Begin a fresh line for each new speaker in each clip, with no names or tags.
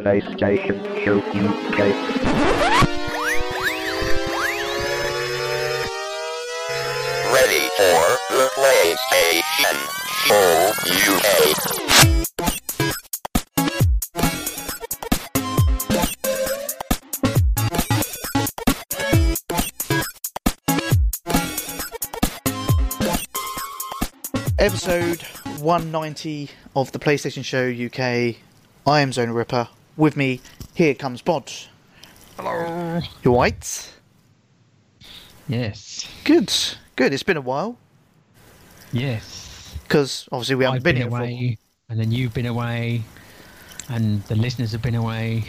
PlayStation 2 UK.
Ready for the PlayStation Show UK.
episode 190 of the PlayStation Show UK. I am Zona Ripper. With me, here comes Bod. Hello. You white?
Yes.
Good, good. It's been a while
Yes.
because obviously we haven't
I've been,
been, here
away, and then you've been away, and the listeners have been away.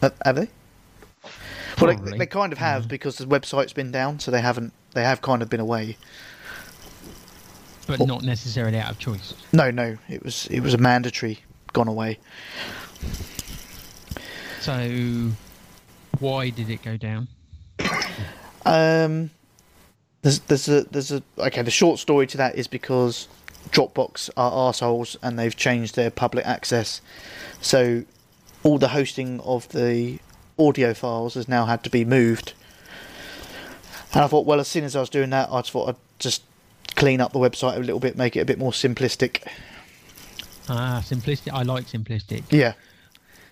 for. Uh, have they? Well, they,
Probably.
they kind of
Mm-hmm.
have because the website's been down, so they haven't. They have kind of been away.
But not necessarily out of choice.
No, no, it was it was a mandatory gone away.
So, why did it go down?
Um, there's there's a there's a okay. The short story to that is because Dropbox are arseholes and they've changed their public access, so all the hosting of the audio files has now had to be moved. And I thought, well, as soon as I was doing that, I just thought I'd just clean up the website a little bit, make it a bit more simplistic.
Ah, simplistic. I like simplistic.
Yeah,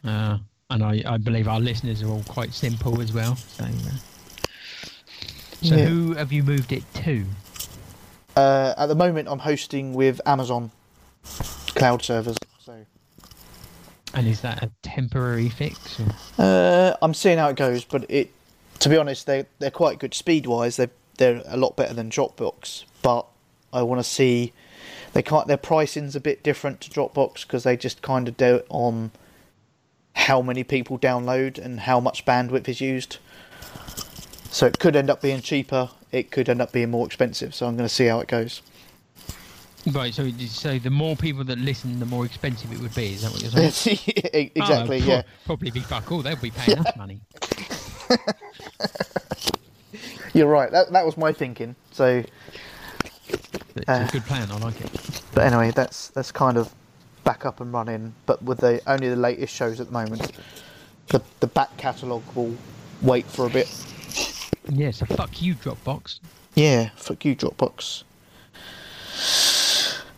Uh, and I, I believe our listeners are all quite simple as well. So, uh, so
Yeah.
who have you moved it to?
uh, at the moment I'm hosting with Amazon cloud servers, so.
And is that a temporary fix? Or?
Uh, I'm seeing how it goes, but it, to be honest, they they're quite good speed wise. They they're a lot better than Dropbox, but I want to see they can't. Their pricing's a bit different to Dropbox because they just kind of do it on how many people download and how much bandwidth is used. So it could end up being cheaper. It could end up being more expensive. So I'm going to see how it goes.
Right. So, it- so the more people that listen, the more expensive it would be. Is that what you're saying? Oh,
E-, exactly.
pro-
yeah.
Probably be fuck all. They'll be paying us money.
You're right. That that was my thinking. So.
It's
Uh,
a good plan. I like it.
But anyway, that's that's kind of back up and running, but with the only the latest shows at the moment. The the back catalogue will wait for a bit.
Yeah. So fuck you, Dropbox.
Yeah, fuck you, Dropbox.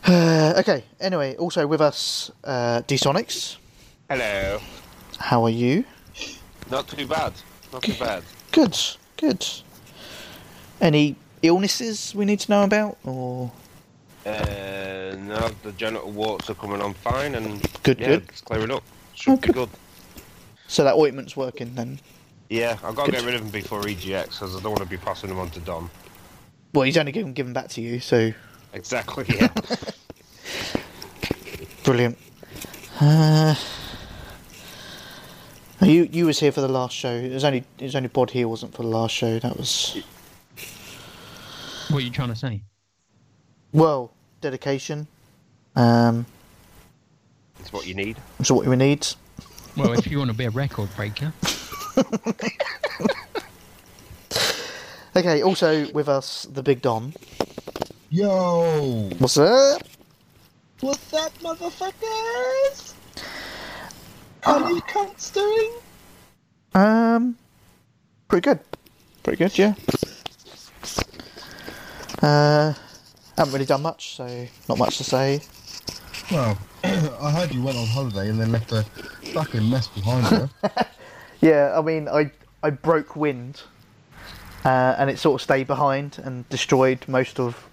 Uh, okay. Anyway, also with us, uh, Dsonics.
Hello.
How are you?
Not too bad. Not too bad.
Good. Good. Any illnesses we need to know about, or
Uh, no, the genital warts are coming on fine and
Good,
yeah,
good.
It's clearing up. Should be good.
so that ointment's working then?
Yeah, I've got to
Good.
get rid of them before E EGX because I don't want to be passing them on to Dom.
Well, he's only given given back to you, so
Exactly. Yeah.
Brilliant. Uh, you you was here for the last show. It was only it was only Bod here wasn't for the last show. That was
What are you trying to say?
well dedication. Um,
it's what you need.
so what we need.
Well, if you want to be a record breaker,
Okay. Also with us the big Dom.
Yo!
What's up?
What's up, motherfuckers? How you cunts doing?
Ah. Um, pretty good. Pretty good. Yeah. Uh, haven't really done much, so not much to say.
Well, I heard you went on holiday and then left a fucking mess behind you.
Yeah, I mean, I I broke wind, uh, and it sort of stayed behind and destroyed most of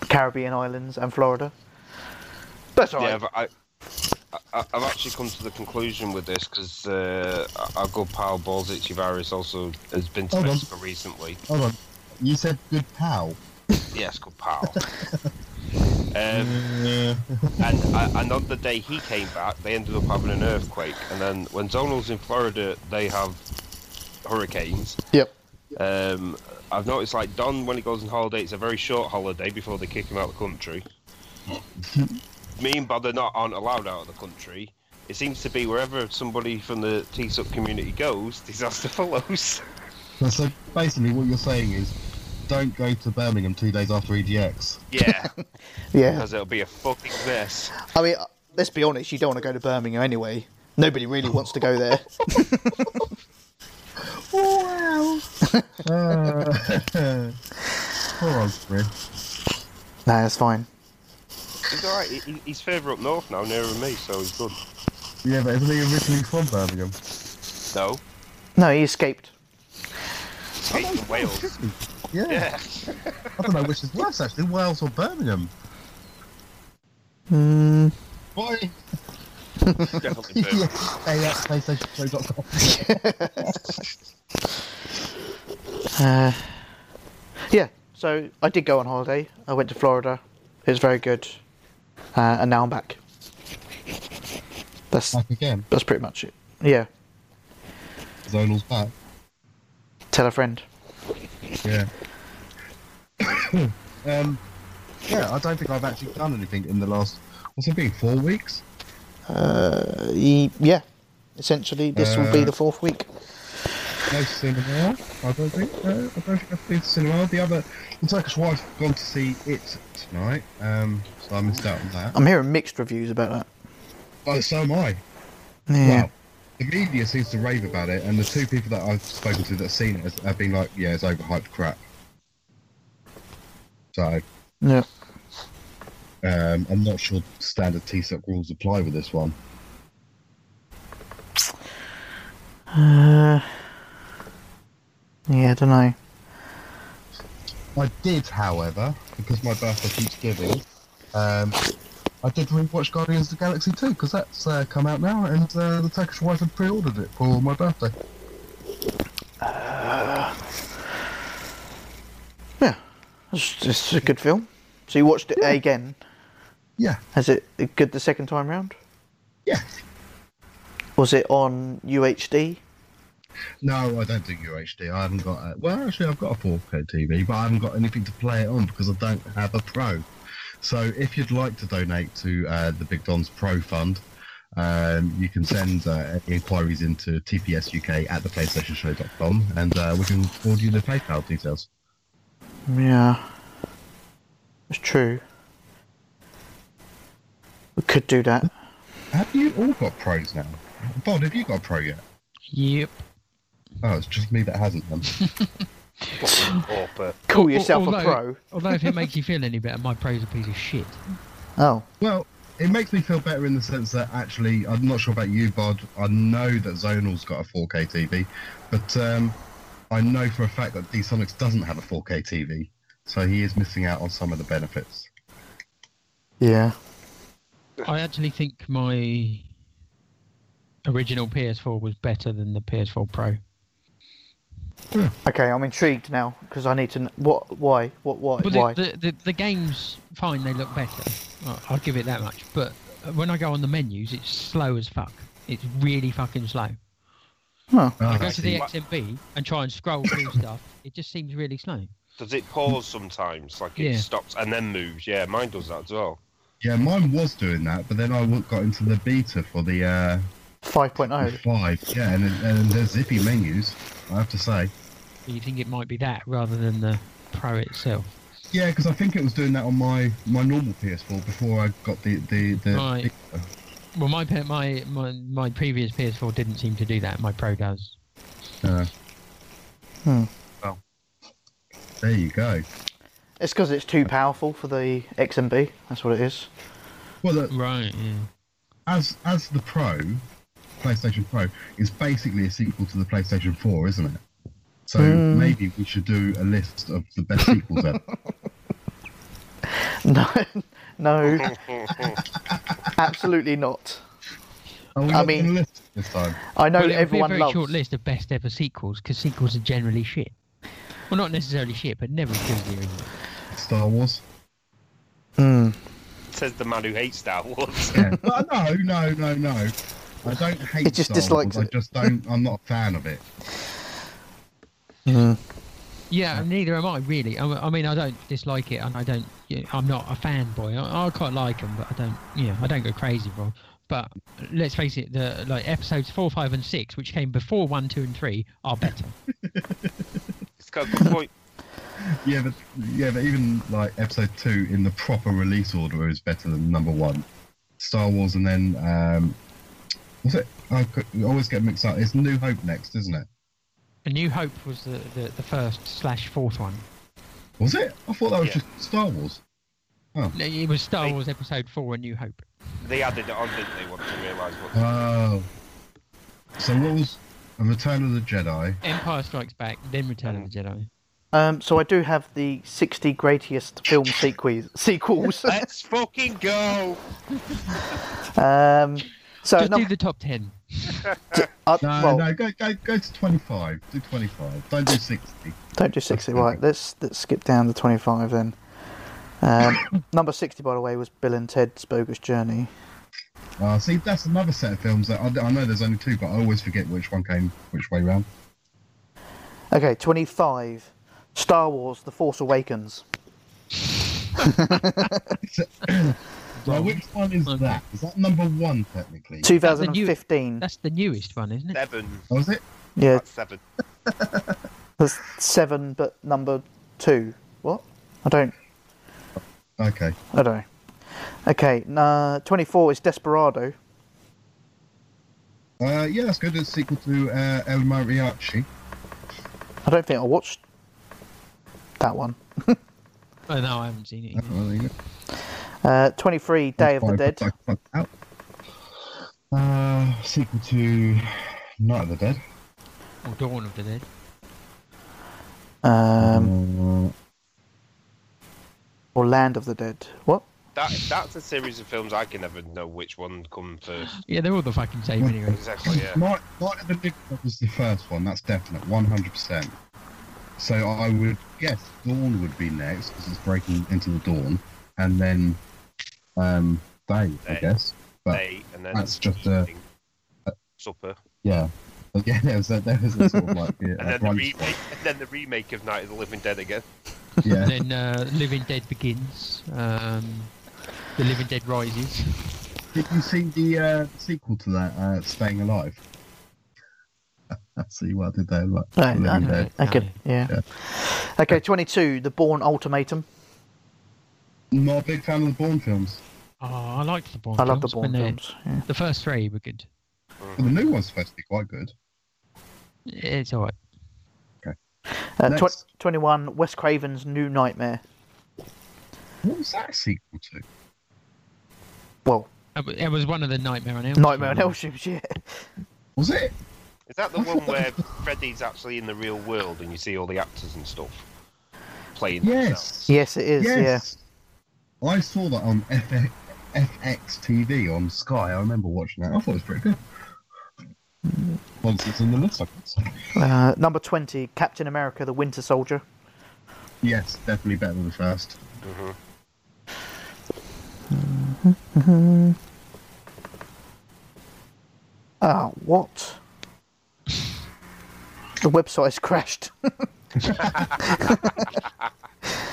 the Caribbean islands and Florida. But it's
Yeah,
alright.
but I, I, I've actually come to the conclusion with this because uh, our good pal Balzic Chivaris also has been to
Hold on.
Mexico recently.
Hold on. You said good pal.
Yes, good pal. um,
Uh,
And, I- and on the day he came back, they ended up having an earthquake. And then when Zonal's in Florida, they have hurricanes.
Yep.
Um, I've noticed, like, Don, when he goes on holiday, it's a very short holiday before they kick him out of the country. Me and Bod are not, aren't allowed out of the country. It seems to be wherever somebody from the T-Sup community goes, disaster follows.
so basically, what you're saying is don't go to Birmingham two days after E EGX.
yeah,
Yeah.
because it'll be a fucking mess.
I mean, let's be honest. You don't want to go to Birmingham anyway. Nobody really wants to go there.
Poor Osprey.
no, that's fine.
He's alright. He, he- he's further up north now, nearer me, so he's good.
Yeah, but isn't he originally from Birmingham?
No,
No, he escaped.
he's from Wales.
Yeah.
Yeah.
I don't know which is worse actually, Wales or Birmingham.
Mm,
Boy,
Definitely
yeah,
Birmingham.
hey, at PlayStationPro.com.
uh, yeah, so I did go on holiday. I went to Florida. It was very good. Uh, and now I'm back. That's
Back again.
that's pretty much it. Yeah,
Zonal's back.
tell a friend.
Yeah. um, yeah, I don't think I've actually done anything in the last, what's it been, four weeks?
Uh, he- yeah, essentially, this will be
Uh,
the fourth week.
No cinema. I don't think. No, I don't think I've been to cinema. The other, the Turkish wife's gone to see it tonight. Um, so I missed out on that.
I'm hearing mixed reviews about that.
But so am I.
Yeah.
Wow. The media seems to rave about it, and the two people that I've spoken to that have seen it has- have been like, "Yeah, it's overhyped crap." So
Yeah.
um, I'm not sure standard TSOC rules apply with this one.
Uh, yeah, I don't know.
I did, however, because my birthday keeps giving, um, I did rewatch Guardians of the Galaxy 2 because that's uh, come out now, and uh, the Turkish wife had pre-ordered it for my birthday.
It's, it's a good film. So you watched it again.
Yeah,
Has it it good the second time round?
yeah.
Was it on UHD?
No, I don't do UHD. I haven't got. A, well, actually, I've got a 4K TV, but I haven't got anything to play it on because I don't have a Pro. So, if you'd like to donate to uh, the Big Don's Pro Fund, um, you can send uh, inquiries into tpsuk at the PlayStationShow.com, and uh, we can forward you the PayPal details.
Yeah. It's true. We could do that.
Have you all got pros now? Bod, have you got a pro yet?
Yep.
Oh, it's just me that hasn't done.
Pauper.
Call yourself a
although-
pro.
although if it makes you feel any better, my pro's a piece of shit.
Oh.
well, it makes me feel better in the sense that actually, I'm not sure about you, Bod. I know that Zonal's got a 4K TV, but um, I know for a fact that DSonics doesn't have a 4K TV, so he is missing out on some of the benefits.
Yeah.
I actually think my original PS4 was better than the PS4 Pro.
Okay, I'm intrigued now because I need to. Kn- what? Why? What? Why?
But
why?
the, the, the, the games, fine, they look better. I- I'll give it that much. But when I go on the menus, it's slow as fuck. It's really fucking slow.
Oh,
Ah,
I go to the
see.
XMB and try and scroll through stuff. It just seems really slow.
Does it pause sometimes? Like it
Yeah.
stops and then moves? Yeah, mine does that as well.
yeah, mine was doing that, but then I w- got into the beta for the uh,
Oh.
5.0.
five. Yeah, and, and there's zippy menus. I have to say.
You think it might be that rather than the Pro itself.
Yeah, because I think it was doing that on my, my normal PS4 before I got the the, the
Right. Well, my pa- my my my previous PS4 didn't seem to do that. My Pro does.
Uh,
Hmm.
Well, there you go.
It's because it's too powerful for the XMB. That's what it is.
Well, the,
Right. Yeah.
as as the Pro, PlayStation Pro is basically a sequel to the PlayStation 4, isn't it? So
Hmm.
maybe we should do a list of the best sequels ever.
No, no, absolutely not.
Are we
I
not
mean-
doing a list this time.
I know
Well, it would
everyone
be a very
loves.
short list of best ever sequels because sequels are generally shit. Well, not necessarily shit, but never good. really.
Star Wars.
Says the man who hates Star Wars.
Yeah. Well, no, no, no, no. I don't hate
It just
Star
dislikes
Wars.
it.
I just don't. I'm not a fan of it.
Yeah, and neither am I really. I, I mean, I don't dislike it, and I don't. You know, I'm not a fanboy. I, I quite like them, but I don't. You know, I don't go crazy for 'em. But let's face it, the like episodes four, five, and six, which came before one, two, and three, are better.
it's got a good point.
Yeah, but yeah, but even like episode two in the proper release order is better than number one. Star Wars and then um, Was it? I could, I always get mixed up. It's New Hope next, isn't it?
A New Hope was the, the, the first slash fourth one.
Was it? I thought that was
Yeah.
just Star Wars.
No, It was Star
They-
Wars Episode Four: A New Hope.
They added it on, didn't they? Once they realised what.
Oh. So what was and Return of the Jedi?
Empire Strikes Back, then Return of the Jedi.
Um, so I do have the 60 greatest film sequels. sequels.
Let's fucking go!
um, so
Just
num-
do the top ten.
uh,
No,
well,
no, go go go to twenty five. Do twenty five. Don't do sixty.
don't do 60. Right, let's let's skip down to 25 then. Um, number 60, by the way, was Bill and Ted's Bogus Journey.
Uh, see, that's another set of films that I, I know there's only two, but I always forget which one came which way round.
Okay, 25. Star Wars: The Force Awakens.
So which one is
Okay.
that? Is that number one technically?
2015.
That's the newest one, isn't it?
Seven.
Or Oh, is it?
yeah,
That's seven.
that's seven, but number two. What? I don't.
Okay.
I don't. know. Okay, uh, 24 is Desperado.
Uh, yeah, that's good. It's a sequel to uh, El Mariachi.
I don't think I watched that one.
Oh no, I haven't seen it.
Oh,
Either.
well, there you go.
Uh, 23, Day of the
Five,
Dead.
five, five, out. Uh, sequel to Night of the Dead.
Or Dawn of the Dead.
Um,
Uh,
or Land of the Dead. What?
That that's a series of films I can never know which one come first.
Yeah, they're all the fucking same anyway.
Exactly. Oh, Yeah.
Night, Night of the Dead was the first one. That's definite, one hundred percent. So I would guess Dawn would be next because it's breaking into the dawn, and then um, Day, I
Day.
guess. But
Day and then
that's just a- uh,
evening, supper,
yeah, But yeah, there was a, there was a sort of like
and
yeah, a
then the
bright
remake,
spot.
and then the remake of Night of the Living Dead again.
Yeah.
then uh, Living Dead begins. Um, the Living Dead rises.
Did you see the uh, sequel to that, uh, Staying Alive? Let's see what I did there. Like,
Right, I-
Living Dead.
I could, yeah. Okay, 22, The Bourne Ultimatum.
Not a big fan of the Bourne films.
Oh, I liked the Bond.
I love the
films when
Bourne
they-
films. yeah.
The first three were good.
But the new one's supposed to be quite good.
It's alright.
Uh,
Next.
tw- 21, Wes Craven's New Nightmare.
What was that sequel to?
Well,
Uh, It was one of the Nightmare on Elm.
Nightmare on Elm
Street ones.
Street, yeah.
Was it?
Is that the one where Freddy's actually in the real world and you see all the actors and stuff playing?
Yes.
Yes, it is,
Yes. I saw that on FX, FX TV on Sky. I remember watching that. I thought it was pretty good. Once it's in the list, I guess.
yeah. Uh, number 20, Captain America, The Winter Soldier.
Yes, definitely better than the first.
Oh, what? The website's crashed.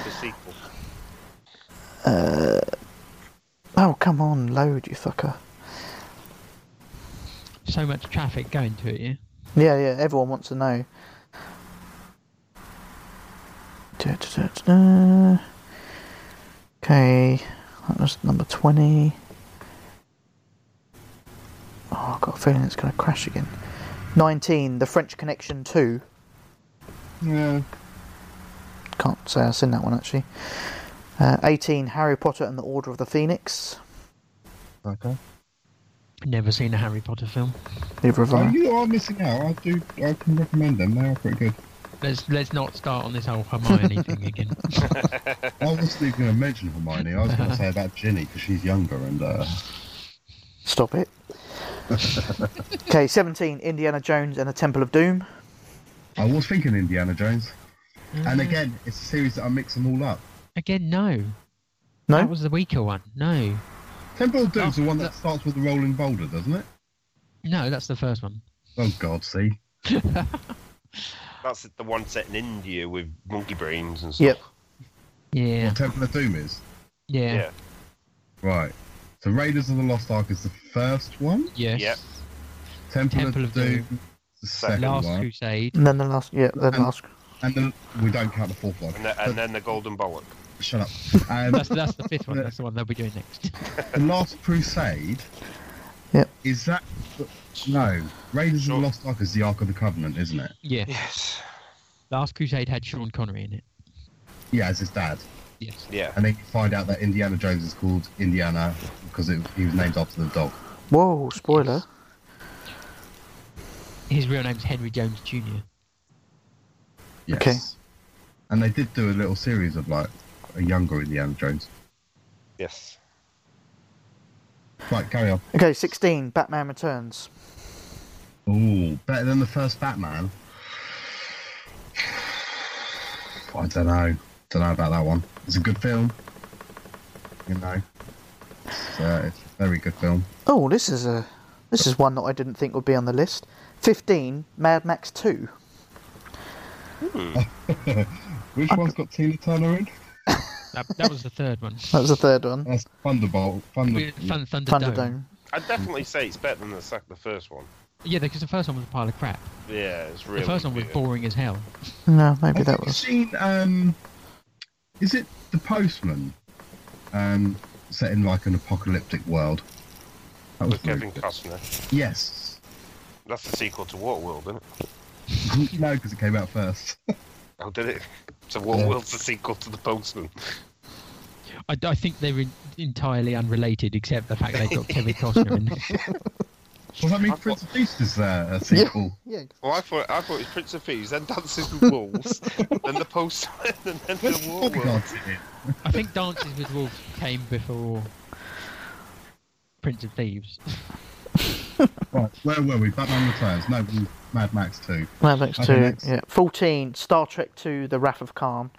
The sequel.
oh, come on, load, you fucker.
So much traffic going to it, yeah.
Yeah, yeah, everyone wants to know. Da, da, da, da, da. Okay, that was number 20. Oh, I've got a feeling it's going to crash again. 19, The French Connection 2.
Yeah.
Can't say I've seen that one actually. Uh, 18, Harry Potter and the Order of the Phoenix.
Okay.
Never seen a Harry Potter film.
Neither have
Oh,
I.
you are missing out. I do. I can recommend them. They are pretty good.
Let's let's not start on this whole Hermione thing again.
I wasn't even going to mention Hermione. I was going to say about Ginny because she's younger and uh,
Stop it. okay, 17, Indiana Jones and the Temple of Doom.
I was thinking Indiana Jones. And again, it's a series that I mix them all up.
Again, no.
No?
That was the weaker one. No,
Temple of Doom's the one that starts with the rolling boulder, doesn't it?
no, that's the first one.
Oh God, see.
That's the one set in India with monkey brains and stuff.
Yep.
Yeah,
Temple of Doom is
yeah,
Yeah.
right. So Raiders of the Lost Ark is the first one.
yes.
Yep.
Temple,
Temple
of,
of
Doom,
Doom.
is the second
Last
one,
Crusade.
And then the last, yeah, the
And-
last.
and then we don't count the fourth one.
And, the, and then the Golden Bollock.
But shut up. Um,
That's that's the fifth one. That's the one they'll be doing next.
the Last Crusade
Yep.
Is that no? Raiders
Sure.
of the Lost Ark is the Ark of the Covenant, isn't it?
Yeah.
Yes.
Last Crusade had Sean Connery in it.
Yeah, as his dad.
Yes.
Yeah.
And then you find out that Indiana Jones is called Indiana because it, he was named after the dog.
Whoa, spoiler.
His real name's Henry Jones Jr.
Yes.
Okay.
And they did do a little series of like a younger Indiana Jones.
Yes.
Right, carry on.
Okay, 16, Batman Returns.
Ooh, better than the first Batman. I don't know. Don't know about that one. It's a good film. You know, it's, uh, it's a very good film.
Oh, this is a this is one that I didn't think would be on the list. 15, Mad Max 2.
Which one's got Tina Turner in?
That, that was the third one.
That was the third one.
That's Thunderbolt. Thunder.
With Thun- Thunderdome.
Thunderdome.
I'd definitely say it's better than the, sec- the first one.
Yeah, because the first one was a pile of crap.
Yeah, it's
The
really.
first one was
good.
boring as hell.
No, maybe
Have
that
you
was.
seen? Um, is it the Postman? Um, set in like an apocalyptic world. That was
With
very
Kevin
good.
Costner.
Yes.
That's the sequel to Waterworld, isn't it?
no, because it came out first.
Oh, did it? So
Yeah.
Waterworld's the sequel to The Postman.
I, I think they were entirely unrelated, except the fact they got Kevin Costner in.
Well, I mean,
I've
Prince of Beast is uh, a sequel.
Yeah.
Well, I thought I thought it was Prince of Thieves, then Dances with Wolves, then The Postman, and then The Waterworld.
God's it.
I think Dances with Wolves came before Prince of Thieves.
Right, where were we? Batman Returns. No, we- Mad Max 2.
Mad Max 2.
Okay, next.
Yeah. 14, Star Trek 2, The Wrath of Khan.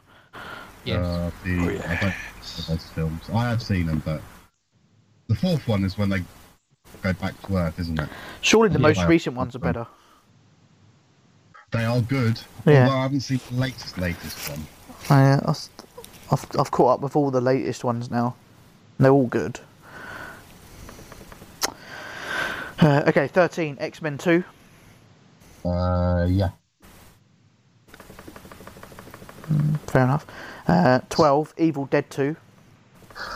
Yes.
Uh, the,
Oh,
I don't know those films. I have seen them, but the fourth one is when they go back to Earth, isn't it?
Surely the
Yeah.
most recent ones are better.
They are good.
Yeah.
Although I haven't seen the latest, latest one.
I, uh, I've, I've I've caught up with all the latest ones now. They're all good. Uh, okay, 13, X Men 2.
Uh, yeah.
Fair enough. Uh, 12, Evil Dead 2.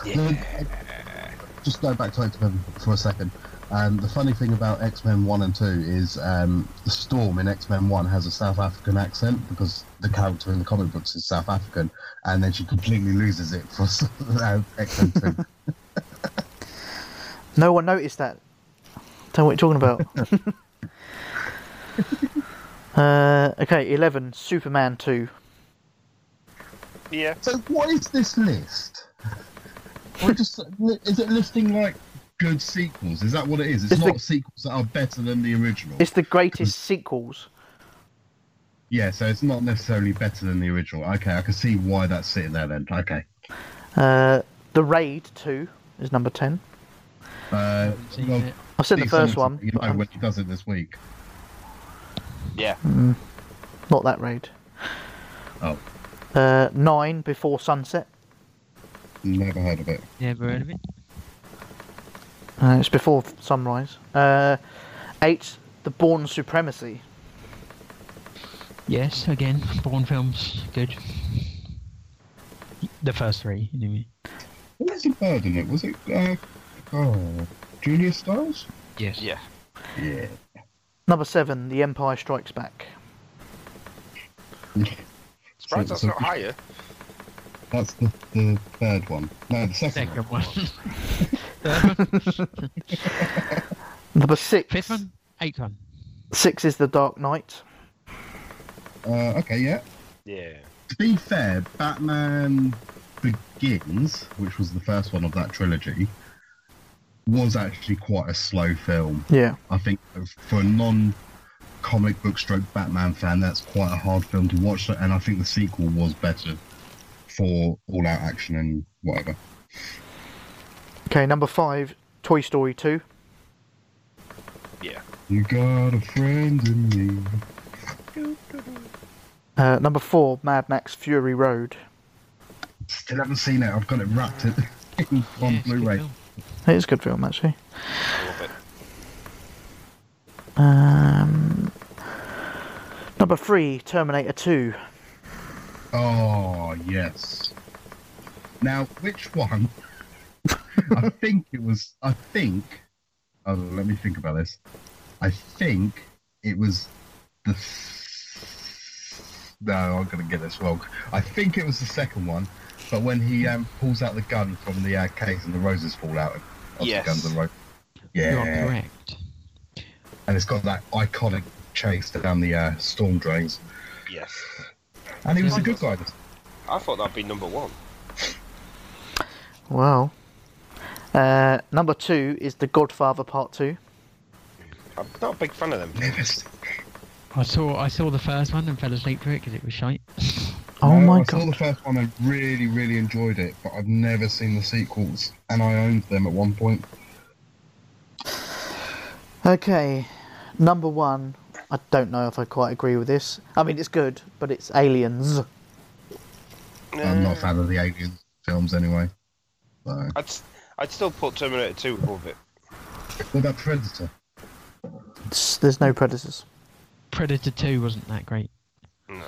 Just go back to X Men for a second. Um, the funny thing about X Men 1 and 2 is um, the Storm in X Men 1 has a South African accent because the character in the comic books is South African, and then she completely loses it for uh, X Men 2.
No one noticed that. Don't know what you're talking about. uh, okay, 11, Superman 2.
Yeah.
So what is this list? We're just is it listing like good sequels? Is that what it is? It's,
It's
not
the-
sequels that are better than the original.
It's the greatest sequels.
Yeah, so it's not necessarily better than the original. Okay, I can see why that's sitting there then. Okay.
Uh, the Raid 2 is number 10.
Uh,
Haven't seen
well,
it.
I've seen the
these
first
things,
one,
You
but
know,
I'm
when he does it this week.
Yeah.
not that raid.
Oh,
Uh, 9, Before Sunset.
never heard of it.
Never heard of it.
Uh, it's before sunrise. Uh, eight, the Born Supremacy.
Yes, again, Bourne films, good. The first three, anyway.
What was the bird in it? Was it uh, oh, Julia Stiles?
Yes.
Yeah.
Yeah.
Number seven, The Empire Strikes Back.
Surprised
So-
that's
so-
not higher.
That's the, the third one. No, the second,
Second one.
Number six,
Fifth one? Eighth one.
six is The Dark Knight.
one. Uh, okay, yeah.
Yeah.
to be fair, Batman Begins, which was the first one of that trilogy, was actually quite a slow film.
Yeah,
I think for a non comic book stroke Batman fan, that's quite a hard film to watch. And I think the sequel was better for all out action and whatever.
okay. Number five, Toy Story two.
Yeah.
You got a friend in me.
Uh, number four, Mad Max Fury Road.
Still haven't seen it. I've got it wrapped in, on
Yes, good
Blu ray.
film.
It is a good film actually.
I love it.
Um, number three, Terminator two.
Oh, yes. Now, which one? I think it was. I think. hold on, let me think about this. I think it was the. s- No, I'm gonna get this wrong. I think it was the second one, but when he um, pulls out the gun from the uh, case and the roses fall out of
Yes.
the guns and ro-
You are
Yeah,
correct.
and it's got that iconic chase down the uh, storm drains,
Yes.
and he was
Yeah.
a good guy.
I thought that'd be number one.
Wow. Uh, number two is The Godfather Part Two.
I'm not a big fan of them.
I saw I saw the first one and fell asleep to it because it was shite.
Oh
No,
my
I saw
god.
the first one. I really, really enjoyed it, but I've never seen the sequels, and I owned them at one point.
Okay, number one. I don't know if I quite agree with this. I mean, it's good, but it's Aliens.
I'm not a fan of the Alien films anyway. So.
I'd, s- I'd still put Terminator 2 above it.
What about Predator?
It's- there's no predators.
Predator Two wasn't that great.
No.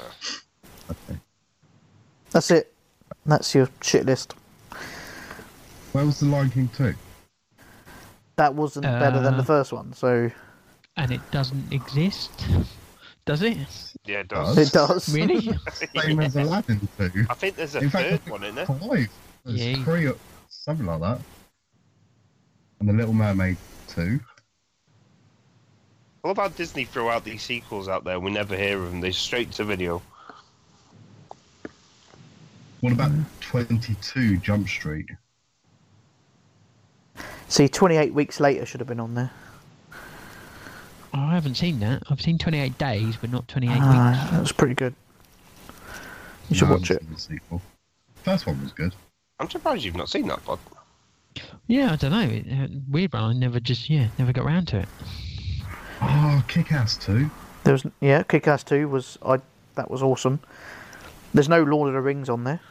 That's it. That's your shit list.
Where was the Lion King 2?
That wasn't better than the
Uh,
first one, so
And it doesn't exist, does it?
Yeah, it does.
it does.
Really?
Same as Aladdin 2.
I think there's a
In fact, I
third
think
one in there.
Five. There's
Yeah.
three, or something like that. And The Little Mermaid 2.
I love how Disney threw out these sequels out there. We never hear of them. They're straight to video.
What about
Mm.
22 Jump Street?
See, 28 weeks later should have been on there.
I haven't seen that. I've seen 28 Days, but not 28 Weeks.
Ah, that was pretty good. You should
No, I
watch
haven't
it.
seen the sequel. First one was good.
I'm surprised you've not seen that, Bob.
Yeah, I don't know. It, uh, weird one. I never just yeah never got round to it.
Oh, Kick Ass 2.
There was yeah, Kick-Ass 2 was I. That was awesome. There's no Lord of the Rings on there.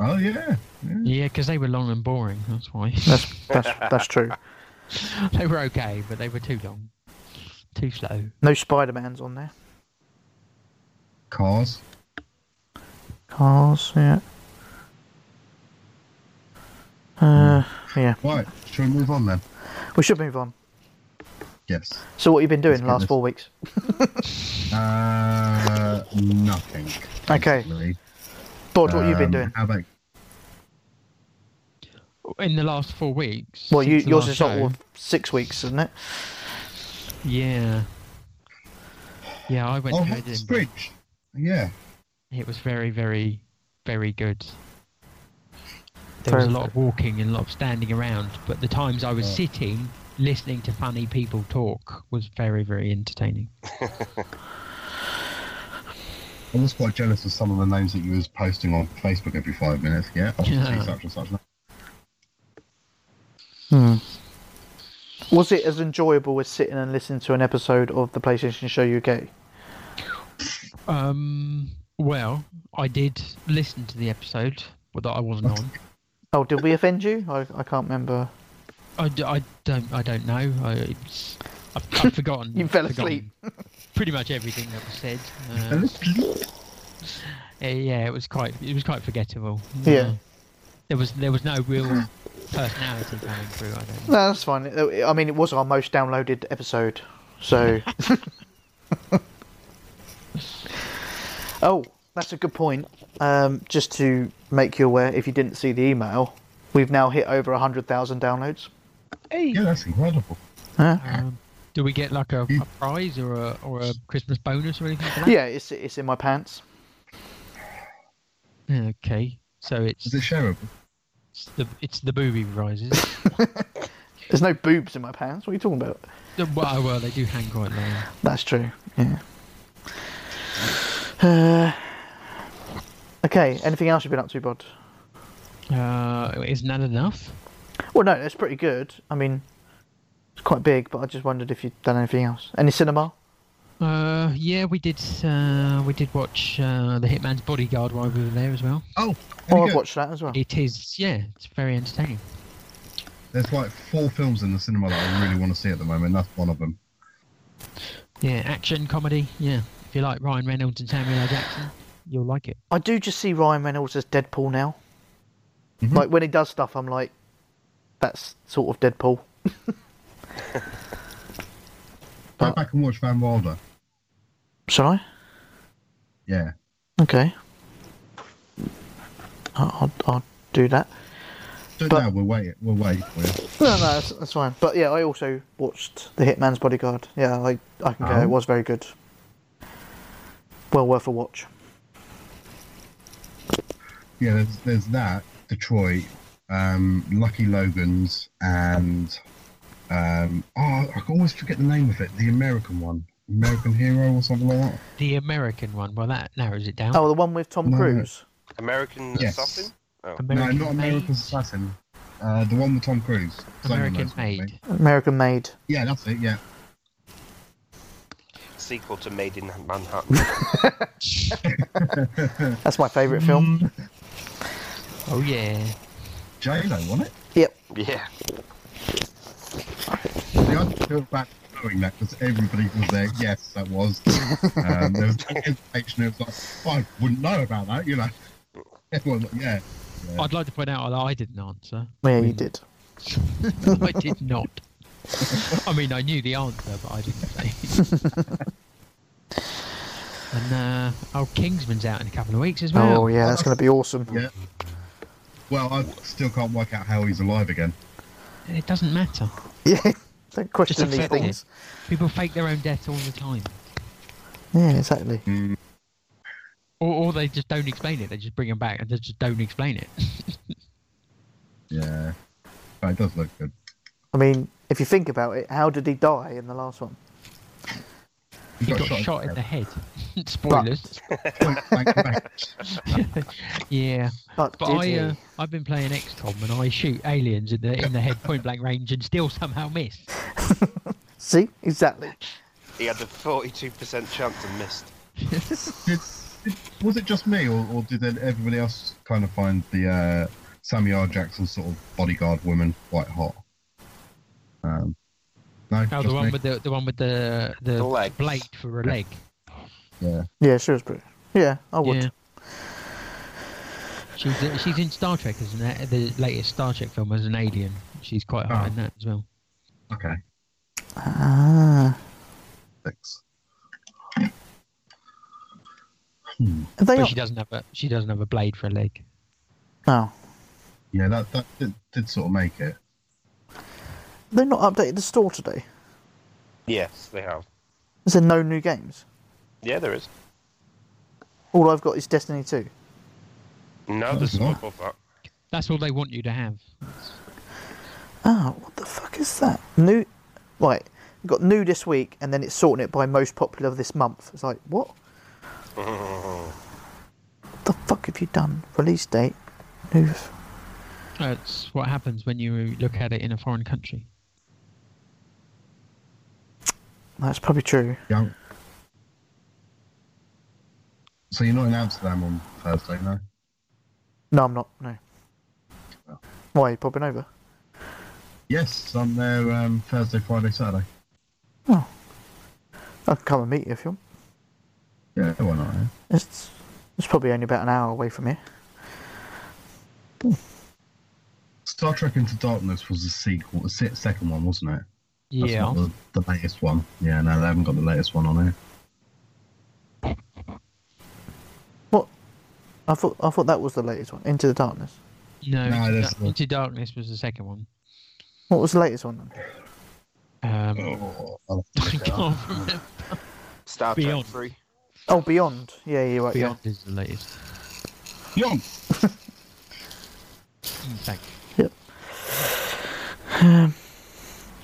Oh, yeah.
Yeah, because they were long and boring. That's why
Mm. That's that's that's true.
they were okay, but they were too long, too slow.
No Spider-Man's on there.
Cars.
Cars, yeah. Uh, yeah.
Right, shall we move on then?
We should move on.
Yes.
So what you been doing the
get
last
this-
four weeks?
Uh, nothing.
Okay.
basically.
Bod, what you been
Um,
doing?
How about
In the last four weeks.
Well, you,
since the
yours
last
is sort
show-
of six weeks, isn't it?
Yeah. Yeah, I went
Oh,
to
Hell's
Edinburgh.
Bridge. Yeah.
It was very, very, very good. There
Fair
was a
enough.
lot of walking and a lot of standing around, but the times I was sitting listening to funny people talk was very, very entertaining.
I was quite jealous of some of the names that you was posting on Facebook every five minutes. Yeah, I
Yeah.
see such and such.
Hmm. Was it as enjoyable as sitting and listening to an episode of the PlayStation Show UK?
Um, well, I did listen to the episode but that I wasn't on.
Oh, did we offend you? I, I can't remember.
I, d- I don't I don't know. I, it's- I've, I've forgotten.
You fell
forgotten Pretty much everything that was said. Uh,
A little-
Uh, yeah, it was quite it was quite forgettable. Uh,
Yeah.
There was there was no real personality coming through. I don't. know.
No, that's fine. It- I mean, it was our most downloaded episode, so. oh, that's a good point. Um, just to make you aware, if you didn't see the email, we've now hit over hundred thousand downloads.
yeah, that's incredible.
Um, do we get like a, a prize or a or a Christmas bonus or anything? For that?
Yeah, it's it's in my pants.
Yeah, Okay. So it's,
Is it shareable?
it's the it's the booby prizes.
There's no boobs in my pants. What are you talking about?
The- well, well, they do hang quite low.
That's true. Yeah. Uh, okay. Anything else you've been up to, Bod?
Uh, isn't that enough?
Well, no, it's pretty good. I mean, it's quite big, but I just wondered if you'd done anything else. Any cinema?
Uh, yeah, we did. Uh, we did watch uh, the Hitman's Bodyguard while we were there as well.
Oh, any
Oh, I've
good?
watched that as well.
It is, yeah, it's very entertaining.
There's like four films in the cinema that I really want to see at the moment. That's one of them.
Yeah, action comedy. Yeah, if you like Ryan Reynolds and Samuel L. Jackson, you'll like it.
I do just see Ryan Reynolds as Deadpool now. Like when he does stuff, I'm like, that's sort of Deadpool.
Go back and watch Van Wilder.
Shall I?
Yeah.
Okay. I'll, I'll, I'll do that.
Don't
But-
know, we'll wait. We'll wait for you.
No, no, that's, that's fine. But yeah, I also watched The Hitman's Bodyguard. Yeah, I, I can go.
Uh-huh.
Oh.
It was very good. Well worth a watch.
Yeah, there's, there's that, Detroit, um, Lucky Logan's, and um, oh, I can always forget the name of it. The American one, American Hero or something like that.
The American one. Well, that narrows it down.
Oh, the one with Tom
No.
Cruise.
American
Yes.
Assassin? Oh,
American
no, not American Assassin. Uh, the one with Tom Cruise. Someone
American
knows what I mean.
Made.
American Made.
Yeah, that's it. Yeah.
Sequel to Made in Manhattan.
That's my favourite film.
Oh yeah.
J Lo won it.
Yep.
yeah.
See, I feel bad knowing that because everybody was there. Yes, that was. Um, there was no hesitation. It was like, "Oh, I wouldn't know about that. You know. Everyone, was like, yeah.
I'd like to point out that I didn't answer.
Oh, Yeah, you did.
I did not. I mean, I knew the answer, but I didn't say. and uh, oh, Kingsman's out in a couple of weeks as well.
Oh, yeah, that's going to be awesome.
Yeah. Well, I still can't work out how he's alive again.
It doesn't matter.
Yeah. Don't question
It's a
these
film.
things.
People fake their own death all the time,
Yeah, exactly.
or, or they just don't explain it. They just bring them back and they just don't explain it.
Yeah. But it does look good.
I mean, if you think about it, how did he die in the last one?
He
He got shot, in the head. Spoilers.
Blank back.
yeah,
But,
but
did
I
he?
uh, I've been playing XCOM and I shoot aliens in the in the head point blank range and still somehow miss. Oh,
See? Exactly.
He had a 42% chance and missed.
Did, did, was it just me, or, or did everybody else kind of find the uh, Samuel R. Jackson sort of bodyguard woman quite hot? Um, no,
Oh,
just
the one
me?
with the the one with the the,
The legs.
blade for a leg.
Yeah.
Yeah, sure is pretty. Yeah, I would.
Yeah. She's uh, she's in Star Trek, isn't it? The latest Star Trek film as an alien. She's quite high
Oh.
in that as well.
Okay.
Ah.
Thanks.
Are they
But
not...
she doesn't have a she doesn't have a blade for a leg.
Oh.
Yeah, that that did, did sort of make it.
They've not updated the store today.
Yes, they have.
Is there no new games?
Yeah, there is.
All I've got is Destiny 2.
No, there's some
Yeah.
above that.
That's all they want you to have.
Ah, what the fuck is that? New. Right. We've got new this week, and then it's sorting it by most popular this month. It's like, what? what the fuck have you done? Release date. New.
That's what happens when you look at it in a foreign country.
That's probably true.
Yeah. So you're not in Amsterdam on Thursday, no?
No, I'm not. No. Why? You popping over?
Yes, I'm there um, Thursday, Friday, Saturday.
I can come and meet you if you want.
Yeah, why not? eh?
It's it's probably only about an hour away from here.
Star Trek Into Darkness was the sequel, the se- second one, wasn't it? That's
Yeah.
not the, the latest one. Yeah, no, they haven't got the latest one on here.
What? I thought I thought that was the latest one. Into the darkness.
No,
No,
Into,
that's
Dar-
the-
Into Darkness was the second one.
What was the latest one? Then?
Um,
Oh, I'll
I
have to check it out.
can't remember.
Star
Beyond.
Trek 3.
Oh, Beyond. Yeah, you're right.
Beyond is the latest.
Yon!
Mm, Thanks.
Yeah.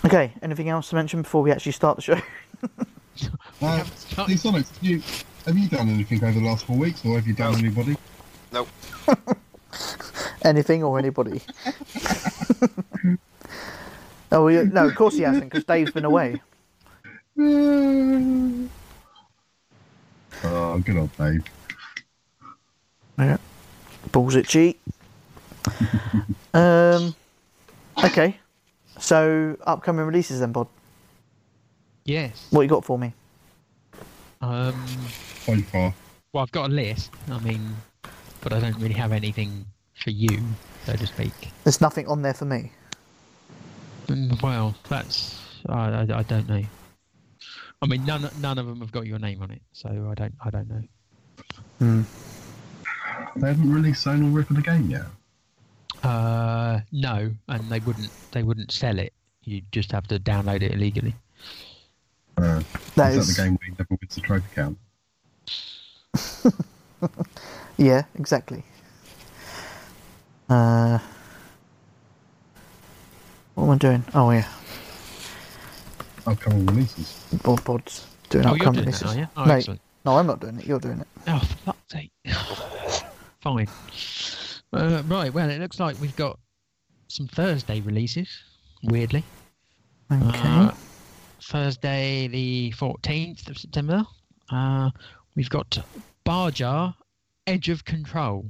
Okay. Anything else to mention before we actually start the show?
Uh,
haven't started.
hey, Sonic, have you, have you done anything over the last four weeks, or have you
Oh.
done
No.
anybody?
Nope.
Anything or anybody? oh well, yeah, no, of course he hasn't because Dave's been away.
oh, Uh, good old Dave.
Yeah. Balls at cheek. um. Okay. So upcoming releases then, Bod.
Yes.
What you got for me?
Um,
So far.
well, I've got a list. I mean, but I don't really have anything for you, so to speak.
There's nothing on there for me.
Mm, Well, that's I, I, I don't know. I mean, none none of them have got your name on it, so I don't I don't know.
They haven't released Zonal Rip of the game yet.
Uh, no, and they wouldn't they wouldn't sell it. You just have to download it illegally.
Uh,
That
is
is-
that the game where you never wins the trophy count?
Yeah, exactly. Uh, what am I doing? Oh yeah,
Upcoming Oh, releases.
board boards doing
Oh, you're
upcoming
doing that,
releases.
are you? Oh,
no,
excellent.
no, I'm not doing it. You're doing it.
Oh, for fuck's sake. Fine. Uh, right, well, it looks like we've got some Thursday releases, weirdly.
Okay.
Uh, Thursday, the 14th of September, uh, we've got Barjar Edge of Control.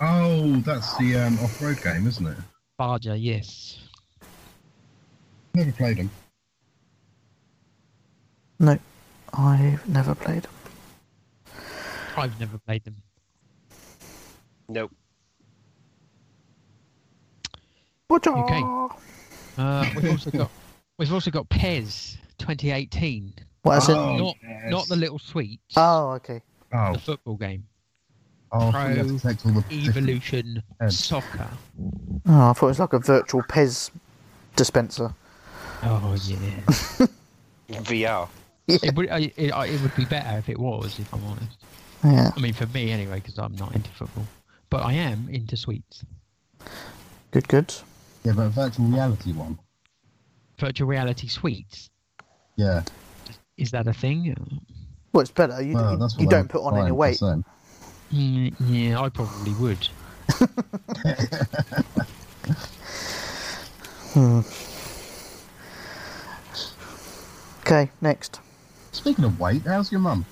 Oh, that's the um, off-road game, isn't it?
Barjar, yes.
Never played them.
no, I've never played.
I've never played them.
Nope.
Watch
Okay. Uh, we've also got we've also got Pez 2018.
What is it?
Oh,
not
yes.
not the little sweet,
Oh, okay.
Oh,
the football game.
oh I thought you had to take all the different-
Evolution
Um,
Soccer.
Oh, I thought it was like a virtual Pez dispenser.
Oh yeah.
VR.
It would, I- it, I- it would be better if it was, if I'm honest.
Yeah.
I mean, for me anyway, because I'm not into football. But I am into sweets.
Good, good.
Yeah, but a virtual reality one.
Virtual reality sweets.
Yeah.
Is that a thing?
Well, it's better. You,
Well,
you-
that's what
you
they
don't
were
put on any
buying for
weight.
certain.
Mm, yeah, I probably would.
Okay, next.
Speaking of weight, how's your mum?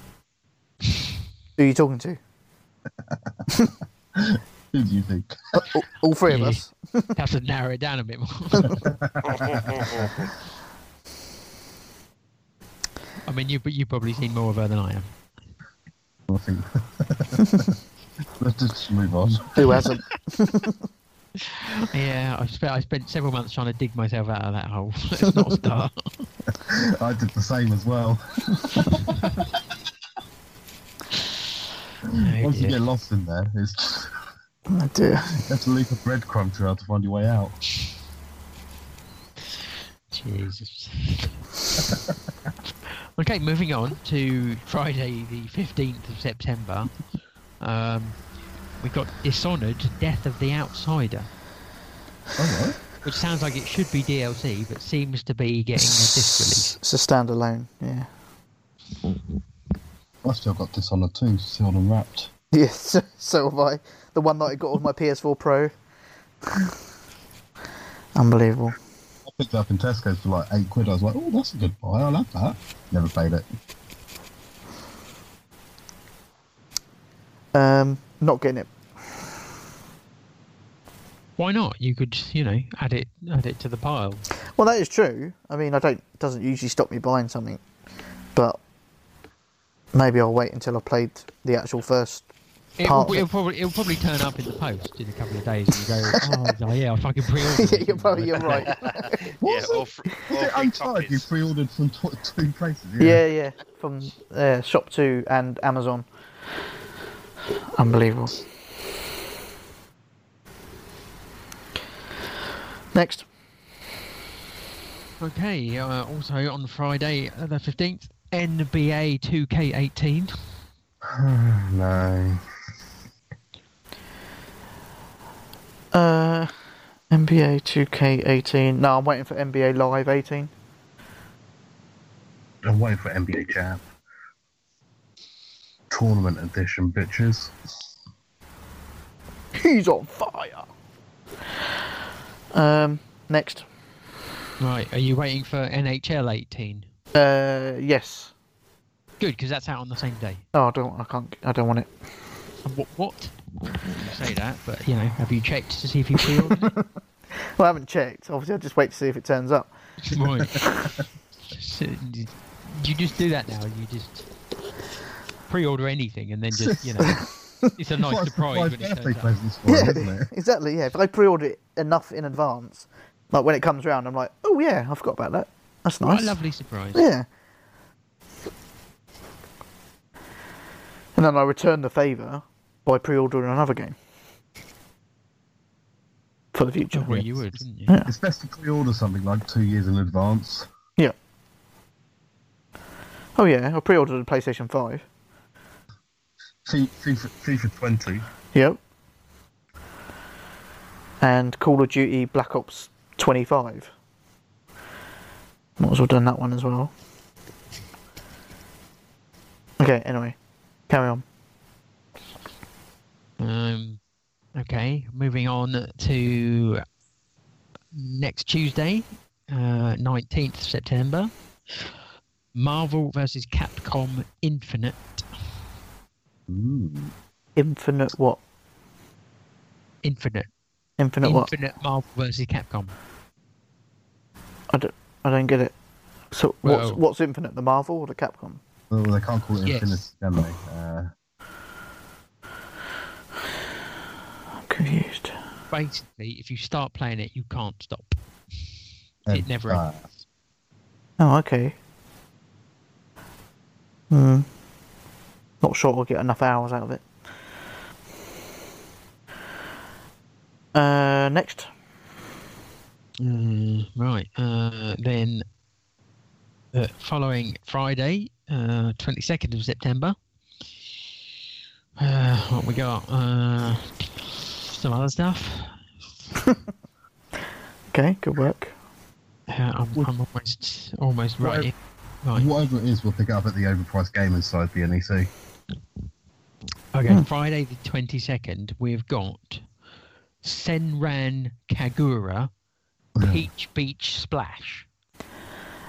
Who are you talking to?
Who do you think?
All, all three of
Yeah.
us.
Have to narrow it down a bit more. I mean, you but you've probably seen more of her than I have.
I think. Let's just move on.
Who hasn't?
Yeah, I spent I spent several months trying to dig myself out of that hole. Let's not start.
I did the same as well.
Oh,
Once you
dear.
get lost in there, it's
oh, dear.
you have to leap a breadcrumb trail to find your way out.
Jesus. okay, moving on to Friday, the 15th of September. Um, we've got Dishonored Death of the Outsider,
Alright.
which sounds like it should be DLC, but seems to be getting a disc release.
It's a standalone. Yeah.
I've still got Dishonored 2 sealed and wrapped.
Yeah, so, so have I. The one that I got with my PS4 Pro. Unbelievable.
I picked it up in Tesco's for like 8 quid. I was like, oh, that's a good buy. I'll have that. Never played it.
Um, not getting it.
Why not? You could, you know, add it add it to the pile.
Well, that is true. I mean, I don't doesn't usually stop me buying something, but maybe I'll wait until I played the actual first.
It
Part of
will,
it.
it'll, probably, it'll probably turn up in the post in a couple of days and you go, oh, yeah, I fucking pre-ordered
yeah,
it."
you're probably you're right.
yeah, all, fr- all
Is it
free
Uncharted you
copies.
pre-ordered from tw- two places?
yeah, yeah, from uh, Shop Two and Amazon. Unbelievable. Next.
Okay, uh, also on Friday uh, the 15th, NBA 2K18.
No.
Uh, NBA 2K18. No, I'm waiting for NBA Live 18.
I'm waiting for NBA Jam. Tournament edition, bitches.
He's on fire. Um, next.
Right, are you waiting for NHL 18?
Uh, yes.
Good, because that's out on the same day.
Oh, I don't. I can't. I don't want it.
What? what? You say that, but you know, have you checked to see if you pre ordered it?
Well, I haven't checked. Obviously, I'll just wait to see if it turns up.
right. So, you just do that now. You just pre order anything and then just, you know, it's a nice
It's like
surprise
five
when it
birthday
turns up.
presents for it,
yeah,
isn't it?
exactly. Yeah, if I pre-order it enough in advance, Like when it comes round, I'm like, oh yeah, I forgot about that. That's
What
nice.
a lovely surprise.
Yeah. And then I return the favour by pre-ordering another game for the future.
Well, you would, wouldn't you?
Yeah.
It's best to pre-order something like two years in advance.
Yeah. Oh yeah, I pre-ordered a PlayStation Five.
FIFA, FIFA 20.
Yep. And Call of Duty Black Ops 25. Might as well done that one as well. Okay, anyway, carry on.
Um, okay, moving on to next Tuesday, uh, 19th September. Marvel versus Capcom Infinite.
Infinite what?
Infinite.
Infinite what?
Infinite Marvel versus Capcom.
I don't, I don't get it. So what's
Well-
what's Infinite? The Marvel or the Capcom?
Oh, they can't call it
Yes.
Infinity, can they? Uh,
I'm confused.
Basically, if you start playing it, you can't stop.
and,
It never
uh,
ends.
Oh, okay. Hmm. Not sure I'll get enough hours out of it. Uh, next.
Mm, right. Uh, then the following Friday, uh, 22nd of September, uh, what we got? Uh, some other stuff.
Okay, good work.
Uh, I'm, I'm almost almost right. in. Right.
Uh, Whatever it is, we'll pick it up at the overpriced gamers side, the E NEC.
Okay. Uh, Friday the 22nd, we've got Senran Kagura Peach Beach Splash.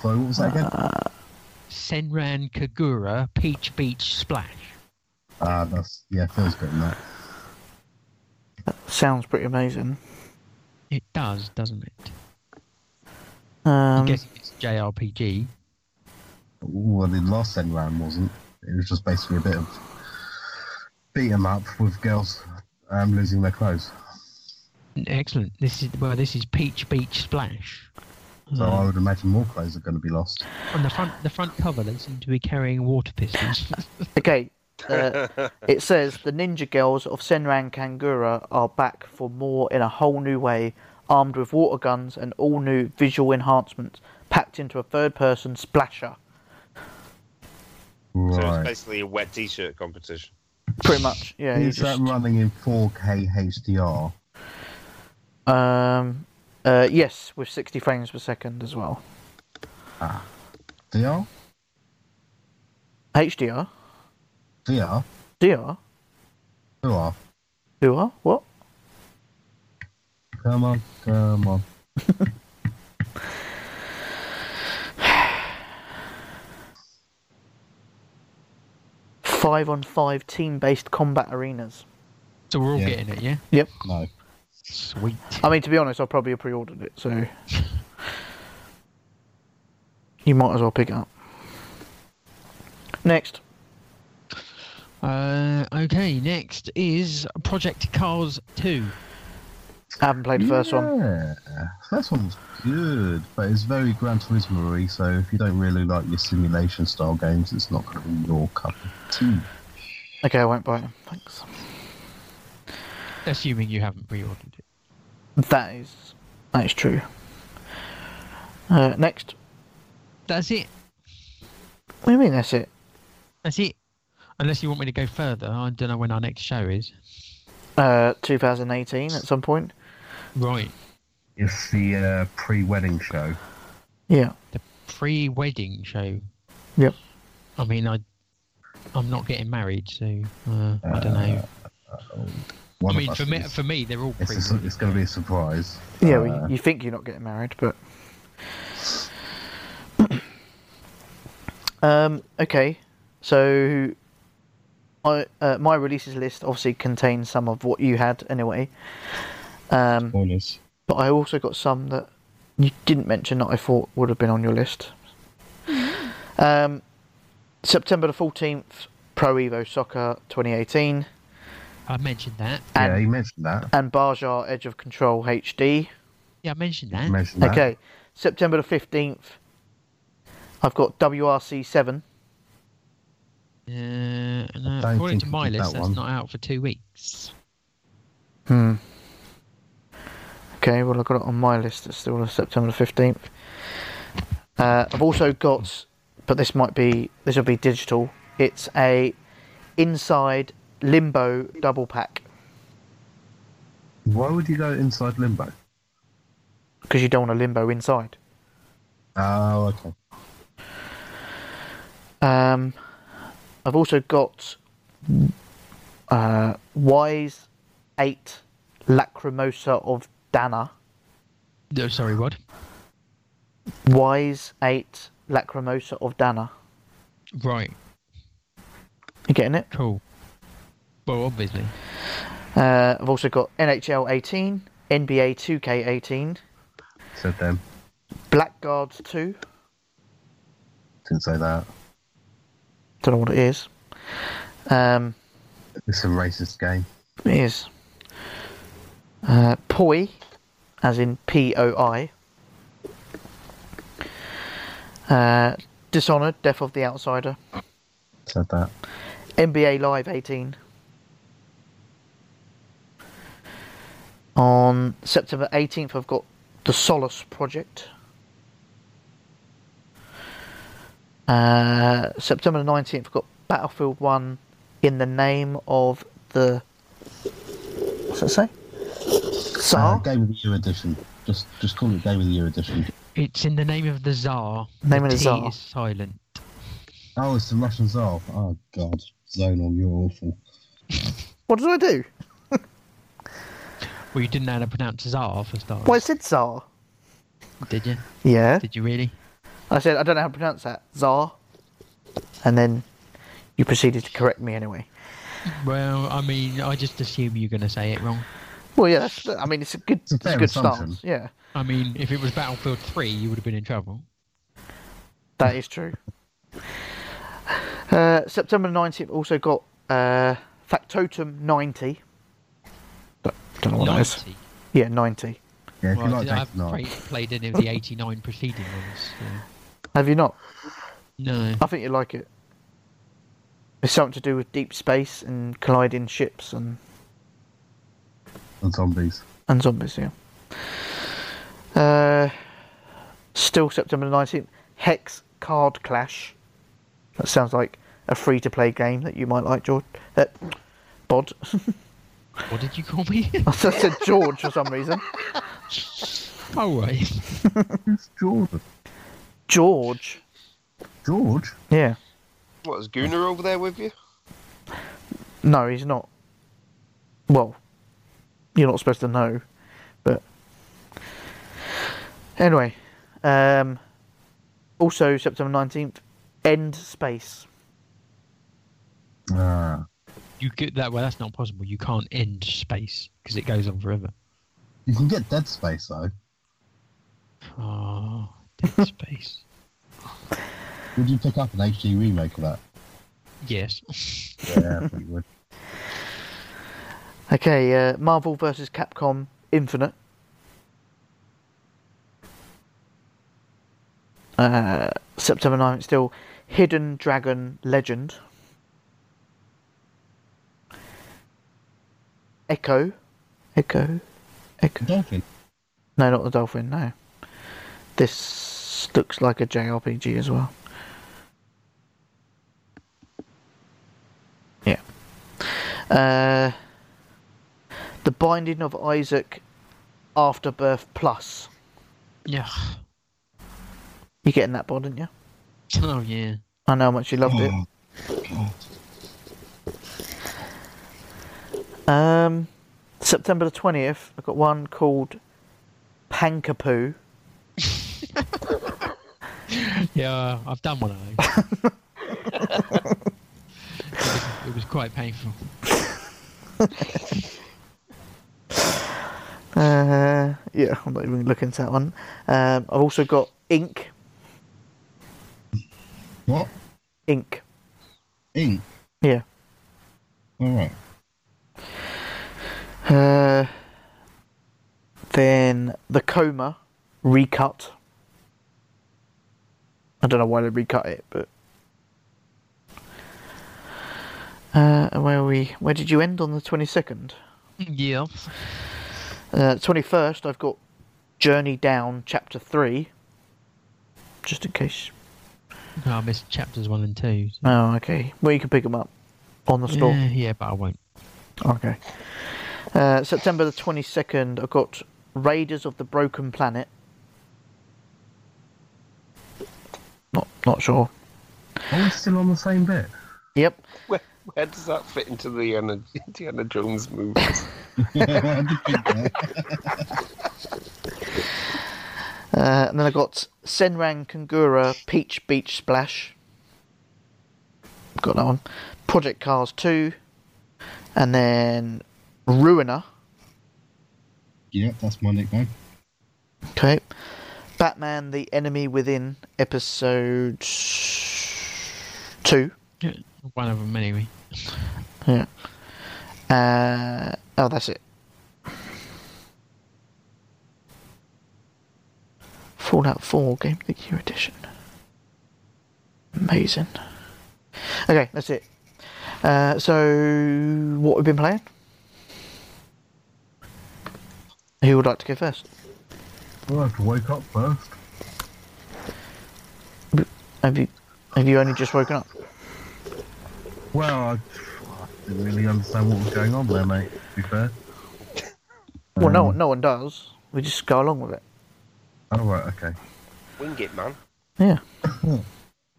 So what was that again?
Senran Kagura Peach Beach Splash.
Ah, that's yeah, feels good in that.
Sounds pretty amazing.
It does, doesn't it? I'm
Um,
guessing it's JRPG.
Well, the last send round wasn't. It was just basically a bit of beat 'em up with girls um, losing their clothes.
Excellent. This is well. This is Peach Beach Splash.
So I would imagine more clothes are going to be lost.
On the front, the front cover, they seem to be carrying water pistols.
okay. Uh, it says the ninja girls of Senran Kangura are back for more in a whole new way, armed with water guns and all new visual enhancements, packed into a third-person splasher.
So it's
Right.
basically a wet t-shirt competition.
Pretty much, yeah. you
Is that
just-
running in 4K HDR?
Um, uh, yes, with 60 frames per second as well.
DR?
HDR?
DR?
DR?
DR?
DR? What?
Come on, come on.
Five on five team based combat arenas.
so we're all
Yeah.
getting it, yeah.
Yep.
No.
Sweet.
I mean, to be honest, I probably pre ordered it, so. you might as well pick it up. Next.
Uh, okay. Next is Project Cars Two.
I haven't played the first one.
Yeah, first one was good, but it's very Gran Turismo-y, so if you don't really like your simulation style games, it's not going to be your cup of tea.
Okay, I won't buy it. Thanks.
Assuming you haven't pre-ordered it.
That is. That is true. Uh, next.
That's it.
What do you mean that's it?
That's it. Unless you want me to go further, I don't know when our next show is.
Uh, 2018 at some point?
Right.
It's the uh, pre-wedding show.
Yeah.
The pre-wedding show.
Yep.
I mean, I, I'm not getting married, so uh, I don't know. I
One
mean,
of
for
us
me,
is-
for me, they're all
it's,
pre.
a su- it's going to be a surprise.
Yeah,
Uh,
well, you think you're not getting married, but. um, okay, so I, uh, my releases list obviously contains some of what you had anyway,
Spoilers.
but I also got some that you didn't mention that I thought would have been on your list. um, September the 14th, Pro Evo Soccer 2018,
I mentioned that.
Yeah, you mentioned that.
and Bajar Edge of Control HD.
Yeah, I mentioned that.
Mention that.
Okay, September the 15th, I've got WRC 7.
Uh, no,
don't
according
think
to
I
my
did
list,
that
that's
one.
not out for two weeks.
Okay, well, I've got it on my list. It's still on September the 15th. Uh, I've also got, but this might be, this will be digital. It's a inside limbo double pack
Why would you go inside limbo?
because you don't want a limbo inside.
Oh, okay.
Um, I've also got uh, Wise 8 Lacrimosa of Dana.
No, sorry, Rod.
Wise 8 Lacrimosa of Dana.
Right,
You getting it?
cool. Well, obviously.
Uh, I've also got NHL 18, NBA 2K 18,
Said them.
Blackguards 2,
Didn't say that.
don't know what it is. Um,
It's a racist game.
it is. Uh, Poi, as in P O I. Uh, Dishonored, Death of the Outsider,
Said that.
NBA Live 18. On September 18th, I've got The Solace Project. Uh, September 19th, I've got Battlefield 1 in the name of the. What's it say?
Uh,
Tsar?
game of the Year edition. Just just call it Game of the Year edition.
It's in the name of the Tsar.
Name of the
T
Tsar.
is silent.
Oh, it's the Russian Tsar. Oh God, Zonon, you're awful.
What did I do?
Well, you didn't know how to pronounce Tsar for starters.
Well, I said Tsar.
Did you?
Yeah.
Did you really?
I said, I don't know how to pronounce that. Tsar. And then you proceeded to correct me anyway.
Well, I mean, I just assume you're going to say it wrong.
Well, yeah, that's, I mean, it's a good,
a
it's a
fair
good
assumption.
stance. Yeah,
I mean, if it was Battlefield 3, you would have been in trouble.
that is true. Uh, September 90th, also got uh, Factotum 90. Don't, don't know what that is.
90.
Yeah, 90.
Yeah, if
Well,
you like
I
Data
have
Knight,
played any of the 89 preceding ones. so-
Have you not?
No.
I think you like it. It's something to do with deep space and colliding ships and,
and zombies.
and zombies, yeah. Uh, still September 19th, Hex Card Clash. That sounds like a free to play game that you might like, George. Uh, Bod.
What did you call me?
I said George for some reason.
oh, right.
Who's Jordan?
George.
George?
Yeah.
What is Gunnar over there with you?
No, he's not. Well, you're not supposed to know, but anyway. Um, also, September nineteenth, End Space.
Ah,
You could that well. That's not possible. You can't end space because it goes on forever.
you can get Dead Space though.
Oh, dead space.
Would you pick up an HD remake of that?
Yes.
Yeah, I think you would.
Okay, uh, Marvel versus Capcom Infinite. Uh, September 9th, still Hidden Dragon Legend. Echo. Echo. Echo.
Dolphin.
No, not the Dolphin, no. This looks like a JRPG as well. Yeah. Uh, the Binding of Isaac Afterbirth Plus.
Yeah.
You getting that, Bod, didn't you?
Oh yeah.
I know how much you loved it.
Oh, God.
Um, September the 20th, I got one called Pankapoo.
Yeah. I've done one of those. it, was, it was quite painful.
Uh, yeah, I'm not even looking at that one. Um, I've also got Ink.
What?
Ink.
Ink.
Yeah.
All right.
Uh, Then the coma recut. I don't know why they recut it, but uh, where are we? Where did you end on the twenty second?
Yeah.
Uh, 21st, I've got Journey Down, Chapter 3. Just in case.
No, I missed chapters one and two. so-
Oh, okay. Well, you can pick them up on the store.
Yeah, yeah, but I won't.
Okay. Uh, September the 22nd, I've got Raiders of the Broken Planet. Not, not sure.
Are we still on the same bit?
Yep.
Where, where does that fit into the Indiana, Indiana Jones movie?
Uh, and then I've got Senran Kangura Peach Beach Splash. Got that one. Project Cars 2. And then Ruiner.
yep, that's my nickname.
Okay. Batman The Enemy Within, episode 2.
Yeah, One of them anyway.
Yeah. Uh, oh, that's it. Fallout 4 Game of the Year Edition. Amazing. Okay, that's it. Uh, so, what we've been playing? Who would like to go first?
Well, I have to wake up first.
Have you have you only just woken up?
Well, I, I didn't really understand what was going on there, mate, to be fair.
Well, no, no one does. We just go along with it.
Oh, right, okay.
Wing it, man.
Yeah.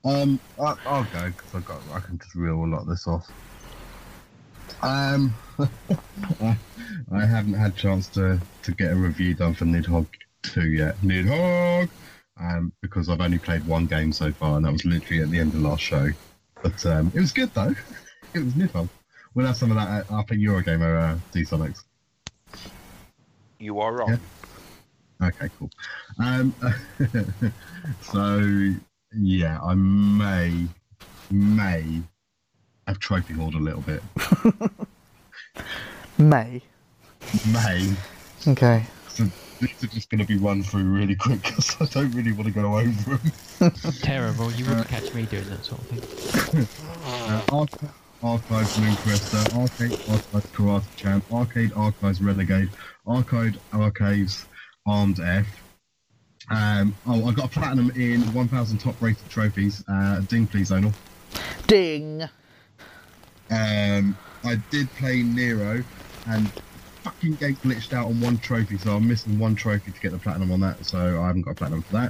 Um, I, I'll go because I got I can just reel a lot of this off. Um, I, I haven't had chance to to get a review done for Nidhogg two yet. Nidhogg, um, because I've only played one game so far, and that was literally at the end of last show. But um, it was good though. it was Nidhogg. We'll have some of that up at Eurogamer, uh, D-Sonics.
You are wrong.
Yeah. Okay, cool. Um, so yeah, I may may have trophy hoard a little bit.
May.
May.
Okay.
So this is just going to be run through really quick because I don't really want to go over them.
Terrible. You wouldn't catch me doing that sort of thing.
Uh, Arch- Archives Moon Cresta, uh, Arcade Archives Karate Champ, Arcade Archives Renegade, Arcade Archives Armed F. Um, oh, I got a platinum in 1,000 top rated trophies. Uh, ding, please, Zonal.
Ding.
Um, I did play Nero, and fucking game glitched out on one trophy, so I'm missing one trophy to get the platinum on that. So I haven't got a platinum for that.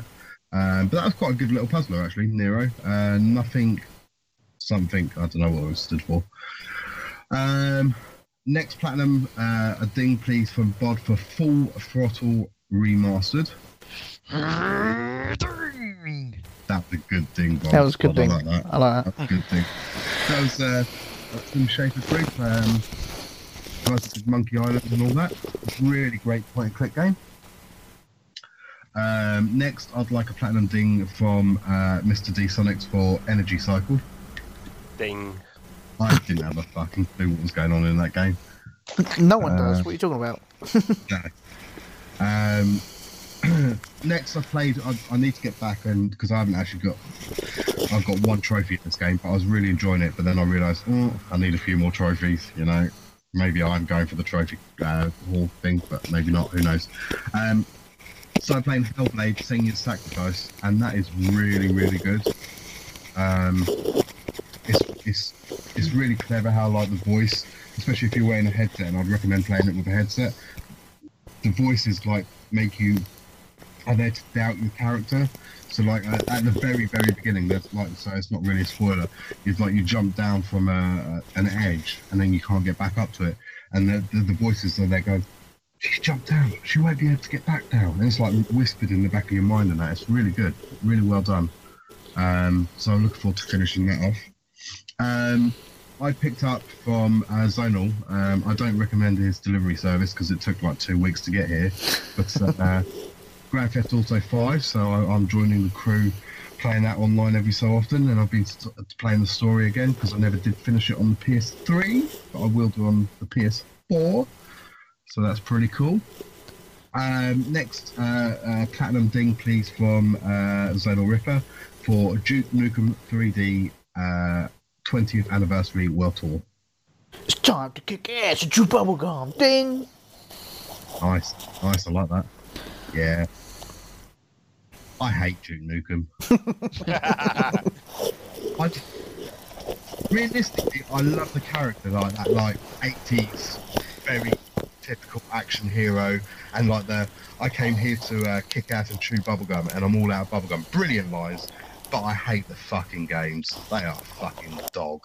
Um, but that was quite a good little puzzler actually, Nero. Uh, nothing, something I don't know what it stood for. Um, next platinum, uh, a ding please from Bod for Full Throttle Remastered. That was a good ding, Bod.
That was a good
Bod, I
thing.
like that.
I like that.
That's a good thing. That was uh, that's in Shape of Group. Um, guys that did Monkey Island and all that. Really great point and click game. Um, next, I'd like a platinum ding from uh, Mr. D Sonics for Energy Cycle.
Ding.
I didn't have a fucking clue what was going on in that game.
No one
Uh,
does. What are you talking about?
Um, next, I played. I, I need to get back and because I haven't actually got. I've got one trophy in this game, but I was really enjoying it. But then I realised, oh, I need a few more trophies. You know, maybe I'm going for the trophy uh, hall thing, but maybe not. Who knows? Um, so I'm playing Hellblade: Senior Sacrifice, and that is really, really good. Um, it's it's it's really clever how like the voice, especially if you're wearing a headset, and I'd recommend playing it with a headset the voices like make you are there to doubt your character. So like at, at the very very beginning, that's like so it's not really a spoiler. It's like you jump down from a, an edge and then you can't get back up to it, and the the, the voices are there going, she jumped down, she won't be able to get back down. And it's like whispered in the back of your mind and that. It's really good, really well done. Um, so I'm looking forward to finishing that off. Um, I picked up from uh, Zonal. Um, I don't recommend his delivery service because it took like two weeks to get here. But uh, uh, Grand Theft Auto 5, so I, I'm joining the crew playing that online every so often. And I've been st- playing the story again because I never did finish it on the PS3, but I will do on the PS4. So that's pretty cool. Um, next, uh, uh, Platinum Ding, please, from uh, Zonal Ripper for Duke Nukem 3D uh, 20th Anniversary World Tour.
It's time to kick ass and chew bubblegum. Ding!
Nice, nice. I like that. Yeah. I hate Duke Nukem. I just, realistically, I love the character like that, like eighties, very typical action hero, and like the I came here to uh, kick ass and chew bubblegum, and I'm all out of bubblegum. Brilliant lines, but I hate the fucking games. They are fucking dog.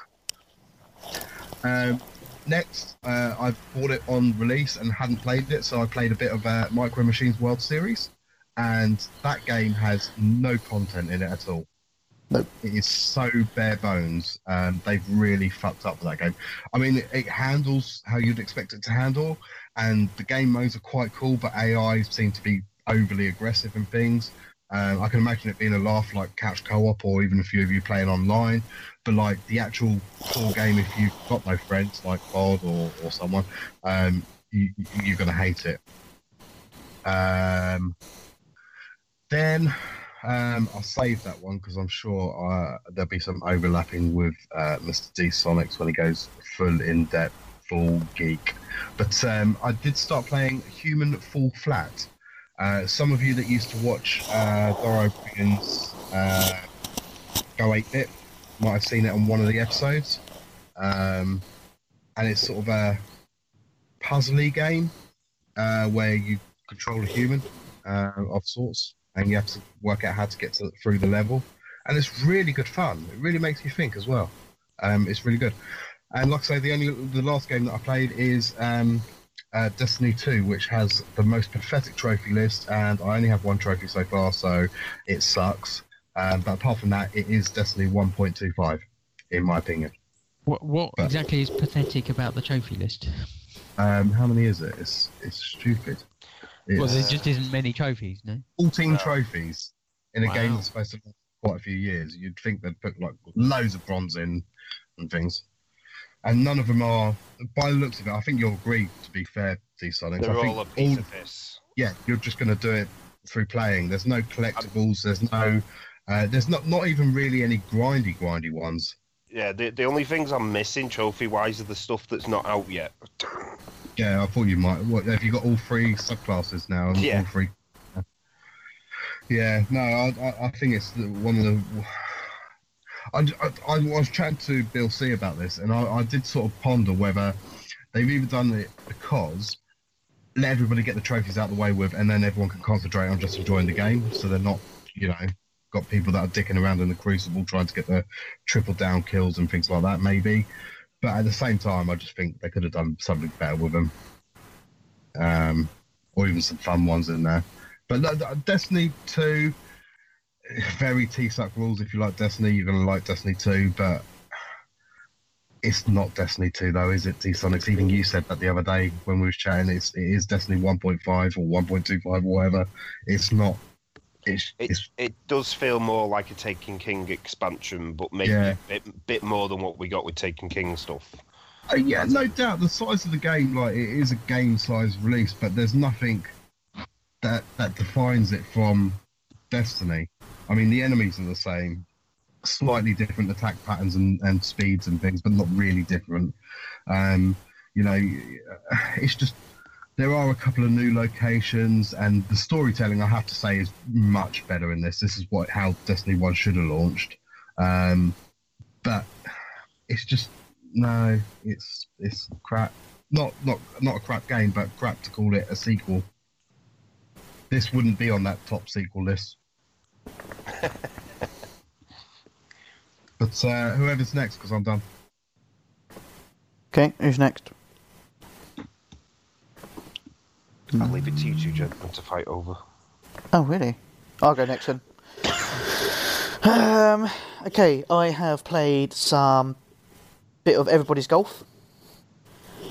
Um, next, uh, I bought it on release and hadn't played it, so I played a bit of uh, Micro Machines World Series, and that game has no content in it at all.
Nope.
It is so bare bones. Um, they've really fucked up with that game. I mean, it handles how you'd expect it to handle, and the game modes are quite cool, but AI seem to be overly aggressive and things. Um, I can imagine it being a laugh like couch co-op or even a few of you playing online, but like the actual core game, if you've got no friends like Bod or, or someone, um, you, you're gonna hate it. Um, then um, I'll save that one because I'm sure uh, there'll be some overlapping with uh, Mr. D Sonics when he goes full in depth, full geek. But um, I did start playing Human Fall Flat. Uh, some of you that used to watch uh, Doro Briggan's uh, Go 8 Bit might have seen it on one of the episodes. Um, and it's sort of a puzzly game uh, where you control a human uh, of sorts and you have to work out how to get to, through the level. And it's really good fun. It really makes you think as well. Um, it's really good. And like I say, the only the last game that I played is um, uh, Destiny 2, which has the most pathetic trophy list, and I only have one trophy so far, so it sucks. Um, but apart from that, it is Destiny 1.25, in my opinion.
What, what
But-
exactly is pathetic about the trophy list?
Um, how many is it? It's it's stupid. It's
Well, there just isn't many trophies, no?
14 trophies in a
Wow.
game that's supposed to last quite a few years. You'd think they'd put like loads of bronze in and things. And none of them are, by the looks of it, I think you'll agree, to be fair, D Sonics.
They're
I think
all a piece of piss.
yeah, you're just going to do it through playing. There's no collectibles. There's no, uh, there's not not even really any grindy grindy ones.
Yeah, the, the only things I'm missing trophy wise are the stuff that's not out yet.
Yeah, I thought you might. What have you got? All three subclasses now. and
Yeah.
All three. Yeah. No, I, I, I think it's the, one of the. I, I, I was chatting to Bill C about this, and I, I did sort of ponder whether they've either done it because let everybody get the trophies out of the way with, and then everyone can concentrate on just enjoying the game, so they're not, you know, got people that are dicking around in the crucible trying to get the triple down kills and things like that, maybe. But at the same time, I just think they could have done something better with them um, or even some fun ones in there. But no, th- Destiny 2, very T-Suck rules. If you like Destiny, you're going to like Destiny 2, but it's not Destiny 2, though, is it, T-Sonics? Even you said that the other day when we was chatting. It's, it is Destiny 1.5 or 1.25 or whatever. It's not. It's,
It,
it's
it does feel more like a Taken King expansion, but maybe
Yeah.
a bit, bit more than what we got with Taken King stuff.
Uh, yeah, no doubt. The size of the game, like it is a game size release, but there's nothing that that defines it from Destiny. I mean, the enemies are the same, slightly different attack patterns and, and speeds and things, but not really different. Um, you know, it's just there are a couple of new locations, and the storytelling, I have to say, is much better in this. This is what how Destiny One should have launched, um, but it's just no, it's it's crap. Not not not a crap game, but crap to call it a sequel. This wouldn't be on that top sequel list. but uh, whoever's next, because I'm done.
Okay, who's next?
Mm.
I'll leave it to you two gentlemen to fight over.
Oh, really? I'll go next then. um, okay, I have played some bit of Everybody's Golf,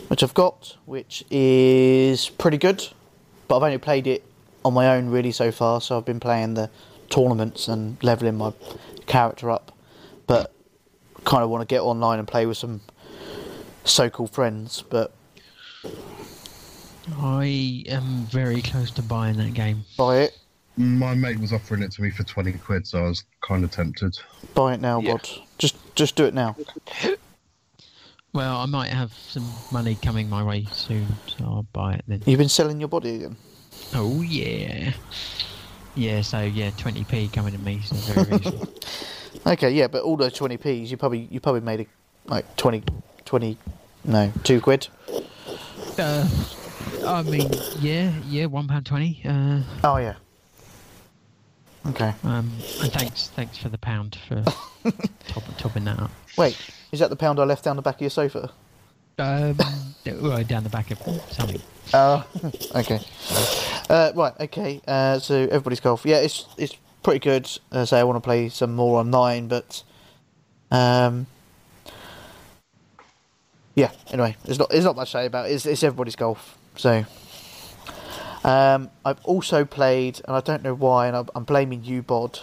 which I've got, which is pretty good, but I've only played it on my own really so far, so I've been playing the tournaments and leveling my character up, but kind of want to get online and play with some so-called friends, but
I am very close to buying that game.
Buy it.
My mate was offering it to me for 20 quid, so I was kind of tempted.
Buy it now,
Yeah.
Bod. Just just do it now.
Well, I might have some money coming my way soon, so I'll buy it then.
You've been selling your body again.
Oh yeah, yeah. So yeah, 20p coming to me. So very reasonable.
Okay, yeah, but all those twenty p's, you probably you probably made a, like 20, 20 no, two quid.
uh, I mean, yeah, yeah, one pound twenty. Uh,
Oh yeah. Okay.
um, and thanks, thanks for the pound for top, topping that up.
Wait, is that the pound I left down the back of your sofa?
Um, well, down the back of something.
Uh, okay. Uh, right. Okay. Uh, so everybody's golf. Yeah, it's it's pretty good. Uh, so I want to play some more online, but um, yeah. Anyway, there's not there's not much to say about. It. It's it's everybody's golf. So um, I've also played, and I don't know why, and I'm, I'm blaming you, Bod.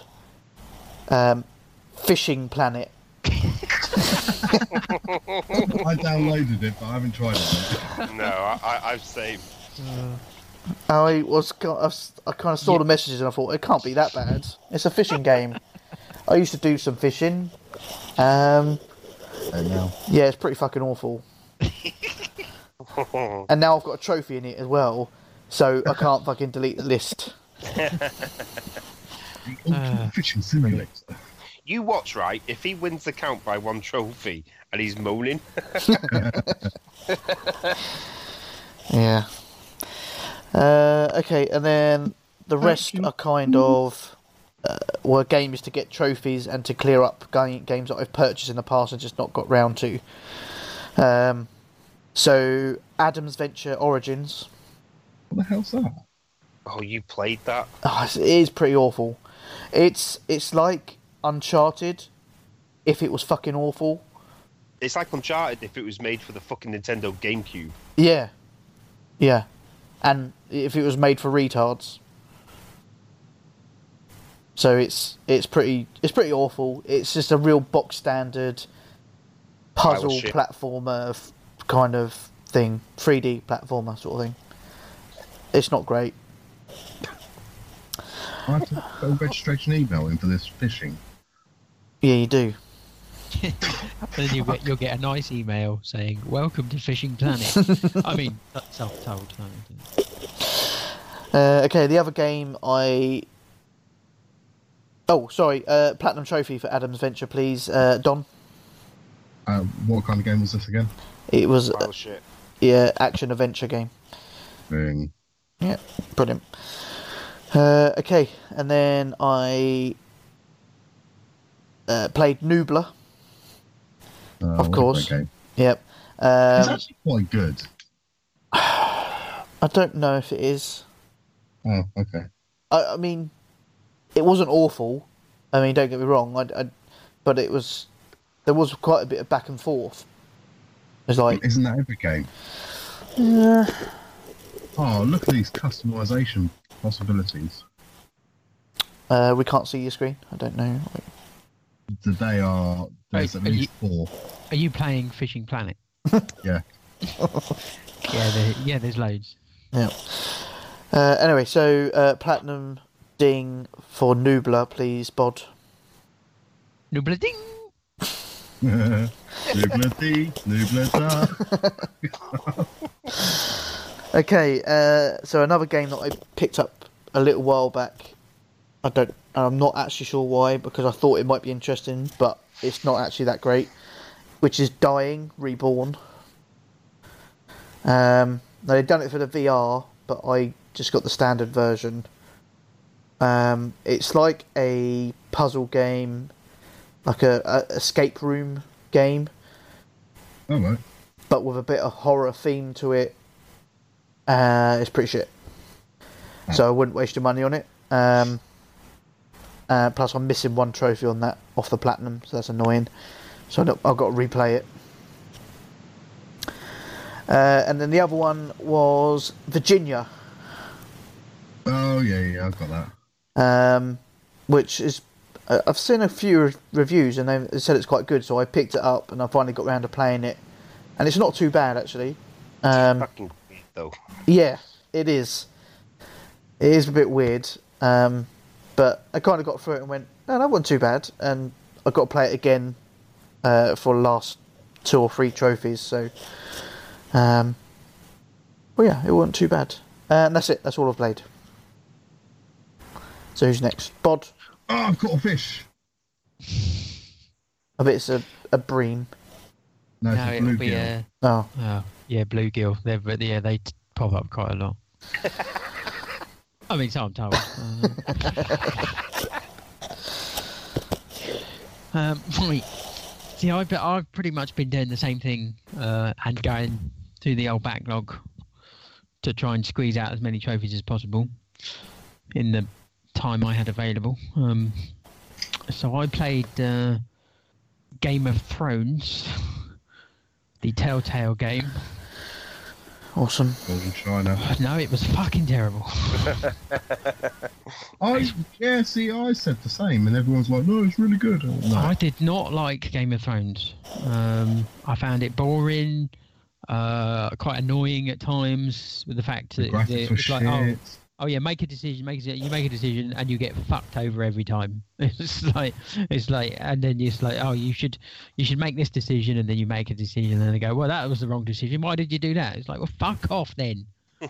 Um, Fishing Planet.
I downloaded it, but I haven't tried it. yet.
No, I, I, I've saved.
I was ki- I, s- I kind of saw the messages and I thought it can't be that bad. It's a fishing game. I used to do some fishing. Um,
And now.
yeah, it's pretty fucking awful. and now I've got a trophy in it as well, so I can't fucking delete the list.
Ultimate Fishing Simulator.
You watch right. If he wins the count by one trophy and he's moaning,
Yeah. Uh, okay, and then the rest are kind of uh, were games to get trophies and to clear up ga- games that I've purchased in the past and just not got round to. Um, so Adam's Venture Origins,
What the hell's that?
oh, you played that.
oh, it's- it is pretty awful. It's it's like Uncharted, if it was fucking awful.
It's like Uncharted if it was made for the fucking Nintendo GameCube.
Yeah, yeah, and if it was made for retards, so it's it's pretty it's pretty awful. It's just a real box standard puzzle
shit.
platformer f- kind of thing, three D platformer sort of thing. It's not great.
I have to put a registration email in for this fishing.
Yeah, you do.
And then you get, you'll get a nice email saying, "Welcome to Fishing Planet." I mean, that's self-told. I mean,
Uh, okay, the other game I. Oh, sorry. Uh, platinum trophy for Adam's Venture, please, uh, Don.
Uh, what kind of game was this again?
It was uh,
Oh shit.
yeah, action adventure game.
Thing.
Yeah, brilliant. Uh, okay, and then I uh, played Nubla.
Uh, what a
Of course.
great game.
Yep.
it's
Um,
actually quite good.
I don't know if it is.
Oh, okay.
I, I mean, it wasn't awful. I mean, don't get me wrong. I, I- but it was there was quite a bit of back and forth. It was like
Isn't that every game? Oh, look at these customization possibilities.
uh, we can't see your screen. I don't know.
They are. There's
Wait,
at
are
least four.
Are you playing Fishing Planet?
Yeah.
Yeah, there, yeah. There's loads.
Yeah. Uh, anyway, so uh, platinum ding for Nubla, please, Bod.
Nubla ding.
Nubla D, Nubla da.
Okay, uh, so another game that I picked up a little while back. I don't. I'm not actually sure why because I thought it might be interesting, but it's not actually that great. Which is Dying Reborn. Um, now they've done it for the VR, but I just got the standard version. Um, it's like a puzzle game, like a, a escape room game,
All right.
but with a bit of horror theme to it. Uh, it's pretty shit. So I wouldn't waste your money on it. Um, uh, plus, I'm missing one trophy on that off the platinum, so that's annoying. So I've got- I've got to replay it. Uh, and then the other one was Virginia,
Oh yeah, yeah, I've got that.
um, which is I- I've seen a few re- reviews and they said it's quite good, so I picked it up and I finally got round to playing it, and it's not too bad actually. Um,
Fucking though.
Yeah, it is. It is a bit weird, um, but I kind of got through it and went, no, that wasn't too bad. And I got to play it again uh, for the last two or three trophies. So, um, well, yeah, it wasn't too bad. Uh, and that's it. That's all I've played. So who's next? Bod.
Oh, I've caught a fish.
I bet it's a, a bream.
No,
No,
it's a
it'll be
bluegill.
a.
Oh,
Oh, yeah, bluegill. They're, but yeah, they t- pop up quite a lot. I mean, sometimes. Uh, um, right. See, I've, been- I've pretty much been doing the same thing uh, and going through the old backlog to try and squeeze out as many trophies as possible in the time I had available. Um, so I played uh, Game of Thrones, the Telltale game.
awesome.
uh,
Golden China.
No, it was fucking terrible.
I yeah, see, I said the same, and everyone's like, "No, it's really good." I'm like,
I did not like Game of Thrones. Um, I found it boring, uh, quite annoying at times with the fact
the
that
graphics
it
were
was
shit.
like, oh, oh yeah, make a decision, make a, you make a decision, and you get fucked over every time. It's like it's like, and then it's like, oh, you should you should make this decision, and then you make a decision, and they go, well, that was the wrong decision. Why did you do that? It's like, well, fuck off then.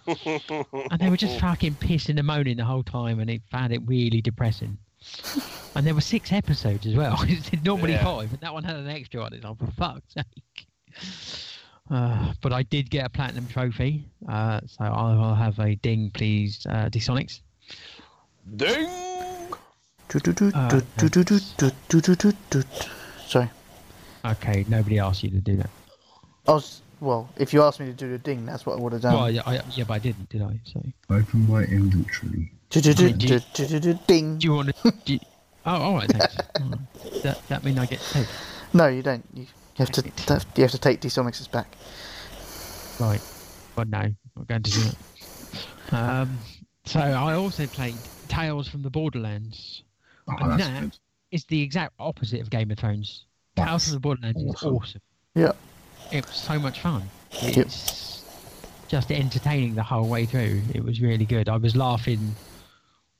and they were just fucking pissing and moaning the whole time, and it found it really depressing. And there were six episodes as well. It's normally
Yeah.
five, and that one had an extra one. It's like, for fuck's sake. Uh, but I did get a platinum trophy, uh, so I will have a ding, please, uh, Disonics.
Ding!
Ah,
Sorry.
Okay, nobody asked you to do that.
I was, well, if you asked me to do the ding, that's what I would have
well,
done.
I, I, yeah, but I didn't, did I? So,
Open my inventory.
Do, do, do,
mean, do you-
do, do, do, do, Ding.
do you want to? Do you, oh, all right, thanks. All right. That that mean I get paid.
No, you don't. You have to.
Right.
that- You have to take Dsonics back.
Right. Well, no, I'm not going to do that. Um, so I also played Tales from the Borderlands.
Oh,
And
that's
that
good.
is the exact opposite of Game of Thrones. Tales
That's
from the Borderlands is
awesome.
awesome.
Yeah.
It was so much fun.
Yep.
It's just entertaining the whole way through. It was really good. I was laughing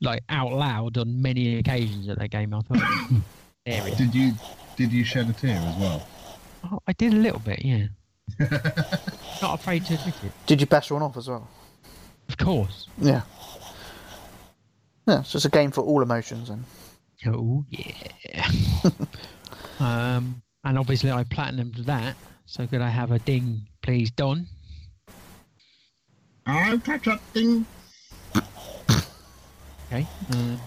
like out loud on many occasions at that game. I thought, there it is.
Did you did you shed a tear as well?
Oh, I did a little bit, yeah. Not afraid to admit it.
Did you bash one off as well?
Of course.
Yeah. Yeah, so it's a game for all emotions, and
Oh yeah. um, and obviously I platinumed that. So could I have a ding, please, Don?
I'll catch up. Ding.
Okay. Uh,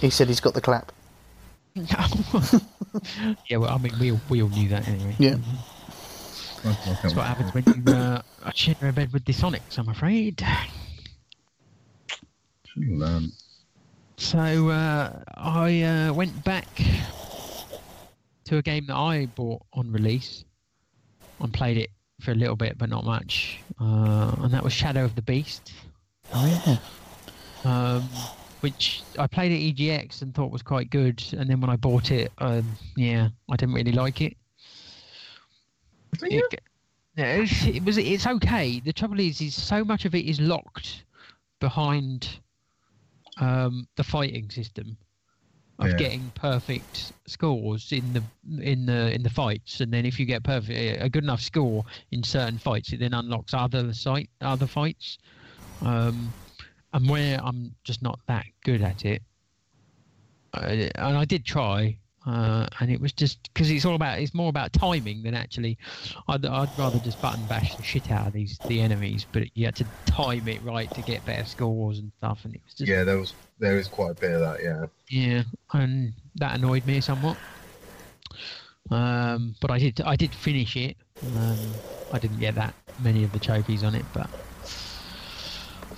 he said he's got the clap.
no. yeah, well, I mean, we all, we all knew that anyway.
Yeah.
That's what happens when you uh, are shitting in bed with Disonics, I'm afraid.
Learn.
So uh, I uh, went back to a game that I bought on release and played it for a little bit, but not much. Uh, and that was Shadow of the Beast.
Oh yeah.
um, which I played at EGX and thought was quite good. And then when I bought it, um, yeah, I didn't really like it.
Did you?
It, yeah, it's- it was it's okay. The trouble is, is so much of it is locked behind um, the fighting system of
Yeah.
getting perfect scores in the in the in the fights, and then if you get perfect a good enough score in certain fights, it then unlocks other site other fights. Um, and where I'm just not that good at it, I, and I did try, uh, and it was just because it's all about it's more about timing than actually. I'd, I'd rather just button bash the shit out of these the enemies, but you had to time it right to get better scores and stuff, and it was just
Yeah, there was there is quite a bit of that. Yeah.
yeah, and that annoyed me somewhat. Um, but I did I did finish it. Um, I didn't get that many of the trophies on it, but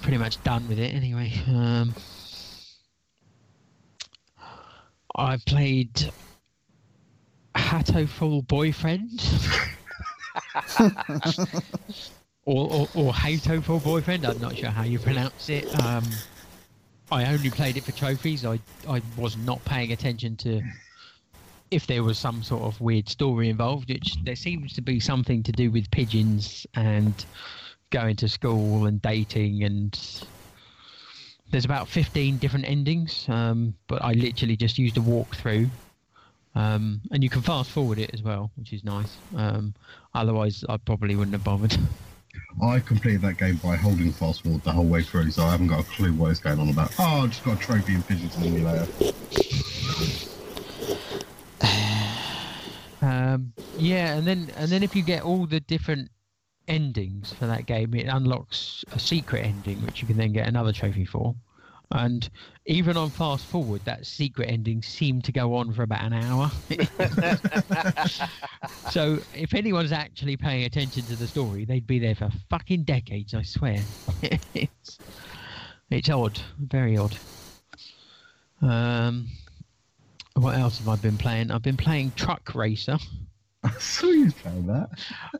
pretty much done with it anyway. Um, I played Hatoful Boyfriend. or, or, or Hatoful Boyfriend, I'm not sure how you pronounce it. Um, I only played it for trophies. I, I was not paying attention to if there was some sort of weird story involved, which there seems to be something to do with pigeons and going to school and dating and there's about 15 different endings um, but i literally just used a walkthrough um, and you can fast forward it as well which is nice um, otherwise i probably wouldn't have bothered
I completed that game by holding fast forward the whole way through, so I haven't got a clue what is going on about. Oh, I just got a trophy in Pigeon Simulator.
um, yeah and then and then if you get all the different endings for that game it unlocks a secret ending which you can then get another trophy for and even on fast forward that secret ending seemed to go on for about an hour so if anyone's actually paying attention to the story they'd be there for fucking decades i swear it's, it's odd very odd um, what else have i been playing i've been playing truck racer
I saw you playing that.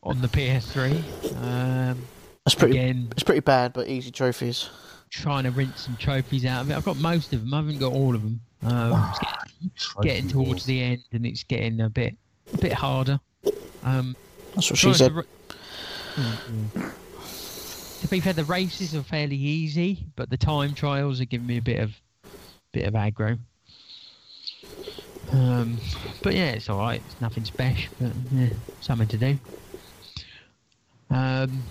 on the ps3 um,
That's pretty.
again
It's pretty bad, but easy trophies.
trying to rinse some trophies out of it. I've got most of them. I haven't got all of them. Um, it's get- getting towards the end, and it's getting a bit, a bit harder. Um,
That's what she
trying to
said.
ri- Mm, yeah. Mm-hmm. To be fair, the races are fairly easy, but the time trials are giving me a bit of, bit of aggro. Um, but yeah, it's all right. It's nothing special, but yeah, something to do. Um,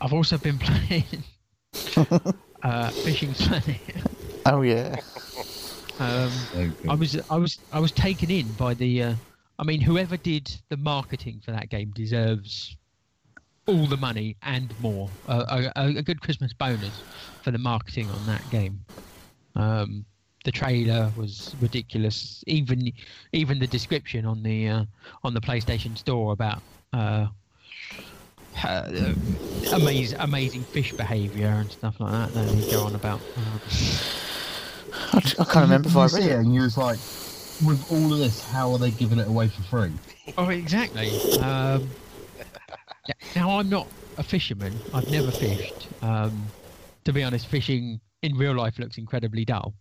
I've also been playing uh, Fishing Planet.
Oh yeah.
Um,
So good.
I was I was I was taken in by the. Uh, I mean, whoever did the marketing for that game deserves all the money and more. Uh, a, a, a good Christmas bonus for the marketing on that game. Um, the trailer was ridiculous. Even even the description on the uh, on the PlayStation Store about. Uh, uh, amazing, amazing fish behaviour and stuff like that. That they go on about. Oh,
I, I can't remember if I
you
read
see it
it.
and you was like, with all of this, how are they giving it away for free?
Oh, exactly. Um, yeah, now I'm not a fisherman. I've never fished. Um, to be honest, fishing in real life looks incredibly dull.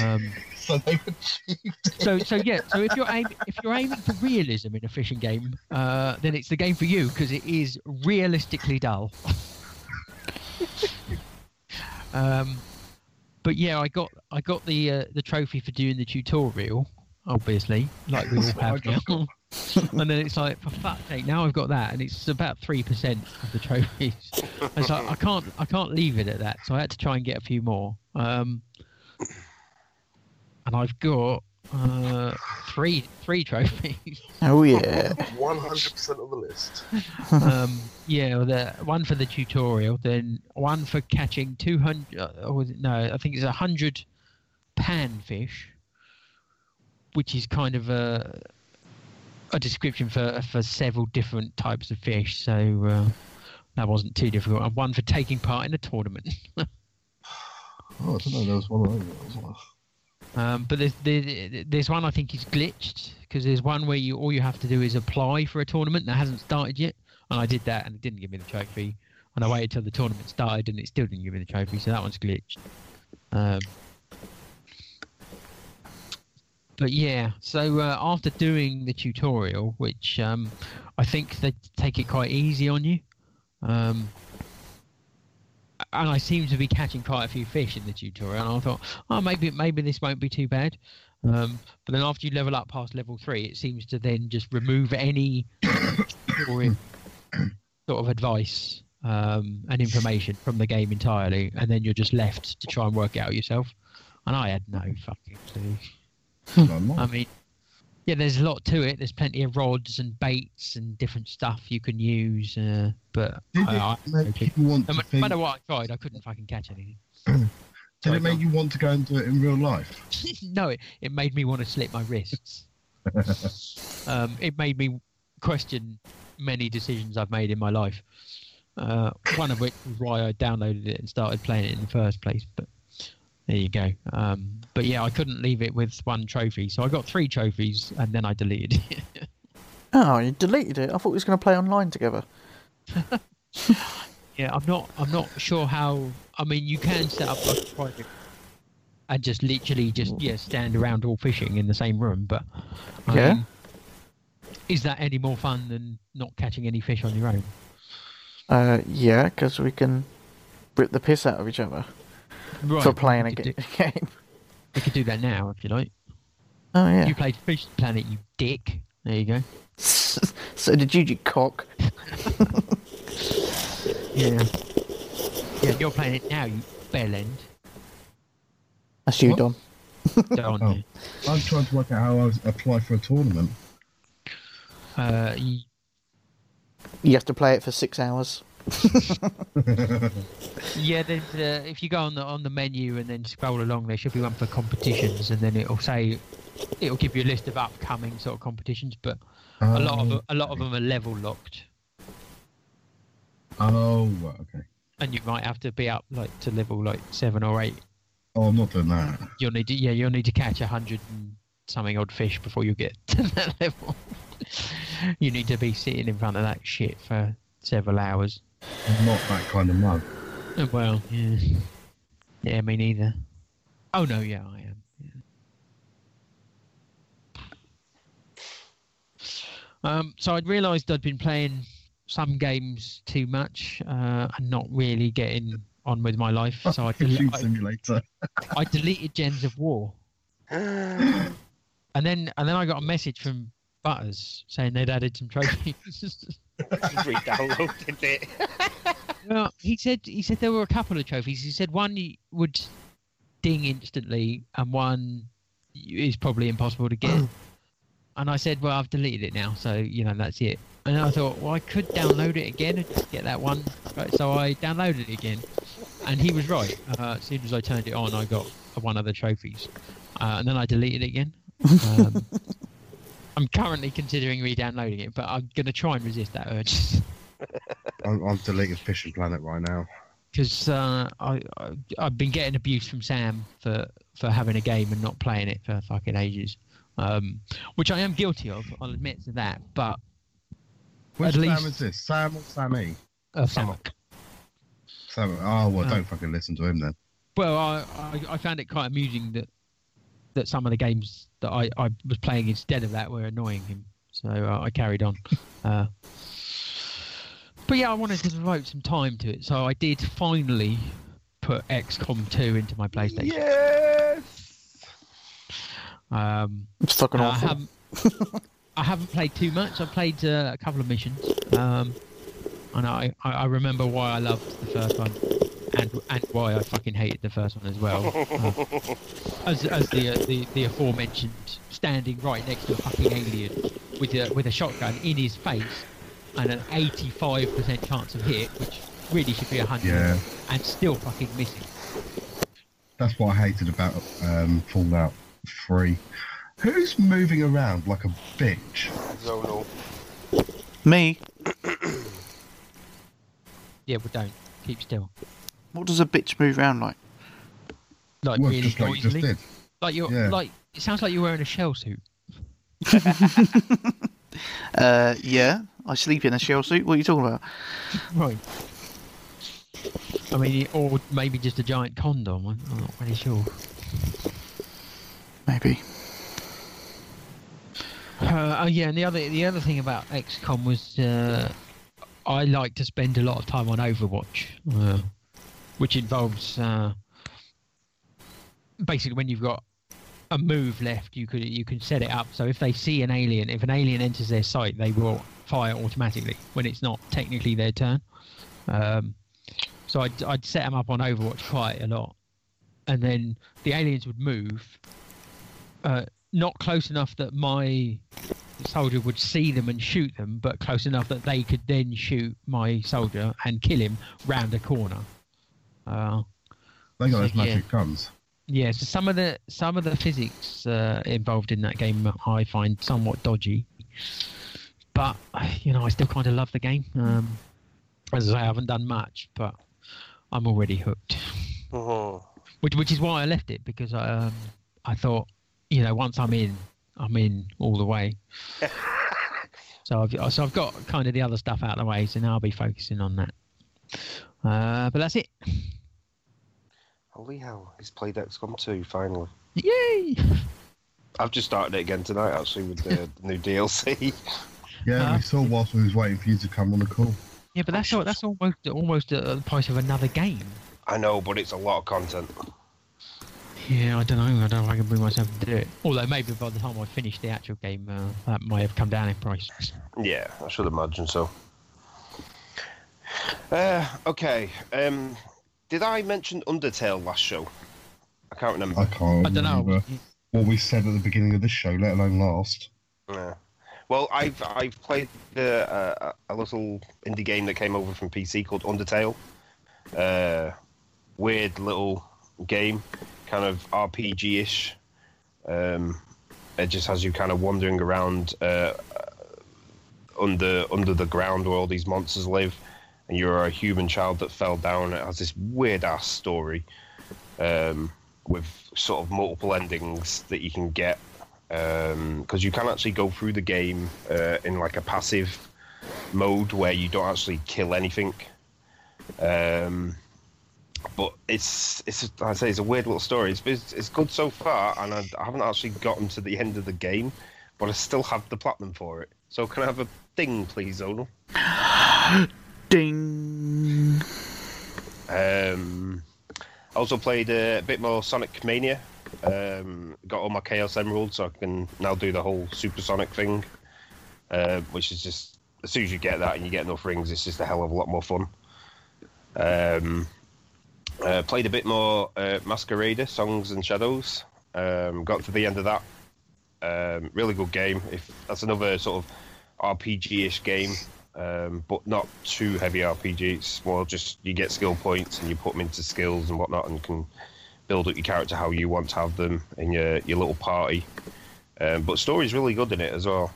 Um,
So they were cheap.
so, so yeah. So if you're aim- if you're aiming for realism in a fishing game, uh, then it's the game for you because it is realistically dull. um, but yeah, I got I got the uh, the trophy for doing the tutorial, obviously, like we all have now. and then it's like, for fuck's sake, now I've got that, and it's about three percent of the trophies. And it's like I can't I can't leave it at that, so I had to try and get a few more. Um, and I've got uh, three three trophies.
Oh yeah.
100% of the list.
um, yeah, well, the one for the tutorial, then one for catching 200, uh, or was it- no, I think it's 100 panfish, which is kind of a a description for for several different types of fish. So uh, that wasn't too difficult. And one for taking part in a tournament.
Oh, I don't know, there was one of those.
Um, but there's there, there's one I think is glitched because there's one where you all you have to do is apply for a tournament that hasn't started yet, and I did that and it didn't give me the trophy, and I waited till the tournament started and it still didn't give me the trophy, so that one's glitched. Um, but yeah, so uh, after doing the tutorial, which um, I think they take it quite easy on you, um, and I seem to be catching quite a few fish in the tutorial. And I thought, oh, maybe maybe this won't be too bad. Um, but then after you level up past level three, it seems to then just remove any tutorial sort of advice um, and information from the game entirely, and then you're just left to try and work it out yourself. And I had no fucking clue. I mean, yeah, there's a lot to it. There's plenty of rods and baits and different stuff you can use, uh, but
Did
I, I,
it make you want
no
to
ma-
think-
matter what I tried, I couldn't fucking catch anything.
Did it make you want to go and do it in real life?
no, it, it made me want to slip my wrists. um, it made me question many decisions I've made in my life. Uh, one of which was why I downloaded it and started playing it in the first place. But there you go. Um, but yeah, I couldn't leave it with one trophy, so I got three trophies and then I deleted it.
Oh, you deleted it. I thought we was going to play online together.
Yeah, I'm not. I'm not sure how. I mean, you can set up like a private and just Mm. literally just yeah stand around all fishing in the same room, but I
Yeah.
mean, is that any more fun than not catching any fish on your own?
Uh, yeah, because we can rip the piss out of each other
Right.
for playing a
we could
ga-
do-
game.
We could do that now if you like.
Oh yeah.
You played Fish Planet, you dick. There you go.
so did you, you cock?
Yeah. Yeah, you're playing it now, you bell end.
That's you,
What?
Don.
Don't
Oh.
you?
I'm trying to work out how I apply for a tournament.
Uh, you-
You have to play it for six hours.
yeah, there's, uh, if you go on the on the menu and then scroll along, there should be one for competitions, and then it'll say it'll give you a list of upcoming sort of competitions, but a lot
Um,
of a lot of them are level locked,
Oh, right, okay.
and you might have to be up like to level like seven or eight.
Oh, I'm not doing that.
You'll need to yeah, you'll need to catch a hundred and something odd fish before you get to that level. you need to be sitting in front of that shit for several hours.
I'm not that kind of mug.
Uh, Well, yeah. Yeah, me neither. Oh no, yeah, I am. yeah. Um, so I'd realised I'd been playing some games too much uh, and not really getting on with my life. So I, del-
Fishing
I,
simulator.
I deleted Gens of War, and then and then I got a message from Butters saying they'd added some trophies.
Redownloaded it.
Well, he said he said there were a couple of trophies. He said one you would ding instantly, and one is probably impossible to get. and I said, well, I've deleted it now, so you know that's it. And I thought, well, I could download it again and just get that one. Right, so I downloaded it again, and he was right. Uh, as soon as I turned it on, I got one of the trophies, uh, and then I deleted it again. Um, I'm currently considering re-downloading it, but I'm going to try and resist that urge.
I'm, I'm deleting Fishing Planet right now.
because uh, I, I I've been getting abuse from Sam for for having a game and not playing it for fucking ages, um, which I am guilty of. I'll admit to that. But
Which
At
Sam
least-
is this? Sam or Sammy?
uh, Sam,
Sam. Oh, well,
Oh.
don't fucking listen to him then.
well, I, I I found it quite amusing that that some of the games that I, I was playing instead of that were annoying him. So uh, I carried on. Uh, but yeah, I wanted to devote some time to it, so I did finally put XCOM 2 into my PlayStation.
Yes.
Um,
It's fucking
No, I
awful.
haven't, I haven't played too much. I played uh, a couple of missions, um, and I, I, I remember why I loved the first one, and and why I fucking hated the first one as well. Uh, as as the, uh, the the aforementioned standing right next to a fucking alien with a with a shotgun in his face, and an eighty five percent chance of hit, which really should be a hundred,
Yeah.
and still fucking missing.
That's what I hated about um, Fallout 3. Who's moving around like a bitch?
Zonal.
Me?
Yeah, we don't keep still.
What does a bitch move around like?
Like
Well,
really
just like you just
noisily.
did.
Like you're
Yeah.
like it sounds like you're wearing a shell suit.
Uh, yeah. I sleep in a shell suit. What are you talking about?
Right. I mean, or maybe just a giant condom. I'm I'm not really sure.
Maybe.
Uh, oh yeah, and the other the other thing about XCOM was uh, I like to spend a lot of time on Overwatch, uh, which involves uh, basically when you've got a move left, you could you can set it up so if they see an alien, if an alien enters their sight, they will fire automatically when it's not technically their turn. Um, so I'd, I'd set them up on Overwatch quite a lot, and then the aliens would move. Uh, not close enough that my soldier would see them and shoot them, but close enough that they could then shoot my soldier and kill him round a corner. Uh,
They got
So,
those magic guns.
yeah, so some of the some of the physics uh, involved in that game I find somewhat dodgy, but you know I still kind of love the game. Um, as I say, I haven't done much, but I'm already hooked.
Oh.
Which which is why I left it because I um, I thought you know once I'm in I'm in all the way. so I've so I've got kind of the other stuff out of the way, so now I'll be focusing on that. Uh, but that's it.
Holy hell! He's played XCOM 2 finally.
Yay!
I've just started it again tonight actually with the new DLC.
Yeah,
Huh?
we saw whilst we was waiting for you to come on the call.
Yeah, but that's al- that's almost almost uh, the price of another game.
I know, but it's a lot of content.
Yeah, I don't know. I don't know if I can bring myself to do it. Although maybe by the time I finish the actual game, uh, that might have come down in price.
Yeah, I should imagine so. Uh, okay. Um, did I mention Undertale last show? I can't remember.
I can't.
I don't know.
remember What we said at the beginning of this show, let alone last.
Yeah. Well, I've I've played the, uh, a a little indie game that came over from PC called Undertale. Uh, weird little game, kind of RPG ish. Um, it just has you kind of wandering around uh, under under the ground where all these monsters live, and you're a human child that fell down. It has this weird ass story um, with sort of multiple endings that you can get because um, you can actually go through the game uh, in like a passive mode where you don't actually kill anything. Um, but it's it's like I say it's a weird little story. It's it's, it's good so far, and I, I haven't actually gotten to the end of the game, but I still have the platinum for it. So can I have a ding, please, Zonal?
Ding.
Um, I also played uh, a bit more Sonic Mania. Um, got all my Chaos Emeralds, so I can now do the whole Supersonic thing, uh, which is just as soon as you get that and you get enough rings, it's just a hell of a lot more fun. Um, uh, played a bit more uh, Masquerader, Songs and Shadows. Um, got to the end of that. Um, really good game. If that's another sort of RPG-ish game, um, but not too heavy RPG. It's more just you get skill points and you put them into skills and whatnot, and can build up your character how you want to have them in your your little party. Um, but story's really good in it as well.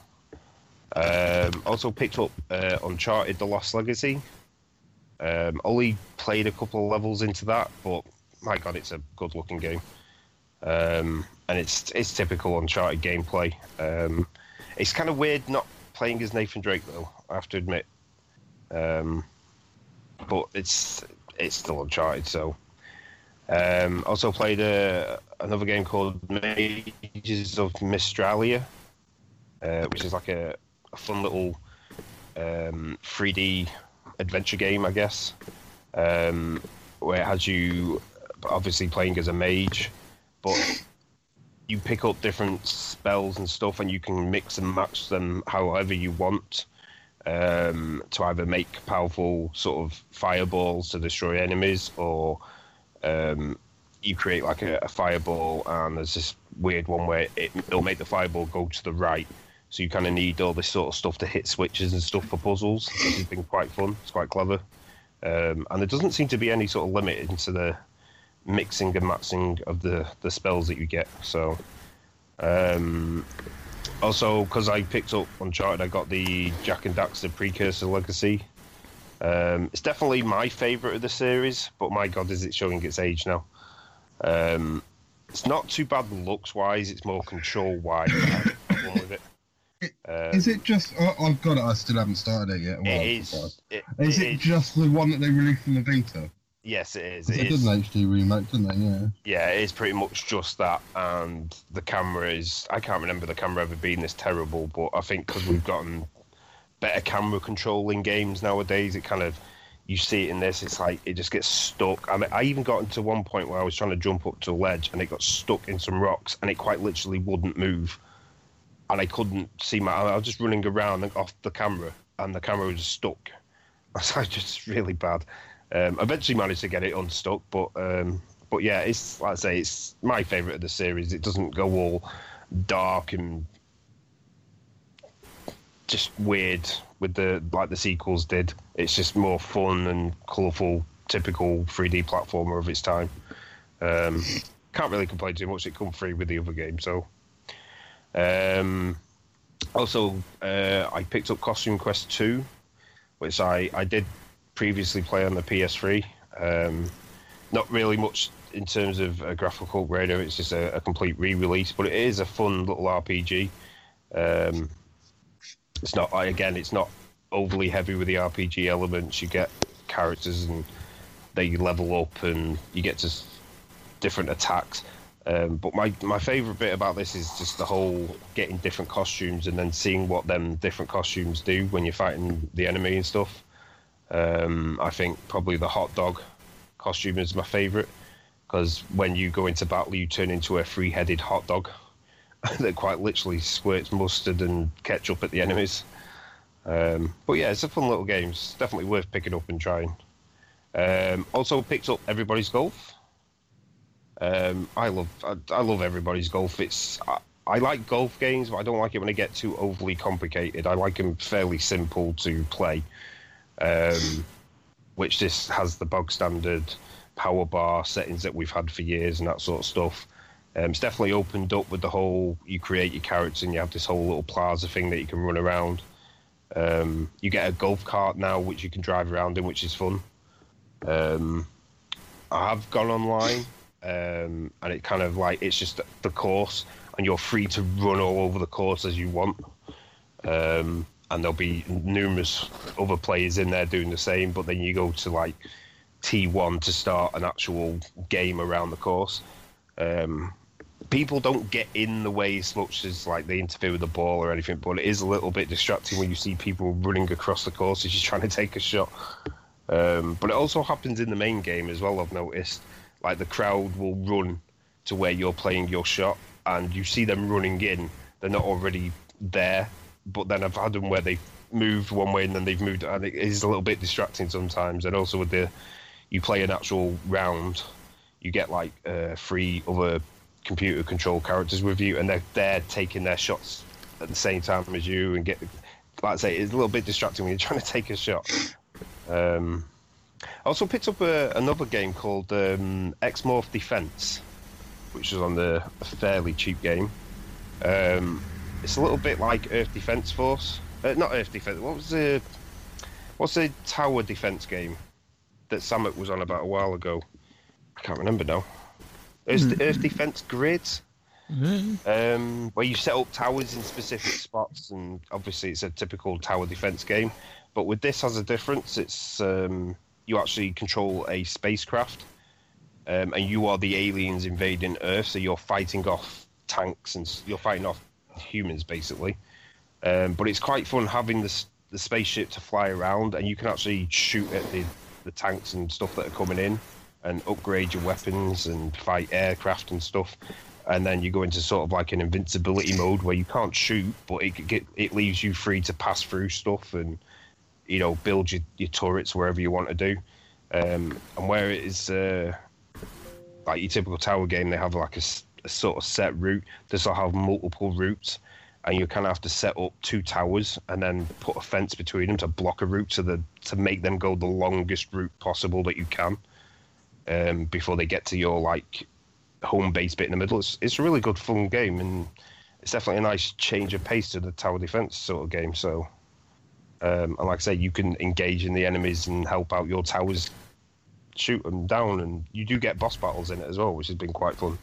Um, also picked up uh, Uncharted: The Lost Legacy. Um, only played a couple of levels into that, but my god, it's a good-looking game, um, and it's it's typical Uncharted gameplay. Um, it's kind of weird not playing as Nathan Drake though. I have to admit, um, but it's it's still Uncharted. So, um, also played uh, another game called Mages of Mistralia, uh, which is like a, a fun little um, 3D adventure game, I guess, um, where it has you obviously playing as a mage, but you pick up different spells and stuff, and you can mix and match them however you want um, to either make powerful sort of fireballs to destroy enemies, or um, you create like a, a fireball, and there's this weird one where it, it'll make the fireball go to the right. So you kind of need all this sort of stuff to hit switches and stuff for puzzles, which has been quite fun. It's quite clever, um, and there doesn't seem to be any sort of limit into the mixing and matching of the the spells that you get. So, um, also because I picked up Uncharted, I got the Jack and Daxter Precursor Legacy. Um, it's definitely my favourite of the series, but my god, is it showing its age now? Um, it's not too bad looks wise; it's more control wise. with it. Um,
Is it just? I I've got it. I still haven't started it yet. Well,
It
I've
is.
started.
It,
Is
it
it
is-
just the one that they released in the beta?
Yes, it is.
They
It
did
is.
an HD remake, didn't they? Yeah.
Yeah, it is pretty much just that, and the camera is. I can't remember the camera ever being this terrible, but I think because we've gotten better camera control in games nowadays, it kind of you see it in this. It's like it just gets stuck. I mean, I even got into one point where I was trying to jump up to a ledge, and it got stuck in some rocks, and it quite literally wouldn't move, and I couldn't see my. I was just running around and off the camera, and the camera was just stuck. I was like, just really bad. Um, eventually managed to get it unstuck, but um, but yeah, it's like I say, it's my favourite of the series. It doesn't go all dark and just weird with the like the sequels did. It's just more fun and colourful, typical 3D platformer of its time. Um, can't really complain too much. It come free with the other game, so. Um, also, uh, I picked up Costume Quest Two, which I I did previously play on the PS3. Um, not really much in terms of a graphical upgrade. It's just a, a complete re-release, but it is a fun little RPG. Um, it's not I- again, it's not overly heavy with the RPG elements. You get characters and they level up, and you get to s- different attacks. Um, but my, my favourite bit about this is just the whole getting different costumes and then seeing what them different costumes do when you're fighting the enemy and stuff. Um, I think probably the hot dog costume is my favourite because when you go into battle, you turn into a three headed hot dog that quite literally squirts mustard and ketchup at the enemies. Um, but yeah, it's a fun little game. It's definitely worth picking up and trying. Um, also picked up everybody's golf. Um, I love I, I love everybody's golf. It's I, I like golf games, but I don't like it when they get too overly complicated. I like them fairly simple to play. Um, which this has the bog standard power bar settings that we've had for years and that sort of stuff. Um, it's definitely opened up with the whole you create your character and you have this whole little plaza thing that you can run around. Um, you get a golf cart now which you can drive around in, which is fun. Um, I have gone online, um, and it kind of like it's just the course, and you're free to run all over the course as you want. Um, and there'll be numerous other players in there doing the same, but then you go to like T1 to start an actual game around the course. Um, people don't get in the way as much as like they interfere with the ball or anything, but it is a little bit distracting when you see people running across the course as you're trying to take a shot. Um, but it also happens in the main game as well. I've noticed, like the crowd will run to where you're playing your shot, and you see them running in. They're not already there, but then I've had them where they've moved one way and then they've moved, and it is a little bit distracting sometimes. And also with the, you play an actual round, you get like uh, three other computer control characters with you, and they're they're taking their shots at the same time as you, and get like I say, it's a little bit distracting when you're trying to take a shot. Um, I also picked up a, another game called um, Exmorph Defense, which is on the a fairly cheap game. Um, it's a little bit like Earth Defense Force, uh, not Earth Defense. What was the what's the tower defense game that Samet was on about a while ago? I can't remember now. It's the Earth Defense Grid, um, where you set up towers in specific spots, and obviously it's a typical tower defense game. But with this has a difference. It's um, you actually control a spacecraft, um, and you are the aliens invading Earth. So you're fighting off tanks and s- you're fighting off humans basically. Um, but it's quite fun having the s- the spaceship to fly around, and you can actually shoot at the the tanks and stuff that are coming in, and upgrade your weapons and fight aircraft and stuff. And then you go into sort of like an invincibility mode where you can't shoot, but it could get, it leaves you free to pass through stuff and you know build your, your turrets wherever you want to do um, and where it is uh, like your typical tower game they have like a, s- a sort of set route this will have multiple routes and you kind of have to set up two towers and then put a fence between them to block a route so the to make them go the longest route possible that you can um, before they get to your like home base bit in the middle it's, it's a really good fun game and it's definitely a nice change of pace to the tower defense sort of game so um, and like I say, you can engage in the enemies and help out your towers, shoot them down, and you do get boss battles in it as well, which has been quite fun.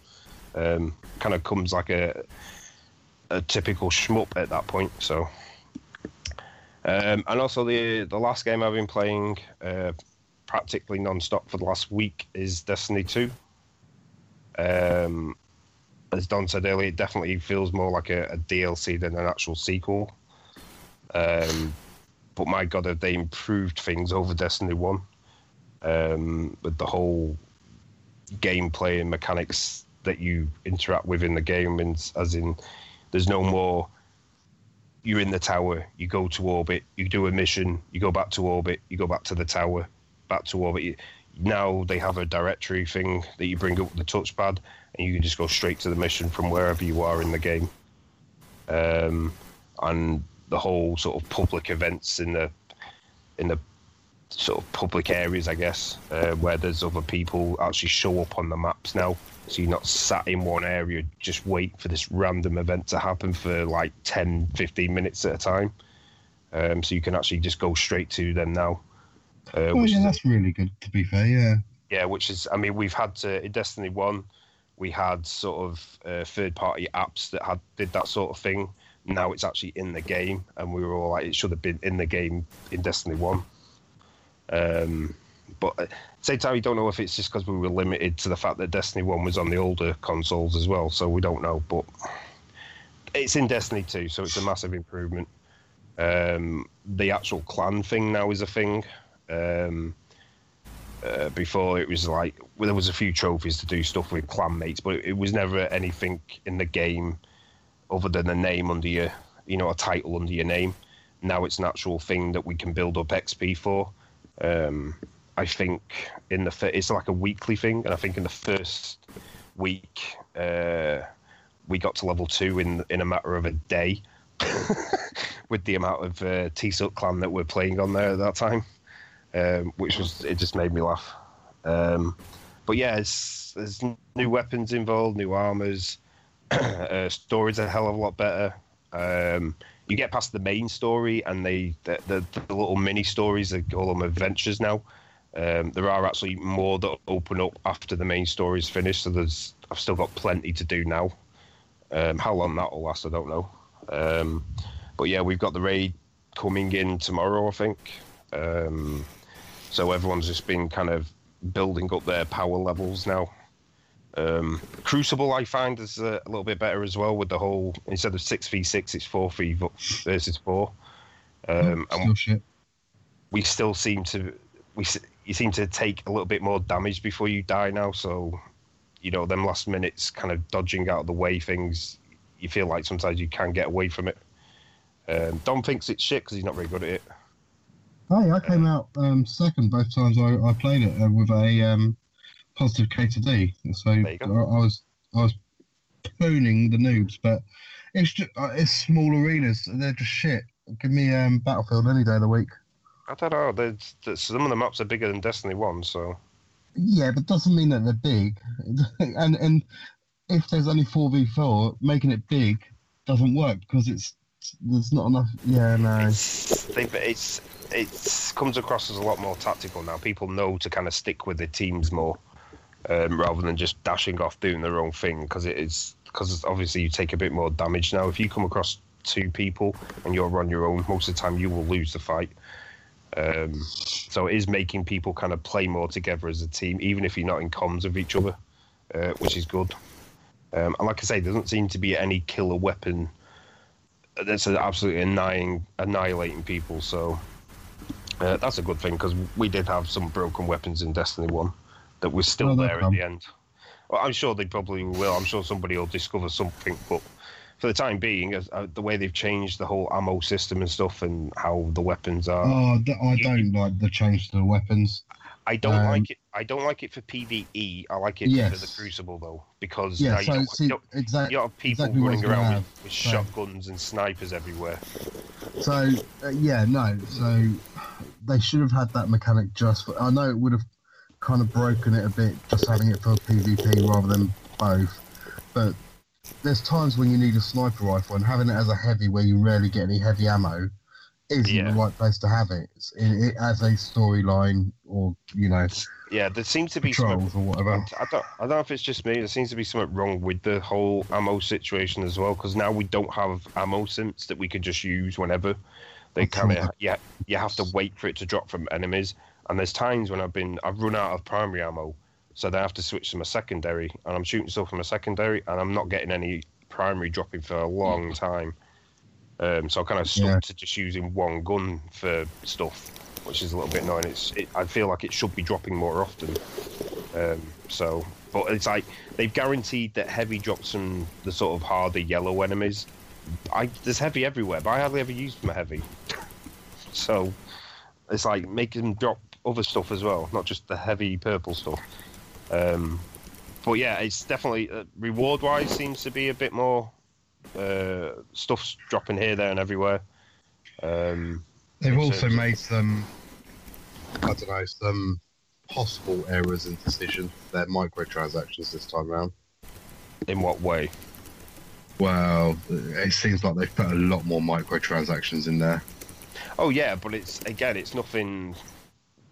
Um, kind of comes like a a typical shmup at that point. So, um, and also the the last game I've been playing uh, practically non-stop for the last week is Destiny Two. Um, as Don said earlier, it definitely feels more like a, a DLC than an actual sequel. Um, but my god, have they improved things over Destiny One um, with the whole gameplay and mechanics that you interact with in the game, and s- as in, there's no more. You're in the tower. You go to orbit. You do a mission. You go back to orbit. You go back to the tower. Back to orbit. You- Now they have a directory thing that you bring up with the touchpad, and you can just go straight to the mission from wherever you are in the game. Um, and the whole sort of public events in the in the sort of public areas, I guess, uh, where there's other people actually show up on the maps now. So you're not sat in one area, just wait for this random event to happen for like 10, 15 minutes at a time. Um, so you can actually just go straight to them now. Uh,
Oh
which
yeah,
is a-
that's really good. To be fair, yeah.
yeah, which is, I mean, we've had to, in Destiny 1, we had sort of uh, third party apps that had did that sort of thing. Now it's actually in the game, and we were all like, it should have been in the game in Destiny 1. Um, But at the same time, you don't know if it's just because we were limited to the fact that Destiny 1 was on the older consoles as well, so we don't know. But it's in Destiny 2, so it's a massive improvement. Um, the actual clan thing now is a thing. Um, uh, before it was like well, there was a few trophies to do stuff with clan mates, but it was never anything in the game other than a name under your, you know, a title under your name. Now it's an actual thing that we can build up XP for. Um, I think in the fir- it's like a weekly thing, and I think in the first week uh, we got to level two in in a matter of a day with the amount of uh, T-Sup clan that we're playing on there at that time um, which was it just made me laugh. Um, but yeah, it's, there's new weapons involved, new armors. uh, story's a hell of a lot better. Um, you get past the main story, and they the, the, the little mini stories they call them adventures now. Um, there are actually more that open up after the main story is finished, so there's I've still got plenty to do now. Um, how long that will last, I don't know. Um, but yeah, we've got the raid coming in tomorrow, I think. Um, so everyone's just been kind of building up their power levels now. Um, Crucible, I find, is uh, a, a little bit better as well with the whole instead of six v six, it's four v versus four. Um, and
Still shit.
we still seem to we s- you seem to take a little bit more damage before you die now. So, you know, them last minutes kind of dodging out of the way things, you feel like sometimes you can get away from it. Um, Don thinks it's shit because he's not very good at it.
Hey, Oh, I came out um, second both times I, I played it uh, with a um, positive K to D. And So I,
There you
I
go.
was I was pooning the noobs, but it's just, uh, it's small arenas. They're just shit. Give me um, Battlefield any day of the week.
I don't know. There's, there's, some of the maps are bigger than Destiny One, so
Yeah, but doesn't mean that they're big. and and if there's only four v four, making it big doesn't work because it's there's not enough. Yeah, no.
it's they, it's it's comes across as a lot more tactical now. People know to kind of stick with their teams more um, rather than just dashing off doing their own thing because it is because obviously you take a bit more damage now. If you come across two people and you're on your own, most of the time you will lose the fight. Um, so it is making people kind of play more together as a team, even if you're not in comms with each other, uh, which is good. Um, and like I say, there doesn't seem to be any killer weapon that's absolutely annihilating, annihilating people. So uh, that's a good thing because we did have some broken weapons in Destiny One that were still
Well, they'll
there at
come.
the end. Well, I'm sure they probably will. I'm sure somebody will discover something, but for the time being, as, uh, the way they've changed the whole ammo system and stuff, and how the weapons are,
Oh, th- I don't like the change to the weapons.
I don't
Um,
like it. I don't like it for PVE. I like it for the
Yes.
Crucible though, because
Yeah,
now you,
so
don't,
see,
you, don't,
exactly.
you don't have people
exactly what I was
running
gonna
around
have,
with, with
so-
shotguns and snipers everywhere.
So uh, yeah, no. So they should have had that mechanic just. For, I know it would have kind of broken it a bit, just having it for PvP rather than both. But there's times when you need a sniper rifle, and having it as a heavy where you rarely get any heavy ammo isn't
Yeah.
the right place to have it. It's- it, it as a storyline or you know
Yeah, there seems to be some
patrols or whatever.
I don't, I don't know if it's just me. There seems to be something wrong with the whole ammo situation as well, because now we don't have ammo synths that we can just use whenever. They kind of yeah, you have to wait for it to drop from enemies. And there's times when I've been I've run out of primary ammo, so then I have to switch to my secondary, and I'm shooting stuff from my secondary, and I'm not getting any primary dropping for a long time. Um, so I kind of stuck
Yeah.
to just using one gun for stuff, which is a little bit annoying. It's it, I feel like it should be dropping more often. Um, so, but it's like they've guaranteed that heavy drops from the sort of harder yellow enemies. I there's heavy everywhere, but I hardly ever use my heavy. so it's like making them drop other stuff as well, not just the heavy purple stuff. Um, but yeah, it's definitely uh, reward wise seems to be a bit more uh, stuff's dropping here, there, and everywhere. Um,
They've
It's
also
a-
made some, I don't know, some possible errors in decision. Their microtransactions this time round.
in what way?
Well, it seems like they've put a lot more microtransactions in there.
Oh yeah, but it's again, it's nothing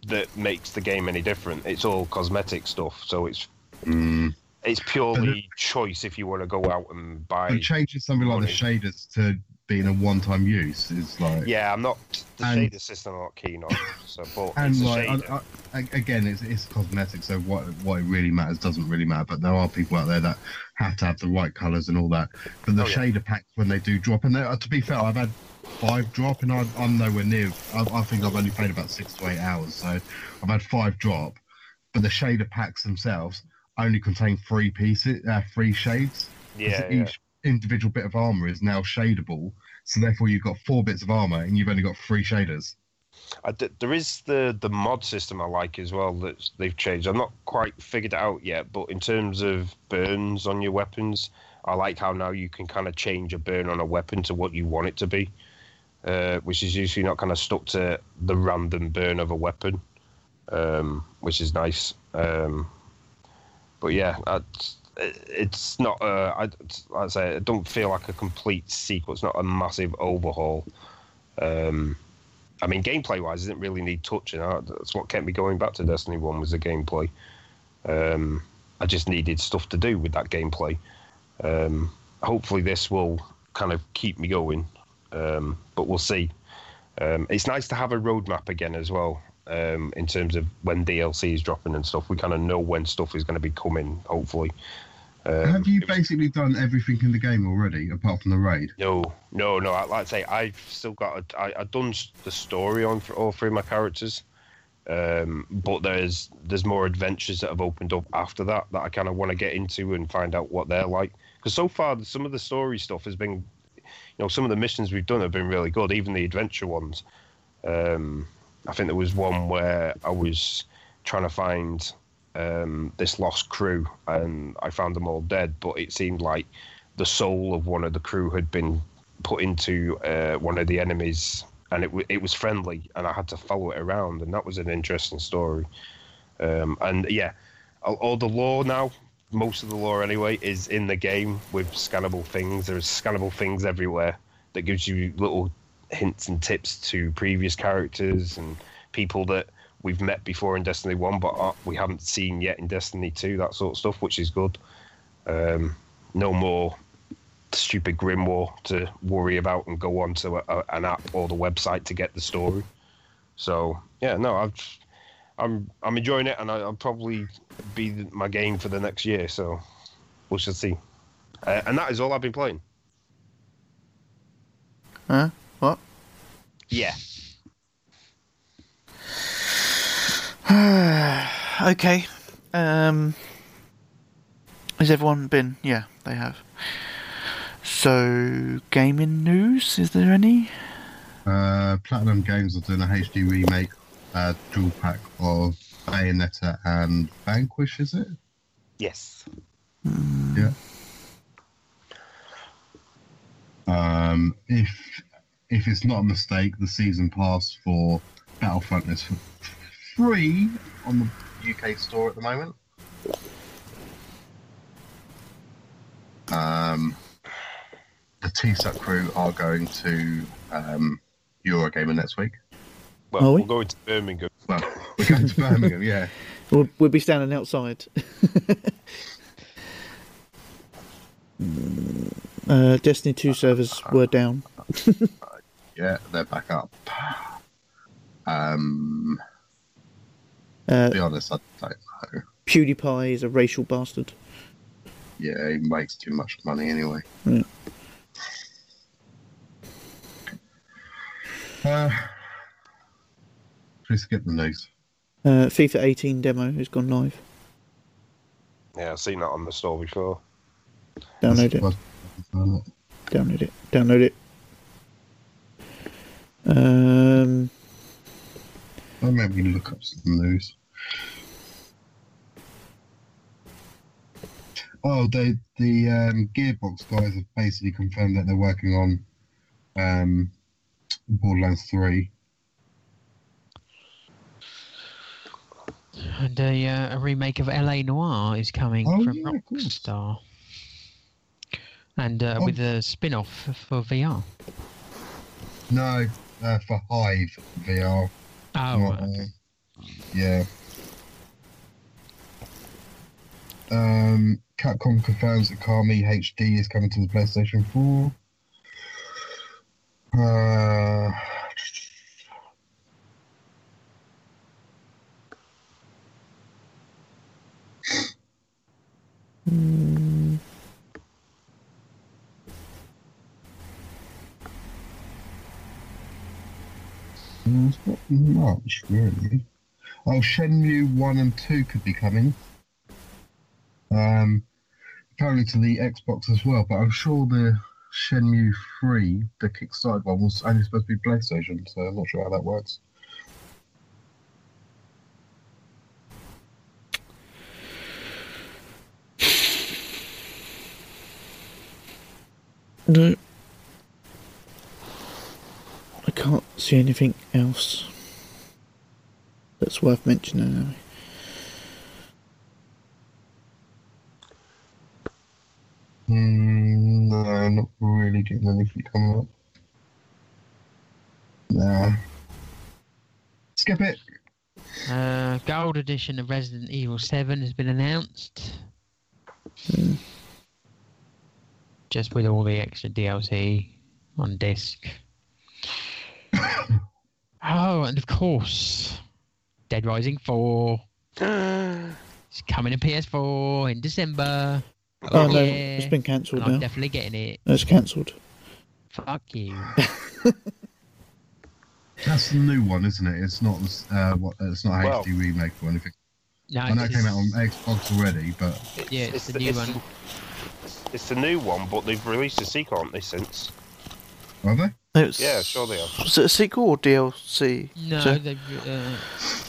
that makes the game any different. It's all cosmetic stuff, so it's
Mm.
it's purely choice if you want to go out and buy.
They're changing something like the shaders to being a one-time use is like
Yeah, I'm not the
And-
shader system. I'm not keen on. So, but
And
it's a
like,
shader.
I, I, a- again, it's, it's cosmetic, so what what it really matters doesn't really matter. But there are people out there that have to have the right colours and all that. But the
Oh, yeah.
shader packs when they do drop, and they- uh, to be fair, I've had five drop, and I, I'm nowhere near. I, I think I've only played about six to eight hours, so I've had five drop. But the shader packs themselves only contain three pieces, uh, three shades. 'cause
yeah, yeah.
each individual bit of armour is now shadable, so therefore you've got four bits of armour, and you've only got three shaders.
I d- there is the the mod system I like as well that they've changed. I've not quite figured it out yet, but in terms of burns on your weapons, I like how now you can kind of change a burn on a weapon to what you want it to be, uh, which is usually not kind of stuck to the random burn of a weapon, um, which is nice. Um, but yeah, that's, it- it's not. Uh, I like I say I don't feel like a complete sequel. It's not a massive overhaul. Um, I mean, gameplay wise, it didn't really need touching. I- That's what kept me going back to Destiny One was the gameplay. Um, I just needed stuff to do with that gameplay. Um, hopefully, this will kind of keep me going, um, but we'll see. Um, it's nice to have a roadmap again as well um, in terms of when DLC is dropping and stuff. We kind of know when stuff is going to be coming. Hopefully, um,
Have you basically done everything in the game already, apart from the raid?
No, no, no. I- Like I say, I've still got. A, I, I've done s- the story on for all three of my characters, um, but there's there's more adventures that have opened up after that that I kind of want to get into and find out what they're like. Because so far, some of the story stuff has been, you know, some of the missions we've done have been really good. Even the adventure ones. Um, I think there was one where I was trying to find um, this lost crew, and I found them all dead. But it seemed like the soul of one of the crew had been put into uh, one of the enemies, and it w- it was friendly, and I had to follow it around, and that was an interesting story. Um, and yeah, all, all the lore now, most of the lore anyway, is in the game with scannable things. There's scannable things everywhere that gives you little hints and tips to previous characters and people that we've met before in Destiny One, but are we haven't seen yet in Destiny Two. That sort of stuff, which is good. Um, no more stupid grimoire to worry about and go on to a, a, an app or the website to get the story. So yeah, no, I've, I'm I'm enjoying it, and I, I'll probably be th- my game for the next year. So we shall see. Uh, and that is all I've been playing.
Huh? What?
Yeah,
Okay. Um, has everyone been? Yeah, they have. So, gaming news, is there any?
Uh, Platinum Games are doing a HD remake, uh, dual pack of Bayonetta and Vanquish, is it?
yes,
Yeah. Um, if if it's not a mistake, the season pass for Battlefront is free on the UK store at the moment. Um, the TSUC crew are going to um, Eurogamer next week.
well
Are we?
we're going to Birmingham.
Well, we're going to Birmingham, yeah.
We'll, we'll be standing outside. uh, Destiny 2 servers were down.
Yeah, they're back up. Um,
Uh,
to be honest, I don't know.
PewDiePie is a racial bastard.
Yeah, he makes too much money anyway.
Yeah.
Uh, please get the news.
Uh, FIFA 18 demo has gone live.
Yeah, I've seen that on the store before.
Download it. Download it. Download it. Um,
Well, maybe look up some news. Oh, they the um, Gearbox guys have basically confirmed that they're working on um, Borderlands Three.
And a, uh, a remake of LA Noir is coming
Oh,
from
yeah, of course.
Rockstar. And uh,
Oh.
with a spin off for VR.
No, uh, for Hive
Oh,
VR. Not,
right, okay.
uh, Yeah. Um, Capcom confirms that Kami HD is coming to the PlayStation 4. Uh, Hmm. Mm, it's not much really. Oh, Shenmue One and Two could be coming. Um, apparently to the Xbox as well, but I'm sure the Shenmue Three, the Kickstarted one, was only supposed to be PlayStation, so I'm not sure how that works.
No. I can't see anything else that's worth mentioning. Anyway.
Mm, no, not really getting anything coming up. Nah. Skip it.
Uh, gold edition of Resident Evil 7 has been announced. Just with all the extra DLC on disc. oh, and of course, Dead Rising 4 It's coming to PS4 in December.
Oh no,
yeah.
it's been
And
cancelled
I'm
now.
definitely getting it.
No, it's cancelled.
Fuck you.
That's the new one, isn't it? It's not uh, what it's not a
Well-
HD remake or anything.
No,
I know it
it's-
came out on Xbox already, but
Yeah, it's the new one.
It's the new one, but they've released a sequel, haven't they, since?
are they?
It's,
Yeah, sure they are.
Was it a sequel or DLC?
No,
So-
they've, uh,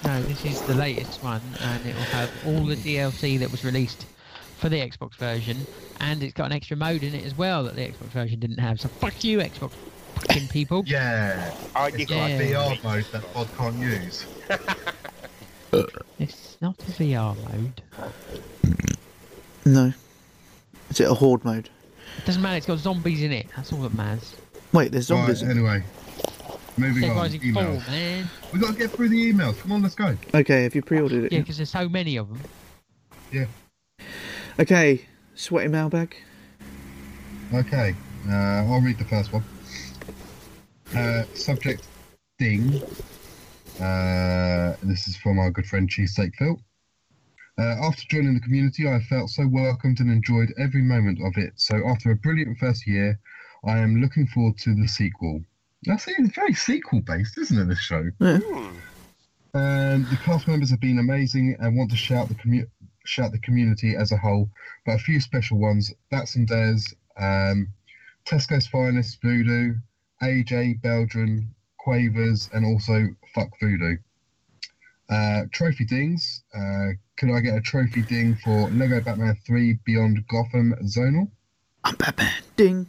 no, this is the latest one, and it will have all the DLC that was released for the Xbox version, and it's got an extra mode in it as well that the Xbox version didn't have. So fuck you, Xbox fucking people.
Yeah,
I
it's
did
Yeah.
got a VR mode that Bod can't use.
It's not a VR mode.
No. Is it a horde mode?
It doesn't matter. It's got zombies in it. That's all that matters.
Wait, there's zombies.
Right,
in
anyway, moving
Dead
on.
Rising
Emails.
Four, man.
We got to get through the emails. Come on, let's go.
Okay, have you pre-ordered it?
Yeah,
yet?
because there's so many of them.
Okay, sweaty mailbag.
Okay, uh, I'll read the first one. Uh, subject Ding. Uh, this is from our good friend Cheesesteak Phil. Uh, after joining the community, I felt so welcomed and enjoyed every moment of it. So, after a brilliant first year, I am looking forward to the sequel. That's it, it's very sequel based, isn't it, this show? Um, the cast members have been amazing and want to shout the commu- shout the community as a whole, but a few special ones: Bats and Dares, um, Tesco's Finest, Voodoo, AJ Belgian, Quavers, and also Fuck Voodoo. Uh, trophy dings. Uh, could I get a trophy ding for Lego Batman 3 Beyond Gotham Zonal?
I'm Batman. Ding.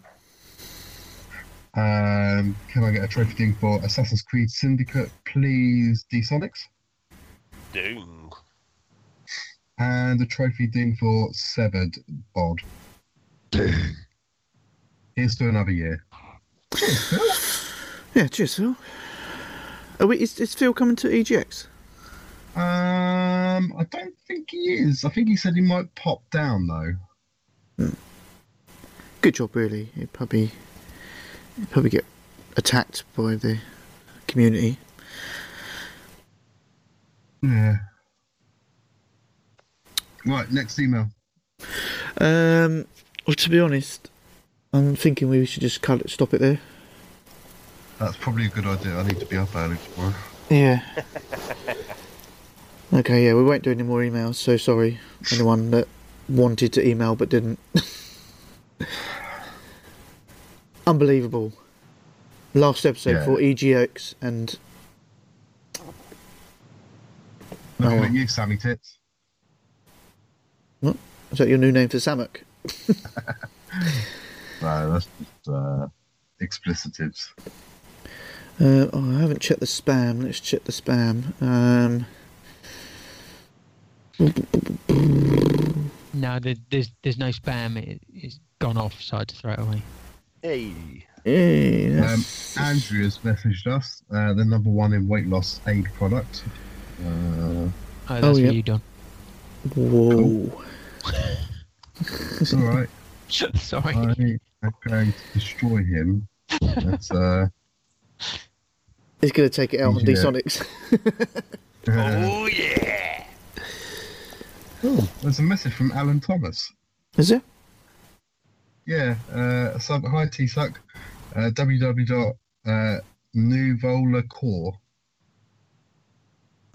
Um, can I get a trophy ding for Assassin's Creed Syndicate, please, D-Sonics?
Doom.
and a trophy ding for severed bod. Here's to another year.
Yeah, cheers, Phil. Are we, is, is Phil coming to E EGX?
Um, I don't think he is. I think he said he might pop down though.
Good job, really. He'd probably, he'd probably get attacked by the community.
Yeah. Right, next email.
Um, well, to be honest, I'm thinking we should just cut it, stop it there.
That's probably a good idea. I need to be up early tomorrow.
Yeah. okay, yeah, we won't do any more emails, so sorry, anyone that wanted to email but didn't. Unbelievable. Last episode
Yeah.
for EGX, and
Looking
well.
at you, Sammy Tits.
is that your new name for Samok?
No, that's just uh, explicitives.
Uh, oh, I haven't checked the spam. Let's check the spam. Um,
No, there- there's there's no spam. It, it's gone off, so I had to throw it away.
Hey.
eh,
Um,
that's-
Andrea's messaged us, uh, the number one in weight loss aid product. Uh,
Oh, that's
yeah.
what you done.
Whoa.
it's all right.
Sorry.
I am going to destroy him. That's uh,
He's going to take it out on
Yeah.
D-Sonics.
Oh yeah.
Oh, there's a message from Alan Thomas.
Is it?
Yeah, uh, sub, hi T Suck. Uh, www.nuvolacore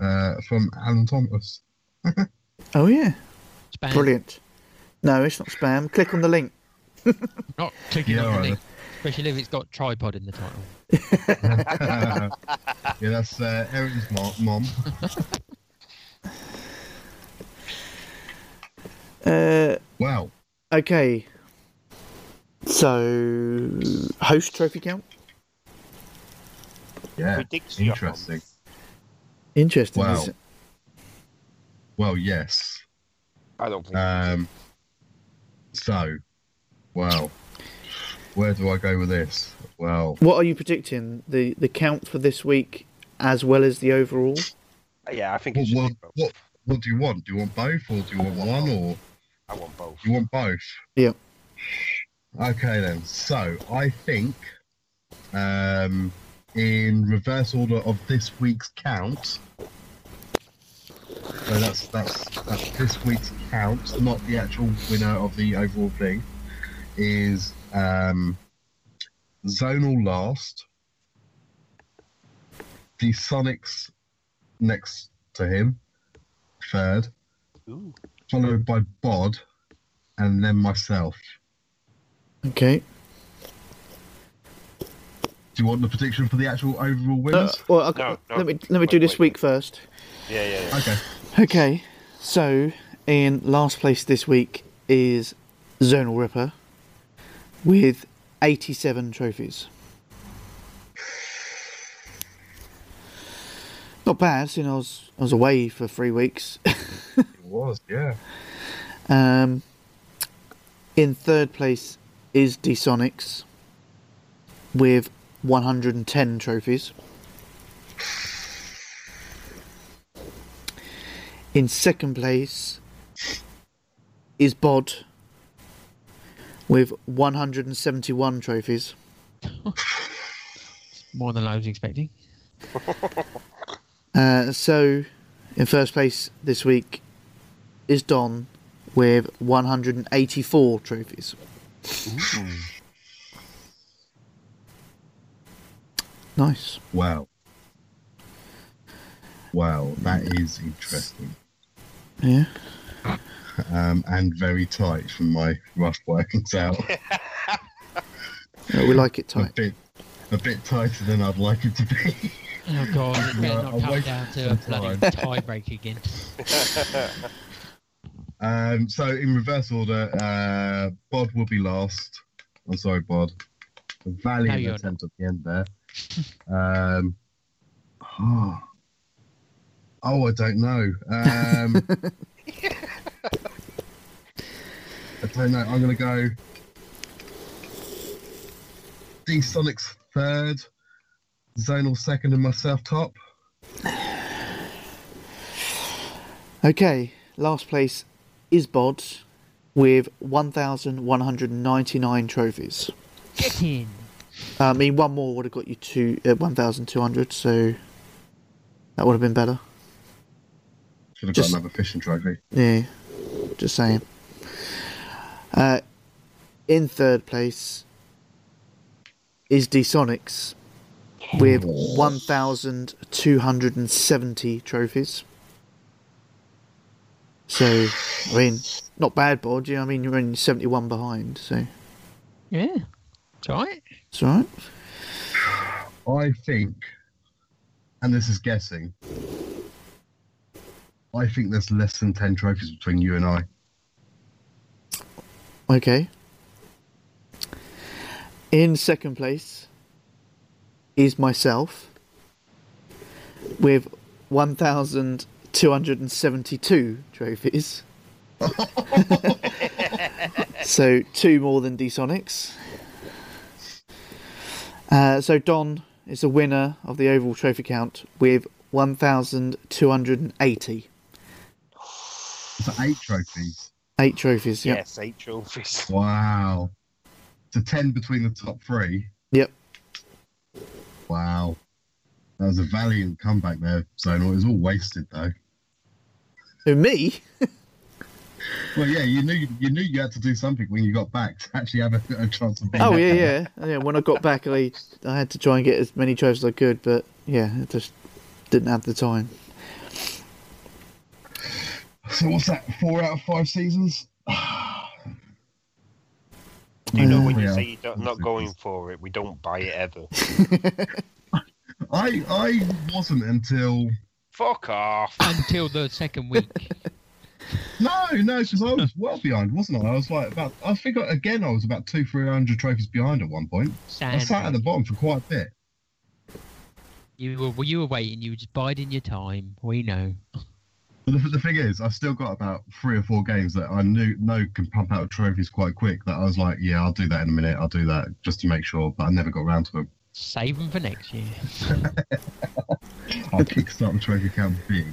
uh, from Alan Thomas.
Oh, yeah.
Spam.
Brilliant. No, it's not spam. Click on the link.
Not clicking
Yeah,
on the
alright.
link, especially if it's got tripod in the title.
yeah, that's uh, Erin's mo- mom.
Uh,
Wow.
okay. So, host trophy count?
Yeah.
Ridiculous.
Interesting.
Interesting.
Wow.
Is it?
Well, yes.
I don't think.
Um, so, wow. Where do I go with this? Well,
What are you predicting? The the count for this week as well as the overall?
yeah, I think it
what,
should
what,
be both.
what, what do you want? Do you want both, or do you want one, or
I want both.
you want both?
Yeah.
Okay then. So I think, um, in reverse order of this week's count. So that's that's that's this week's count, not the actual winner of the overall thing. Is um, zonal last, the Sonics next to him, third,
Ooh.
followed by Bod, and then myself.
Okay.
Do you want the prediction for the actual overall
Uh,
winners?
well, okay,
No, no,
let me let me
wait,
do this
wait.
week first.
Yeah, yeah, yeah.
Okay.
Okay, so in last place this week is Zonal Ripper with 87 trophies. Not bad, seeing I was I was away for three weeks.
It was, yeah.
Um, in third place is Desonics with 110 trophies. In second place is Bod with 171 trophies.
More than I was expecting.
Uh, so, in first place this week is Don with 184 trophies. Nice.
Wow. Wow, that is interesting.
Yeah.
Um, and very tight from my rough workings out.
Yeah, Uh, we like it
a
tight.
bit a bit tighter than I'd like it to be.
Oh god, it better
I'll
not come
wait
down
for
to a
some
bloody tiebreak again.
Um, so in reverse order, uh, Bod will be last. I'm sorry, Bod. A
No,
valiant
you're
attempt at the end there. Um, oh, oh, I don't know. Um, I don't know. I'm gonna go. D Sonics third, Zonal second, and myself top.
Okay, last place is Bod with 1,199 trophies. Uh,
Get in.
I mean, one more would have got you to uh, 1,200, so that would have been better.
Should have
Just-
got another fishing trophy.
Yeah, just saying. Uh, in third place is Desonics with 1,270 trophies. So, I mean, not bad, Bod. You know, I mean, you're only 71 behind, so
Yeah. It's alright.
it's all right.
I think, and this is guessing, I think there's less than 10 trophies between you and I.
Okay. In second place is myself with 1,272 trophies. so two more than Desonics. Uh, so Don is the winner of the overall trophy count with 1,280.
It's eight trophies.
Eight trophies, yep.
Yes, eight trophies.
Wow. To 10 between the top three.
Yep.
Wow. That was a valiant comeback there, Zonal. It was all wasted though.
Who me?
Well, yeah, you knew you knew you had to do something when you got back to actually have a, a chance of being.
Oh yeah, yeah, Oh, yeah. When I got back, I I had to try and get as many trophies as I could, but yeah, I just didn't have the time.
So what's that? Four out of five seasons.
You know, when you
Yeah.
say you're not- not going for it, we don't buy it ever.
I I wasn't until
Fuck off.
until the second week.
no no because I was well behind, wasn't I? I was like about I think I- again I was about two three hundred trophies behind at one point. I
Sam,
sat at the bottom for quite a bit.
you were well, you were waiting. You were just biding your time. We know.
But the, the thing is, I've still got about three or four games that I knew know can pump out trophies quite quick. That I was like, yeah, I'll do that in a minute. I'll do that just to make sure. But I never got around to them.
Save them for next year.
I'll kickstart the trophy count big.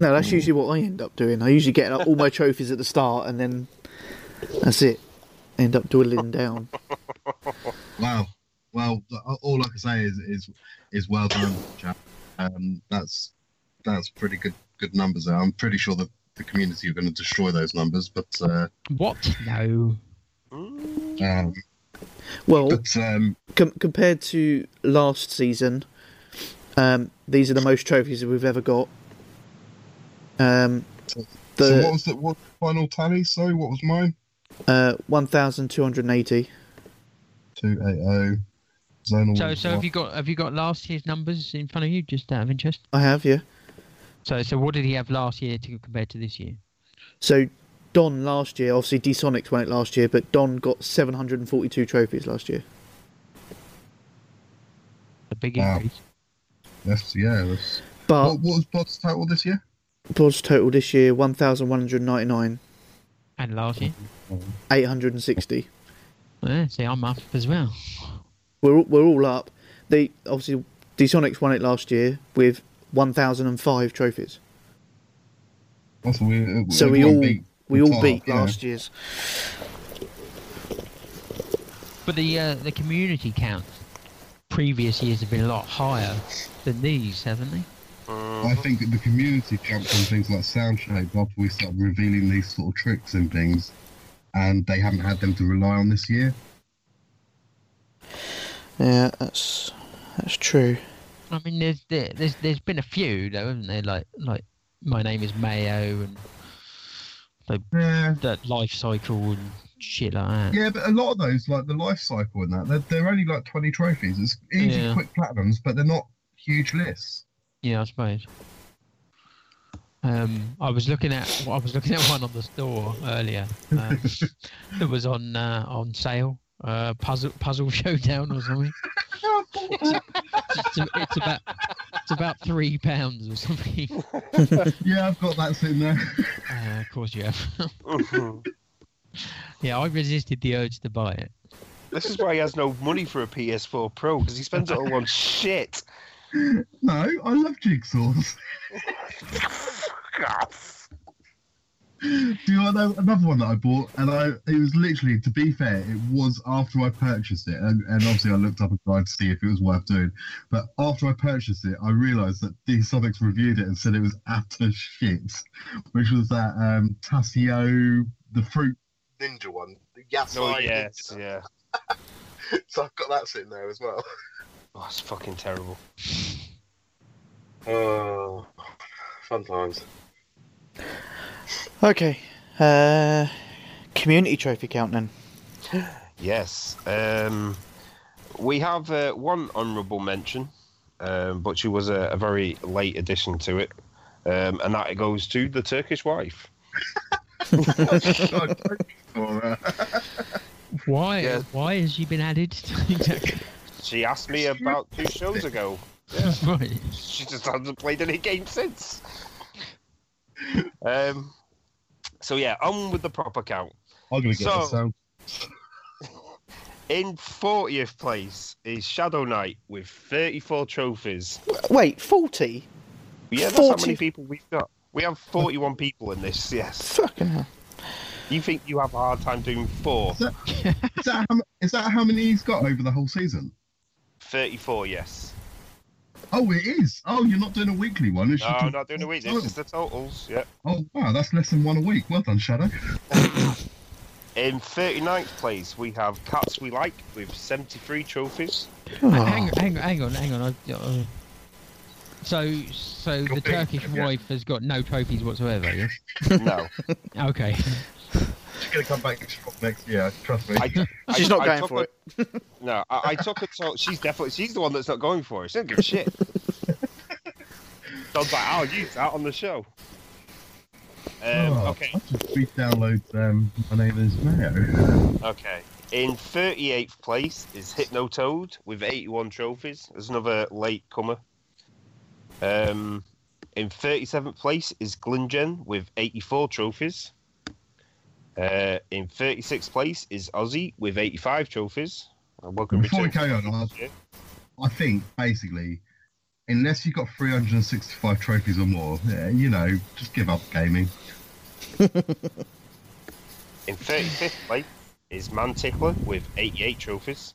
No, that's usually what I end up doing. I usually get like, all my trophies at the start, and then that's it. End up dwindling down.
Wow. Well, th- all I can say is is is well done, chap. Um, that's that's pretty good good numbers there. I'm pretty sure that the community are going to destroy those numbers, but uh,
What? No.
um,
Well,
but um,
com- compared to last season, um, these are the most trophies that we've ever got. Um,
so what
the
was the what final tally? Sorry, what was mine?
uh, one thousand two hundred eighty.
Two eight zero. Zonal
So
was
so
one.
have you got have you got last year's numbers in front of you just out of interest?
I have, yeah.
So so what did he have last year to compared to this year?
So Don last year, obviously Dsonics won it last year, but Don got 742 trophies last year.
A big
Wow.
increase.
That's, yeah. That's,
But
what, what was Pod's total this year?
Pod's total this year 1,199,
And last year.
860.
Yeah, see, I'm up as well.
We're all- we're all up. They obviously Dsonics won it last year with 1,005 trophies.
Also, we, uh,
So we
everyone
all
beat
we all
Todd,
beat
yeah.
last year's.
But the uh, the community count previous years have been a lot higher than these, haven't they?
I think that the community jumped on things like Soundshape after we started revealing these sort of tricks and things, and they haven't had them to rely on this year.
Yeah, that's that's true.
I mean, there's there, there's there's been a few though, haven't there? Like like my name is Mayo and
Yeah,
that life cycle and shit like that.
yeah, but a lot of those, like the life cycle and that, they're, they're only like twenty trophies. It's easy,
Yeah.
quick platinums, but they're not huge lists.
Yeah, I suppose. Um, I was looking at I was looking at one on the store earlier uh, that was on uh, on sale. Uh, puzzle puzzle showdown or something. It's, a- it's about it's about three pounds or something.
yeah, I've got that sitting there.
Uh, of course you have. yeah, I resisted the urge to buy it.
this is why he has no money for a PS4 Pro, because he spends it all on shit.
no, I love jigsaws. Do you want to know another one that I bought? And I, it was literally, to be fair, it was after I purchased it, and, and obviously I looked up a guide to see if it was worth doing. But after I purchased it, I realised that D Sonics reviewed it and said it was utter shit, which was that um, Tassio, the fruit.
Ninja one. Yes,
Oh,
I
yes, yeah.
So I've got that sitting there as well.
Oh, it's fucking terrible.
Oh, fun times.
Okay. Uh, community trophy count then.
Yes. Um, we have uh, one honourable mention, um, but she was a, a very late addition to it, um, and that goes to the Turkish wife.
Oh, Or, uh,
Why?
Yeah.
Why has she been added? exactly.
She asked me about two shows ago.
Right.
She just hasn't played any games since. Um, so yeah, on with the proper count.
I'm going to get
So-
the sound.
In 40th place is Shadow Knight with 34 trophies.
Wait, 40?
Yeah, that's how
40.
many people we've got. We have 41 people in this, yes.
Fucking hell.
You think you have a hard time doing four?
Is that, how, m- is that how many he's got over the whole season?
34, yes.
Oh, it is. Oh, you're not doing a weekly one. It's
No,
just a-
I'm not doing the weeks. It's just the totals. Yeah.
Oh wow, that's less than one a week. Well done, Shadow.
In 39th place, we have Cats We Like with 73 trophies.
Oh.
Hang, hang, hang on, hang on. I, uh, so, so the
Copy.
Turkish
Yeah.
wife has got no trophies whatsoever. Yes.
No.
Okay.
She's gonna come back strong next year. Trust me.
I, I-
She's not
I
going
took
for
a-
it.
No, I, I took her to. She's definitely. She's the one that's not going for it. She doesn't give a shit. Don's like, I'll use that on the show. Um,
Oh,
okay,
I should re download um, my neighbour's mayo.
okay. In 38th place is Hypnotoad with 81 trophies. There's another late comer. Um, in 37th place is Glingen with 84 trophies. Uh, in 36th place is Ozzy with 85 trophies. A Welcome
Before we
return.
carry on, I'll-
Yeah.
I think basically, unless you've got 365 trophies or more, eh, you know, just give up gaming.
In 35th place is Man Tickler with 88 trophies.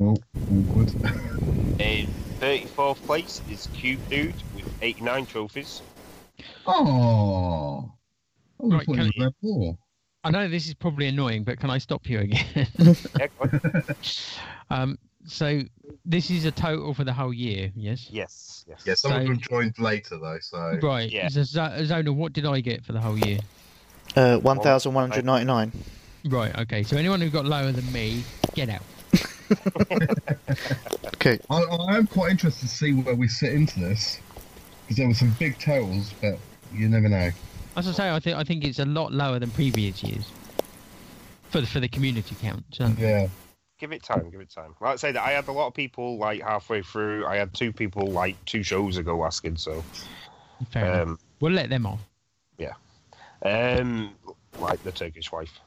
Oh, awkward.
In 34th place is Cube Dude with 89 trophies.
Oh, I would
Right,
have thought
can
you were there more.
I know this is probably annoying, but can I stop you again?
Yeah, go on.
um, so this is a total for the whole year. Yes.
yes, yes.
Yeah,
some of So- them
joined later though, so
Right.
Yeah.
So, Zo- Zona, what did I get for the whole year?
Uh, 1,199.
Right. Okay. So anyone who got lower than me, get out.
Okay.
I, I am quite interested to see where we sit into this because there were some big totals, but you never know.
As I say, I think I think it's a lot lower than previous years for the, for the community count. So.
Yeah,
Give it time, give it time. Like I say that I had a lot of people like halfway through. I had two people like two shows ago asking, so
Fair enough.
um
We'll let them off.
um like the Turkish wife.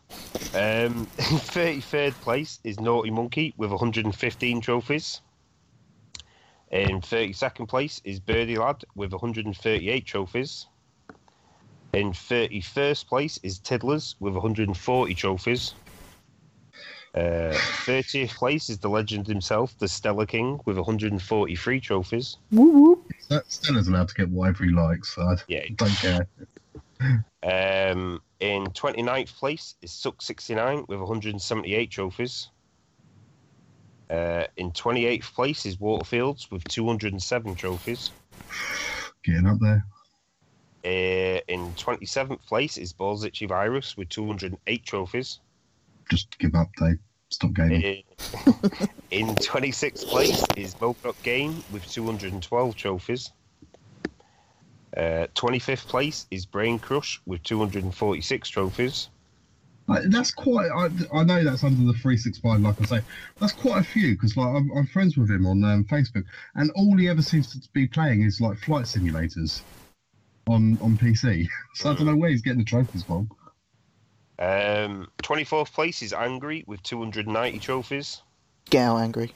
Um in 33rd place is Naughty Monkey with 115 trophies. In 32nd place is Birdie Lad with 138 trophies. In 31st place is Tiddlers with 140 trophies. Uh, 30th place is the legend himself, the Stellar King, with 143 trophies.
that Stella's allowed to get whatever he likes. So I
Yeah.
don't care.
Um, in 29th place is Suck69 with 178 trophies. Uh, in 28th place is Waterfields with 207 trophies.
Getting up there.
Uh, in 27th place is Borzici Virus with 208 trophies.
Just give up, Dave. Stop gaming.
Uh, in 26th place is Mocock Game with 212 trophies. Uh, 25th place is Brain Crush with 246 trophies.
Like, that's quite. I, I know that's under the three six five. Like I say, that's quite a few because like I'm, I'm friends with him on um, Facebook, and all he ever seems to be playing is like flight simulators on on PC. So I don't know where he's getting the trophies from.
Um, 24th place is Angry with 290 trophies.
Get out angry.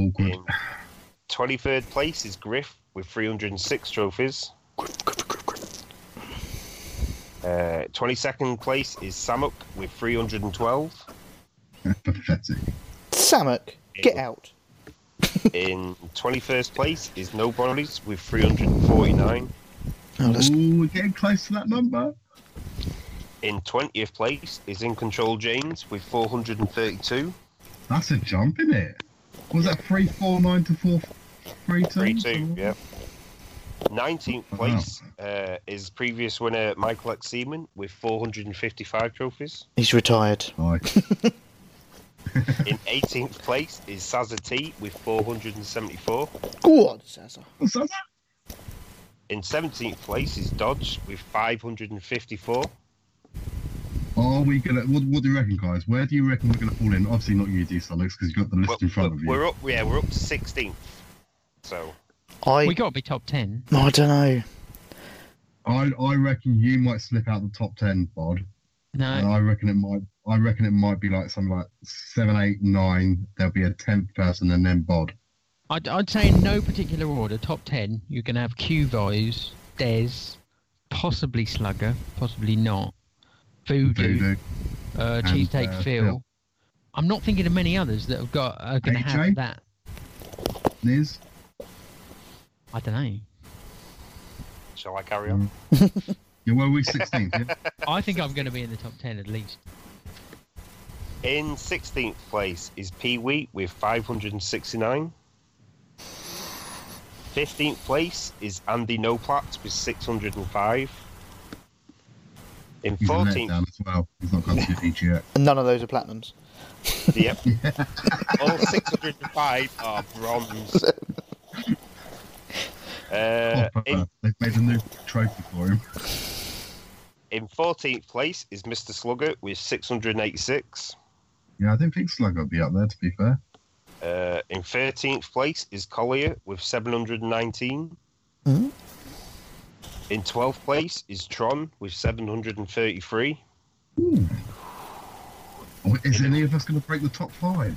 Awkward.
In 23rd place is Griff with 306 trophies. Uh, 22nd place is Samuk with 312.
Pathetic.
Samuk, get out.
In 21st place is Nobody's with 349.
Oh, that's
Ooh, we're getting close to that number.
In 20th place is In Control James with 432.
That's a jump, isn't it? Was that three four nine to four three two?
3 2, yeah. 19th
Mm-hmm. Wow.
place uh, is previous winner Michael X. Seaman with 455 trophies.
he's retired.
Nice.
In 18th place is Sazza T with 474.
Go on, Sasa.
What's that?
In 17th place is Dodge with 554.
Are we gonna? What, what do you reckon, guys? Where do you reckon we're gonna fall in? Obviously not you, D Solix, because you've got the list
We're,
in front of you.
we're- we're up, yeah, we're up to 16th. So
I,
We got to be top ten.
I don't know.
I, I reckon you might slip out the top ten, Bod. and
No,
I reckon it might. I reckon it might be like something like seven, eight, nine. There'll be a tenth person, and then Bod.
I'd, I'd say in no particular order. Top ten, you're going to have Qvois, Des, possibly Slugger, possibly not, Voodoo,
Voodoo.
uh,
and,
Cheesesteak
uh,
Phil.
Phil.
I'm not thinking of many others that have got are going to
AJ?
have that.
Liz.
I don't know.
Shall I carry on?
Yeah, well, we're 16th, yeah?
I think I'm going to be in the top ten at least.
In 16th place is Pee Wee with 569. 15th place is Andy Noplat with 605. In
He's a let
14th,
down as well. He's not got to each yet.
And none of those are platinums.
yep, all 605 are bronze. Uh,
Proper.
in,
They've made a new trophy for him.
in 14th place is Mr. Slugger with 686.
Yeah, I don't think Slug will be up there, to be fair.
Uh, in 13th place is Collier with 719.
Mhm.
In 12th place is Tron with 733.
Oh, Is any of us going to break the top five?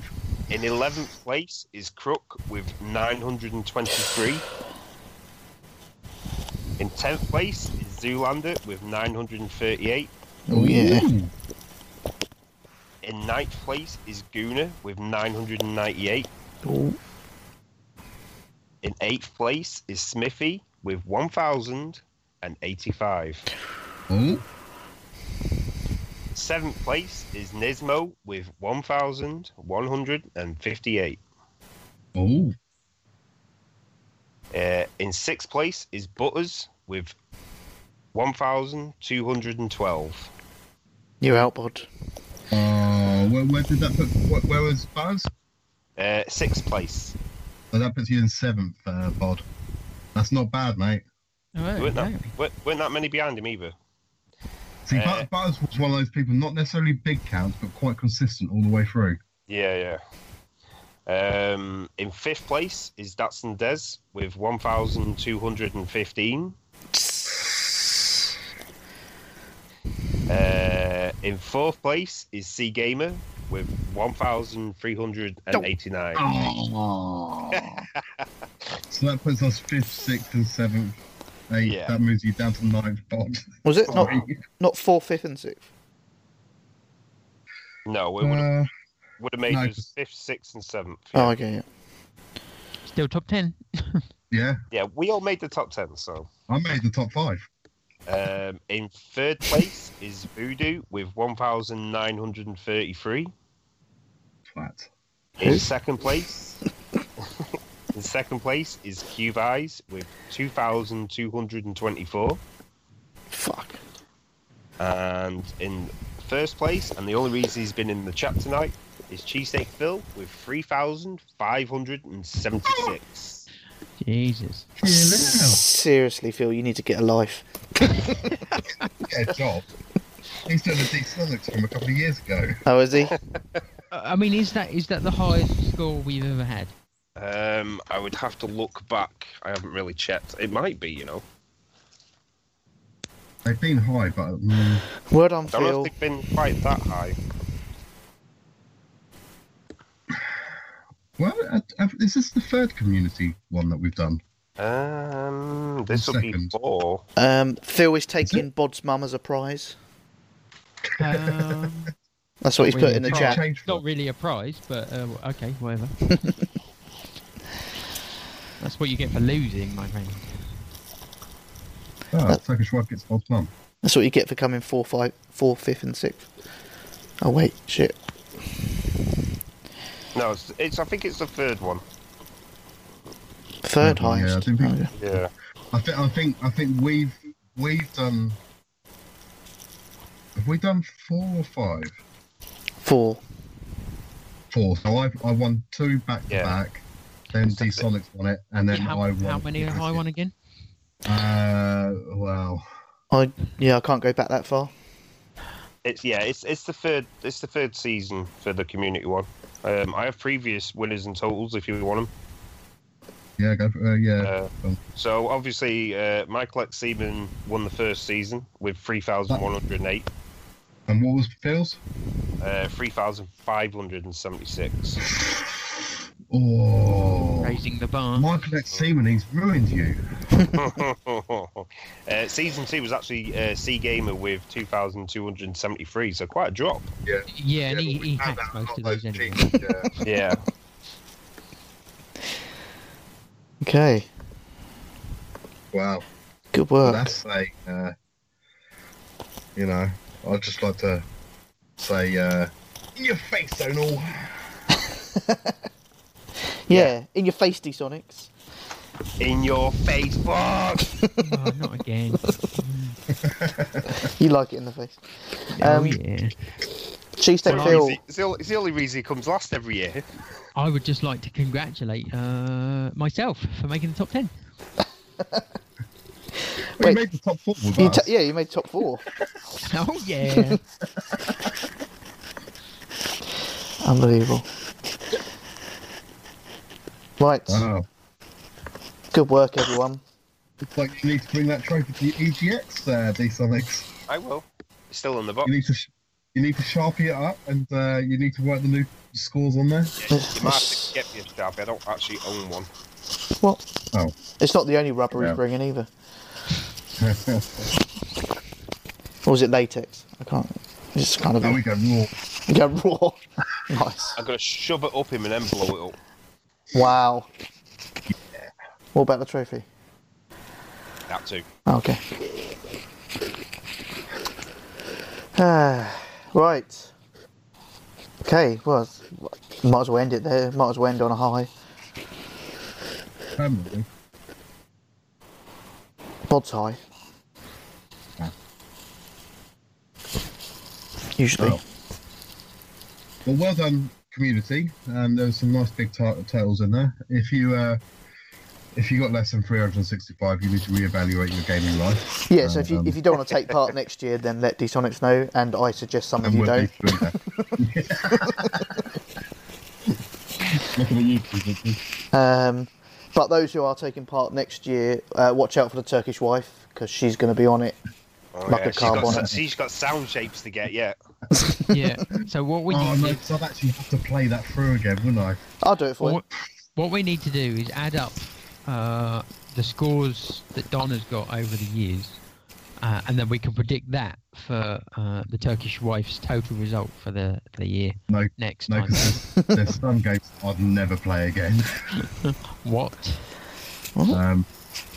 In 11th place is Crook with 923. In 10th place is Zoolander with 938.
Oh yeah.
Ooh.
In 9th place is Gooner with 998. In 8th place is Smithy with 1085.
Oh,
Seventh place is Nismo with 1,158.
oh,
Uh, in sixth place is Butters with 1,212.
You out, bud.
oh! Where, where did that put? Where, where was Buzz?
Uh, sixth place.
Oh, that puts you in seventh, uh, Bod. That's not bad, mate.
Oh,
Weren't that,
okay.
weren't, weren't that many behind him either.
See,
Uh,
Bu Buzz was one of those people, not necessarily big counts, but quite consistent all the way through.
Yeah, yeah. Um, in fifth place is Datsun Des with 1,215. Uh, in fourth place is C Gamer with 1,389.
Oh. so that puts us fifth, sixth, and seventh. Eight.
Yeah.
That moves you down to ninth, Bod.
Was it not
Sorry.
not four, fifth, and sixth?
No, it would have
Uh,
would have made
no,
us
just-
fifth, sixth, and seventh.
Oh,
Yeah.
okay. Yeah.
Still top ten.
yeah,
yeah, we all made the top ten. So,
I made the top five.
um, in third place is Voodoo with 1,933.
Flat.
In second place, in second place is Cube Eyes with 2,224.
Fuck.
And in first place, and the only reason he's been in the chat tonight, is Cheesesteak Phil with 3,576.
Jesus.
Yeah,
Seriously, Phil, you need to get a life.
get a job. He's doing the D Sonics from a couple of years ago.
Oh, is he?
Uh, I mean, is that is that the highest score we've ever had?
Um, I would have to look back. I haven't really checked. It might be, you know.
They've been high, but mm,
Word on
I don't
Phil.
think they've been quite that high.
well, uh, uh, is this the third community one that we've done?
Um, this will be
Second.
four.
Um, Phil is taking Bod's mum as a prize.
Um,
That's what he's put in the
Can't
chat.
change
not
for-
really a prize, but uh, okay, whatever. That's what you get for losing, my friend.
Ah, Turkish rug gets Bob's mum.
That's what you get for coming four, five, four, fifth, and sixth. Oh wait, shit.
No, it's, it's. I think it's the third one.
Third
Yeah, I
highest.
think-
Oh, yeah.
Yeah.
I think I think I think we've we've done. Have we done four or five?
Four.
Four. So I I won two back to
Yeah.
back. Then D Sonics won it, and then
Yeah, how,
I won.
how many have I won again?
Uh, well,
I yeah, I can't go back that far.
It's yeah. It's it's the third. It's the third season for the community one. Um, I have previous winners and totals if you want
yeah, go for, uh, yeah.
them. Uh, so obviously, uh, Michael X Seaman won the first season with three thousand one hundred eight,
and what was Phil's?
uh, three thousand five hundred and seventy six.
Oh,
Raising the bar.
Michael X Seaman, he's ruined you.
uh, season two was actually uh, C Gamer with 2,273, so quite a drop.
Yeah, and
Yeah,
he,
but
he
we found
hacks
out a
most
lot
of those anyway.
cheats, yeah.
Yeah.
Okay.
Wow.
Good work.
That's saying, uh, you know, I'd just like to say, uh, in your face, Zonal.
yeah. in your face, Sonics.
In your face, fuck!
Oh, not again.
Um,
You like it in the face.
oh,
Um,
yeah.
Cheesesteak Phil.
It's the, it's the only reason he comes last every year.
I would just like to congratulate uh, myself for making the top 10.
We
Wait.
made the top four with
You
us.
ta yeah, you made top four.
Oh, yeah.
Unbelievable. Right.
Wow.
Good work, everyone.
It's like you need to bring that trophy to your EGX, uh, D-Sonics.
I will. It's still in the box.
You need to, sh- you need to sharpie it up, and uh, you need to write the new scores on there.
You might have to get me a stab. I don't actually own one.
Well,
Oh.
it's not the only rubber
Yeah.
he's bringing either. Or is it latex? I can't. It's kind of.
Now we go raw.
we go raw. nice.
I'm gonna shove it up him and then blow it up.
Wow. What about the trophy?
That too.
Oh,
Okay. Ah, right. Okay, well, might as well end it there. Might as well end on a high.
Permanently.
Bod's high.
Yeah.
Usually.
Oh. Well, well done, community. Um, there were some nice big ti- titles in there. If you uh, if you got less than 365, you need to reevaluate your gaming life.
Yeah, so if you,
Um,
if you don't want to take part next year, then let Dsonics know, and I suggest some of you
we'll
don't.
be doing that. Looking at you, Community.
Um, but those who are taking part next year, uh, watch out for the Turkish wife because she's going to be on it.
Oh,
Like a
she's,
car
got,
bonnet.
s- she's got sound shapes to get yet.
Yeah. So what we
Oh
need
no,
to,
'cause I'd actually have to play that through again, wouldn't I?
I'll do it for you.
what, what we need to do is add up uh, the scores that Don has got over the years, uh, and then we can predict that for uh, the Turkish wife's total result for the for the year
No,
next
no,
time.
because there's, there's some games I'd never play again.
What?
Um,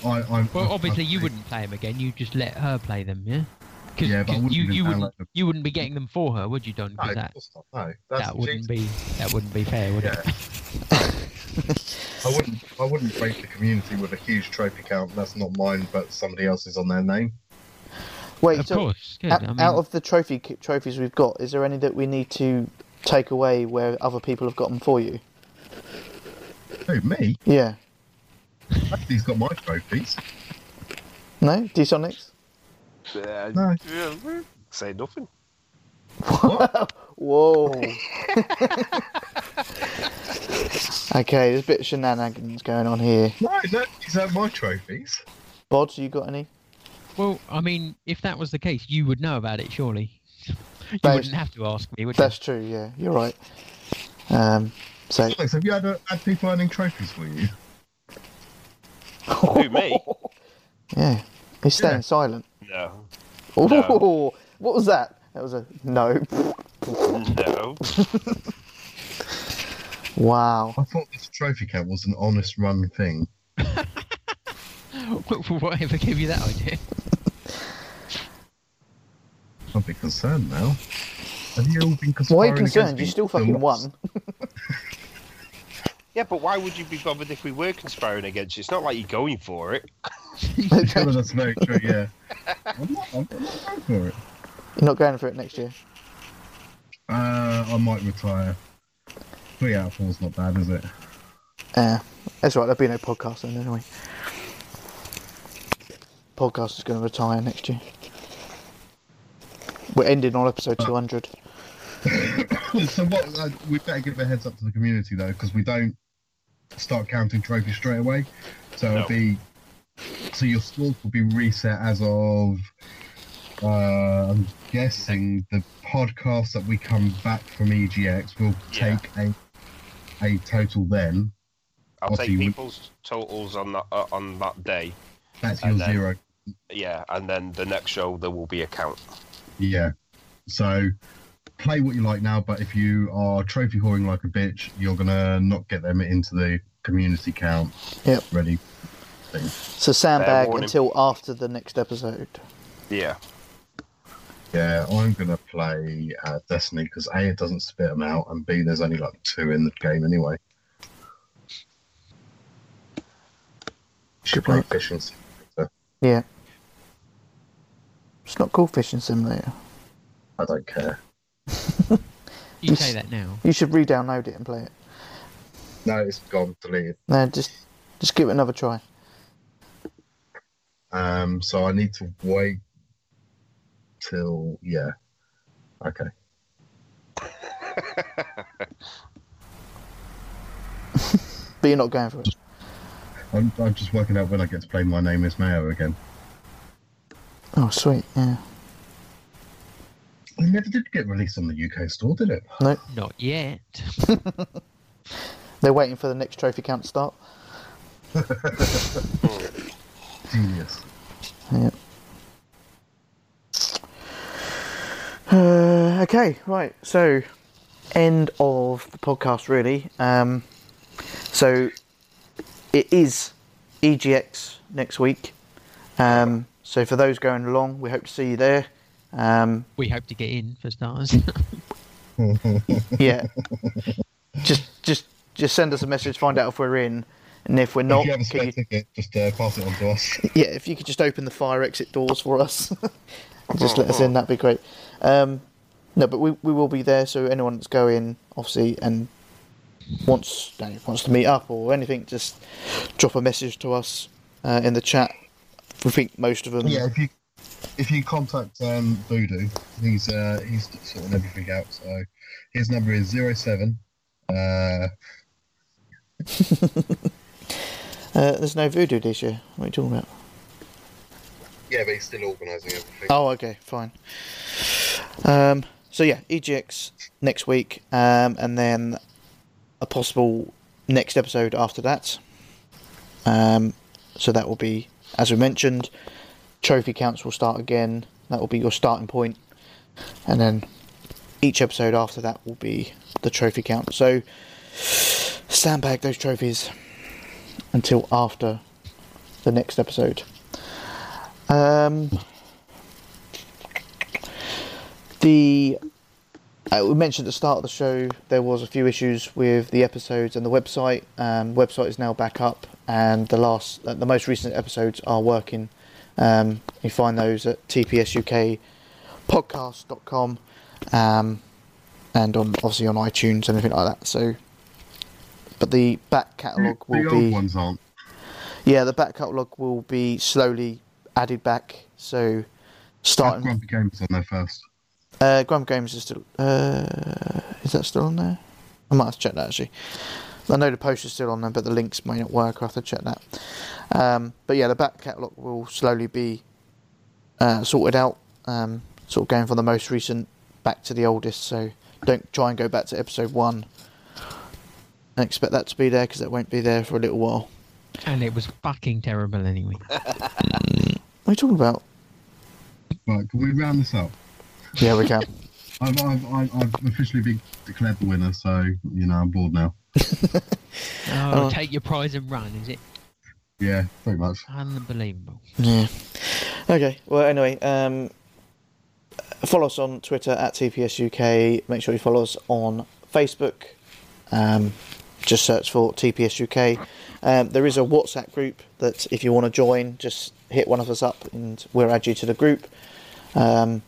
I, I, I-
Well, obviously
I-
you wouldn't play them again. You just let her play them, yeah. Because
Yeah, but I wouldn't
you
even
you
download
wouldn't
them.
you wouldn't be getting them for her, would you, Don?
No,
'Cause
of
that
course not. No, that's
that wouldn't be that wouldn't be fair, would it?
I wouldn't. I wouldn't break the community with a huge trophy count. That's not mine, but somebody else's on their name.
Wait,
of
so
course. Good.
out,
I mean,
out of the trophy trophies we've got, is there any that we need to take away where other people have got them for you?
Who me?
Yeah.
Nobody's got my trophies.
No, Dsonics.
No.
Say nothing.
Whoa. okay, there's a bit of shenanigans going on here.
No, nobody's had my trophies.
Bod, you got any?
well, I mean, if that was the case, you would know about it, surely. You
That's-
wouldn't have to ask me, would you?
That's true. Yeah, you're right. Um, so
Alex, have you had, uh, had people earning trophies for you?
Who me?
yeah, he's staying
Yeah.
silent.
No.
Oh,
No.
what was that? That was a no.
No.
Wow.
I thought this trophy count was an honest run thing.
Whatever gave you that idea?
I'm a bit concerned now. Have you all been
Why are you
conspiring against
concerned? You
me
still
for
fucking
lots?
won.
Yeah, but why would you be bothered if we were conspiring against you? It's not like you're going for it.
Sure, that's very true. Yeah. I'm not. I'm not going for it.
You're not going for it next year.
Uh, I might retire. Three out of four's not bad, is it?
Uh, that's right. There'll be no podcast then anyway. Podcast is going to retire next year. We're ending on episode 200.
so what? Uh, we better give a heads up to the community though, because we don't start counting trophies straight away. So
No.
it'll be so your scores will be reset as of. Uh, I'm guessing the podcast that we come back from EGX will
Yeah.
take a a total then.
I'll
What do
take
you-
people's totals on that uh, on that day.
That's
And
your
then-
zero.
Yeah, and then the next show there will be a count.
Yeah. So play what you like now, but if you are trophy whoring like a bitch, you're gonna not get them into the community count.
Yep.
Ready. thing.
So sandbag
warning.
until after the next episode.
Yeah.
Yeah, I'm gonna play uh, Destiny because a it doesn't spit them out, and b there's only like two in the game anyway. Should play fishing. simulator.
Yeah. It's not called Fishing Simulator.
I don't care.
You say that now.
You should re-download it and play it.
No, it's gone deleted.
No, just just give it another try.
Um, so I need to wait till yeah. Okay.
But you're not going for it.
I'm, I'm just working out when I get to play My Name Is Mayo again.
Oh, sweet. Yeah.
It never did get released on the UK store, did it?
Not yet.
They're waiting for the next trophy count to start.
Genius.
Yeah. Uh, okay, right. So, end of the podcast, really. Um, so, it is EGX next week. Um, so, for those going along, we hope to see you there. Um,
We hope to get in for starters.
yeah. just, just, just send us a message. Find out if we're in, and if we're not,
if you have a
can
spare
you-
ticket, just uh, pass it on to us.
yeah, if you could just open the fire exit doors for us, just let us in, that'd be great. Um, no, but we, we will be there, so anyone that's going, obviously, and wants no, wants to meet up or anything, just drop a message to us uh, in the chat. We think most of them.
Yeah, if you if you contact um, Voodoo, he's uh, he's sorting everything out. So his number is zero seven. Uh,
Uh, there's no voodoo this year. What are you talking about?
Yeah, but he's still organising everything.
Oh, okay, fine. Um, so yeah, EGX next week, um, and then a possible next episode after that. Um, so that will be, as we mentioned, trophy counts will start again. That will be your starting point, and then each episode after that will be the trophy count. So sandbag those trophies until after the next episode. Um, the uh, we mentioned at the start of the show there was a few issues with the episodes and the website. Um, website is now back up, and the last, uh, the most recent episodes are working. Um, you find those at tpsukpodcast.com um, and on obviously on iTunes and everything like that. So, but the back catalogue will
the
be
old ones aren't.
yeah, the back catalogue will be slowly added back. So
Have
starting
Grumpy Games on there first.
uh, Graham Games is still uh, is that still on there? I might have to check that actually. I know the post is still on there, but the links may not work. I have to check that. Um, but yeah, the back catalogue will slowly be uh, sorted out. Um, sort of going from the most recent back to the oldest. So don't try and go back to episode one and expect that to be there because it won't be there for a little while.
and it was fucking terrible anyway.
What are you talking about?
Right, can we round this up?
Yeah, we can.
I've I've, I've, I've officially been declared the winner, so you know I'm bored now.
Oh,
Oh.
Uh.
take your prize and run, is it?
Yeah, pretty much.
Unbelievable.
Yeah. Okay. Well, anyway, um, follow us on Twitter at TPSUK. Make sure you follow us on Facebook. Um, just search for TPSUK. Um, there is a WhatsApp group that if you want to join, just hit one of us up and we'll add you to the group. Um,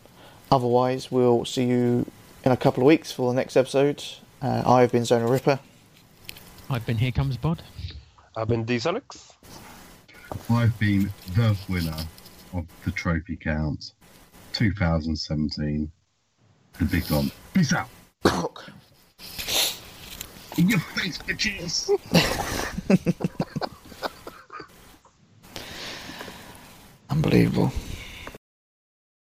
otherwise, we'll see you in a couple of weeks for the next episode. Uh, I've been Zona Ripper.
I've been here comes Bod.
I've been D-Sonics.
I've been the winner of the trophy count, 2017. The big one. Peace out. In your face, bitches.
Unbelievable.